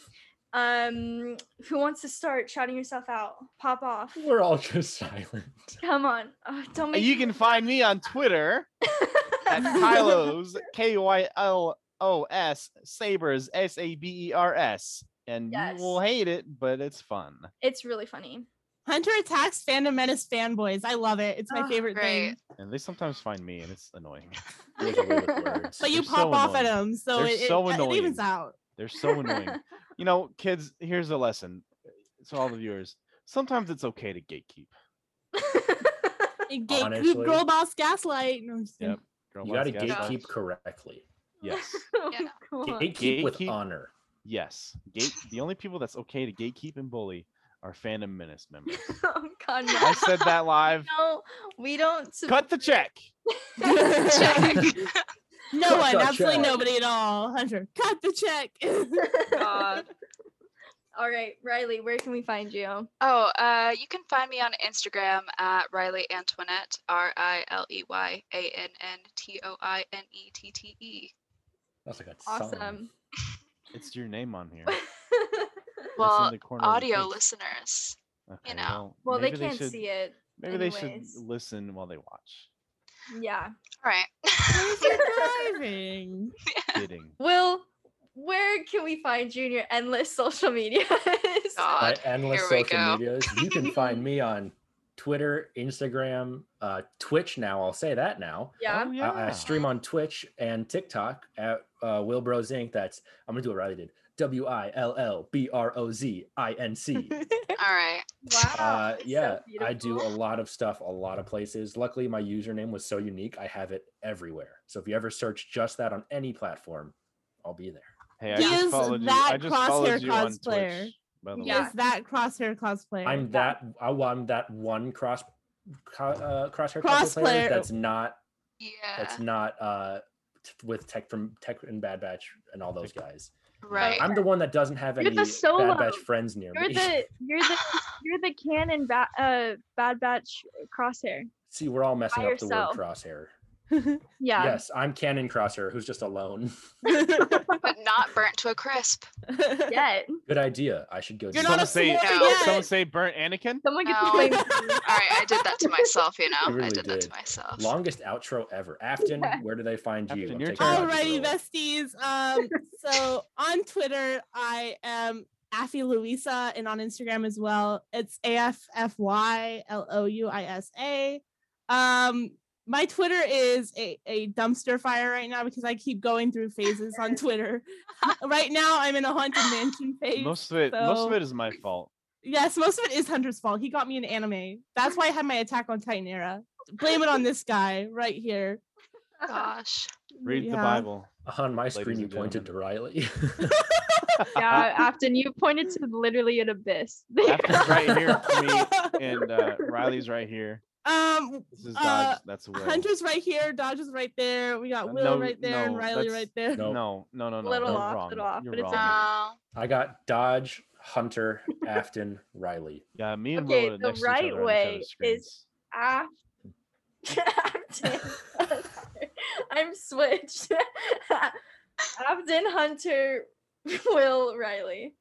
Speaker 1: Um, who wants to start shouting yourself out? Pop off.
Speaker 4: We're all just silent.
Speaker 1: Come on. Oh, don't
Speaker 2: And
Speaker 1: make
Speaker 2: you can find me on Twitter at Kylos K Y L O S Sabers S A B E R S. And
Speaker 1: Yes.
Speaker 2: you will hate it, but it's fun.
Speaker 1: it's really funny.
Speaker 5: Hunter attacks fandom menace fanboys. I love it. It's my
Speaker 1: Oh,
Speaker 5: favorite thing.
Speaker 3: Great.
Speaker 2: And they sometimes find me, and it's annoying.
Speaker 4: Those are weird with words.
Speaker 5: But you
Speaker 2: They're
Speaker 5: pop
Speaker 2: so
Speaker 5: off at
Speaker 2: annoying.
Speaker 5: him, so
Speaker 2: They're
Speaker 5: it, it,
Speaker 2: so
Speaker 5: it
Speaker 2: annoying.
Speaker 5: evens out.
Speaker 2: They're so annoying. you know, kids, here's a lesson uh, to all the viewers. Sometimes it's okay to gatekeep.
Speaker 5: It gate-
Speaker 4: Honestly.
Speaker 5: girl boss gaslight. No, I'm just kidding.
Speaker 2: Yep. Girl
Speaker 4: you
Speaker 2: boss
Speaker 4: gotta
Speaker 2: gaslight.
Speaker 4: gatekeep correctly.
Speaker 2: Yes.
Speaker 3: Yeah.
Speaker 1: Come on.
Speaker 4: Gatekeep with
Speaker 2: Gatekeep-
Speaker 4: honor.
Speaker 2: Yes. Gate the only people that's okay to gatekeep and bully are Phantom Menace members.
Speaker 1: Oh God,
Speaker 2: I
Speaker 1: no.
Speaker 2: said that live.
Speaker 1: no, we don't. sup-
Speaker 2: Cut the check.
Speaker 3: Check.
Speaker 5: no
Speaker 4: Cut
Speaker 5: one,
Speaker 4: the
Speaker 5: absolutely
Speaker 4: check.
Speaker 5: nobody at all. Hunter, cut the check.
Speaker 3: God.
Speaker 1: All right, Riley, where can we find you?
Speaker 3: Oh, uh, you can find me on Instagram at Riley Antoinette, R I L E Y A N N T O I N E T T E.
Speaker 4: That's like a song.
Speaker 1: Awesome.
Speaker 2: It's your name on here. It's in
Speaker 3: Well,
Speaker 2: the corner of the
Speaker 3: audio
Speaker 2: page.
Speaker 3: listeners.
Speaker 2: Okay,
Speaker 3: know.
Speaker 1: well, they
Speaker 2: maybe
Speaker 1: can't
Speaker 2: should-
Speaker 1: see it.
Speaker 2: Maybe they
Speaker 1: anyways.
Speaker 2: should listen while they watch.
Speaker 1: Yeah.
Speaker 3: All
Speaker 5: Where's
Speaker 3: right.
Speaker 5: your driving?
Speaker 2: Kidding.
Speaker 1: Will, where can we find you in your endless social media?
Speaker 4: My
Speaker 3: God.
Speaker 4: endless
Speaker 3: Here we
Speaker 4: social
Speaker 3: go.
Speaker 4: medias. You can find me on Twitter, Instagram, uh, Twitch now. I'll say that now.
Speaker 1: yeah.
Speaker 2: Oh,
Speaker 4: I- I,
Speaker 2: yeah.
Speaker 4: stream on Twitch and TikTok at uh, Will Bros Inc. That's I'm gonna do what Riley did. W I L L B R O Z I N C.
Speaker 3: All right.
Speaker 1: Wow.
Speaker 4: Uh,
Speaker 1: that's so
Speaker 4: yeah, I do a
Speaker 1: beautiful.
Speaker 4: lot of stuff, a lot of places. Luckily, my username was so unique, I have it everywhere. So if you ever search just that on any platform, I'll be there.
Speaker 2: Hey, I
Speaker 5: He
Speaker 2: just
Speaker 5: is
Speaker 2: followed you.
Speaker 5: that
Speaker 2: I just
Speaker 5: crosshair
Speaker 2: followed you on
Speaker 5: cosplayer.
Speaker 2: Twitch. By the
Speaker 1: Yeah.
Speaker 2: way,
Speaker 5: Is that crosshair cosplayer?
Speaker 4: I'm that I am that one cross co- uh, crosshair
Speaker 5: Cross
Speaker 4: cosplayer
Speaker 5: player.
Speaker 4: that's not
Speaker 3: Yeah.
Speaker 4: that's not uh t- with tech from tech and Bad Batch and all those guys.
Speaker 3: Right.
Speaker 4: I'm the one that doesn't have
Speaker 1: You're
Speaker 4: any
Speaker 1: the solo.
Speaker 4: Bad Batch friends near
Speaker 1: You're
Speaker 4: me.
Speaker 1: the you're the you're the canon ba- uh, bad batch crosshair.
Speaker 4: See, we're all messing
Speaker 1: by
Speaker 4: up the
Speaker 1: yourself.
Speaker 4: word crosshair.
Speaker 1: Yeah.
Speaker 4: Yes, I'm Canon Crosshair, who's just alone.
Speaker 3: But not burnt to a crisp.
Speaker 1: Yet.
Speaker 4: Good idea. I should go. do
Speaker 5: You're
Speaker 4: that.
Speaker 5: not a
Speaker 2: say-
Speaker 5: say,
Speaker 3: No.
Speaker 2: someone say burnt Anakin.
Speaker 1: Someone gets
Speaker 3: No.
Speaker 1: blamed.
Speaker 3: All right. I did that to myself, you know?
Speaker 4: You
Speaker 3: I
Speaker 4: really
Speaker 3: did, that to
Speaker 4: did.
Speaker 3: myself.
Speaker 4: Longest outro ever. Afton,
Speaker 1: Yeah.
Speaker 4: where do they find you?
Speaker 2: Afton,
Speaker 4: I'm
Speaker 2: your
Speaker 4: taking
Speaker 2: turn.
Speaker 4: Roger's
Speaker 5: Alrighty,
Speaker 4: role.
Speaker 5: besties. Um, so on Twitter, I am Affy Louisa, and on Instagram as well, it's A F F Y L O U I S A. Um, my Twitter is a, a dumpster fire right now because I keep going through phases on Twitter. right now, I'm in a haunted mansion phase.
Speaker 2: Most of it, most of
Speaker 5: so-
Speaker 2: it is my fault.
Speaker 5: yes, most of it is Hunter's fault. He got me an anime. That's why I had my Attack on Titan era. Blame it on this guy right here.
Speaker 3: Gosh.
Speaker 2: Read the
Speaker 5: Yeah.
Speaker 2: Bible.
Speaker 4: On my
Speaker 2: Ladies and
Speaker 4: screen, you pointed to Riley.
Speaker 1: yeah, Afton, you pointed to literally an abyss.
Speaker 2: Afton's right here for me, and uh, Riley's right here.
Speaker 5: um,
Speaker 2: This is
Speaker 5: Uh,
Speaker 2: Dodge. that's a whale.
Speaker 5: Hunter's right there, Dodge is right there. We got
Speaker 2: Uh,
Speaker 5: Willow
Speaker 2: no,
Speaker 5: right there and
Speaker 2: no,
Speaker 5: Riley
Speaker 2: that's-
Speaker 5: right there.
Speaker 4: Nope.
Speaker 2: No, no, no, no.
Speaker 1: Little
Speaker 2: you're
Speaker 1: off,
Speaker 2: wrong.
Speaker 1: little off,
Speaker 2: You're
Speaker 1: but it's
Speaker 2: wrong.
Speaker 3: No.
Speaker 4: I got Dodge, Hunter, Afton, Riley.
Speaker 2: Yeah, me and
Speaker 1: Okay,
Speaker 2: Willow are
Speaker 1: the
Speaker 2: next
Speaker 1: right
Speaker 2: to each other on each
Speaker 1: way
Speaker 2: other's
Speaker 1: is-
Speaker 2: screens.
Speaker 1: Af- Afton. I'm switched. Afton Hunter Will Riley.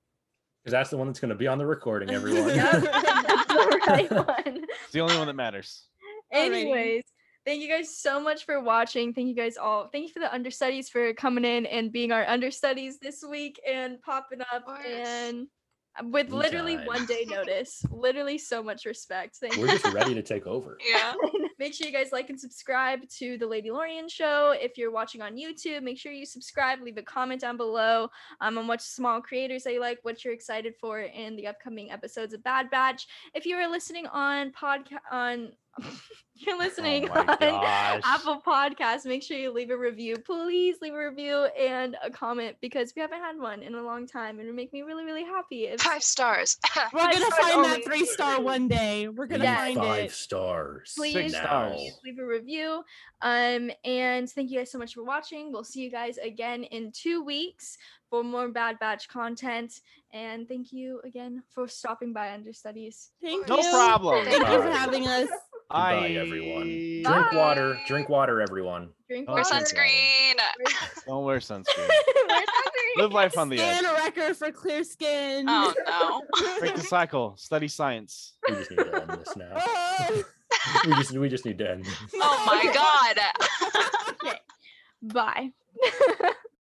Speaker 4: Because that's the one that's going to be on the recording, everyone.
Speaker 1: Yep, that's the right one.
Speaker 2: It's the only one that matters.
Speaker 5: Alrighty.
Speaker 1: Anyways, thank you guys so much for watching. Thank you guys all. Thank you for the understudies for coming in and being our understudies this week and popping up
Speaker 3: course.
Speaker 1: and with literally
Speaker 4: Anytime.
Speaker 1: one day notice. literally so much respect. Thank
Speaker 4: We're
Speaker 1: you.
Speaker 4: just ready to take over.
Speaker 3: Yeah.
Speaker 1: Make sure you guys like and subscribe to the Lady Lorian show. If you're watching on YouTube, make sure you subscribe, leave a comment down below um, on what small creators that you like, what you're excited for in the upcoming episodes of Bad Batch. If you are listening on podcast on you're listening
Speaker 2: oh my
Speaker 1: on
Speaker 2: gosh.
Speaker 1: Apple Podcasts, make sure you leave a review. Please leave a review and a comment because we haven't had one in a long time and it would make me really, really happy. If
Speaker 3: Five stars.
Speaker 5: We're gonna
Speaker 1: Five stars
Speaker 5: find that
Speaker 1: only.
Speaker 5: three star one day. We're gonna
Speaker 1: Yeah.
Speaker 4: Leave
Speaker 5: find
Speaker 4: Five
Speaker 5: it.
Speaker 4: stars.
Speaker 1: Please,
Speaker 4: now.
Speaker 2: stars.
Speaker 1: please leave a review. Um, and thank you guys so much for watching. We'll see you guys again in two weeks for more Bad Batch content. And thank you again for stopping by Understudies.
Speaker 5: Thank
Speaker 2: No
Speaker 5: you.
Speaker 2: problem.
Speaker 5: Thank you for
Speaker 4: Bye.
Speaker 5: having us.
Speaker 2: I
Speaker 4: Goodbye, everyone.
Speaker 1: Bye.
Speaker 4: Drink water. Drink water, everyone.
Speaker 1: Drink
Speaker 2: Oh,
Speaker 3: Or
Speaker 1: water.
Speaker 2: sounds
Speaker 3: sunscreen.
Speaker 2: Don't wear sunscreen.
Speaker 1: We're hungry.
Speaker 2: Live life on the edge.
Speaker 5: Scan a record for clear skin.
Speaker 3: Oh no.
Speaker 2: Break the cycle. Study science.
Speaker 4: We just need to end this now.
Speaker 5: Oh,
Speaker 4: we just we just need to end. this.
Speaker 3: Oh my god.
Speaker 1: Okay. Bye.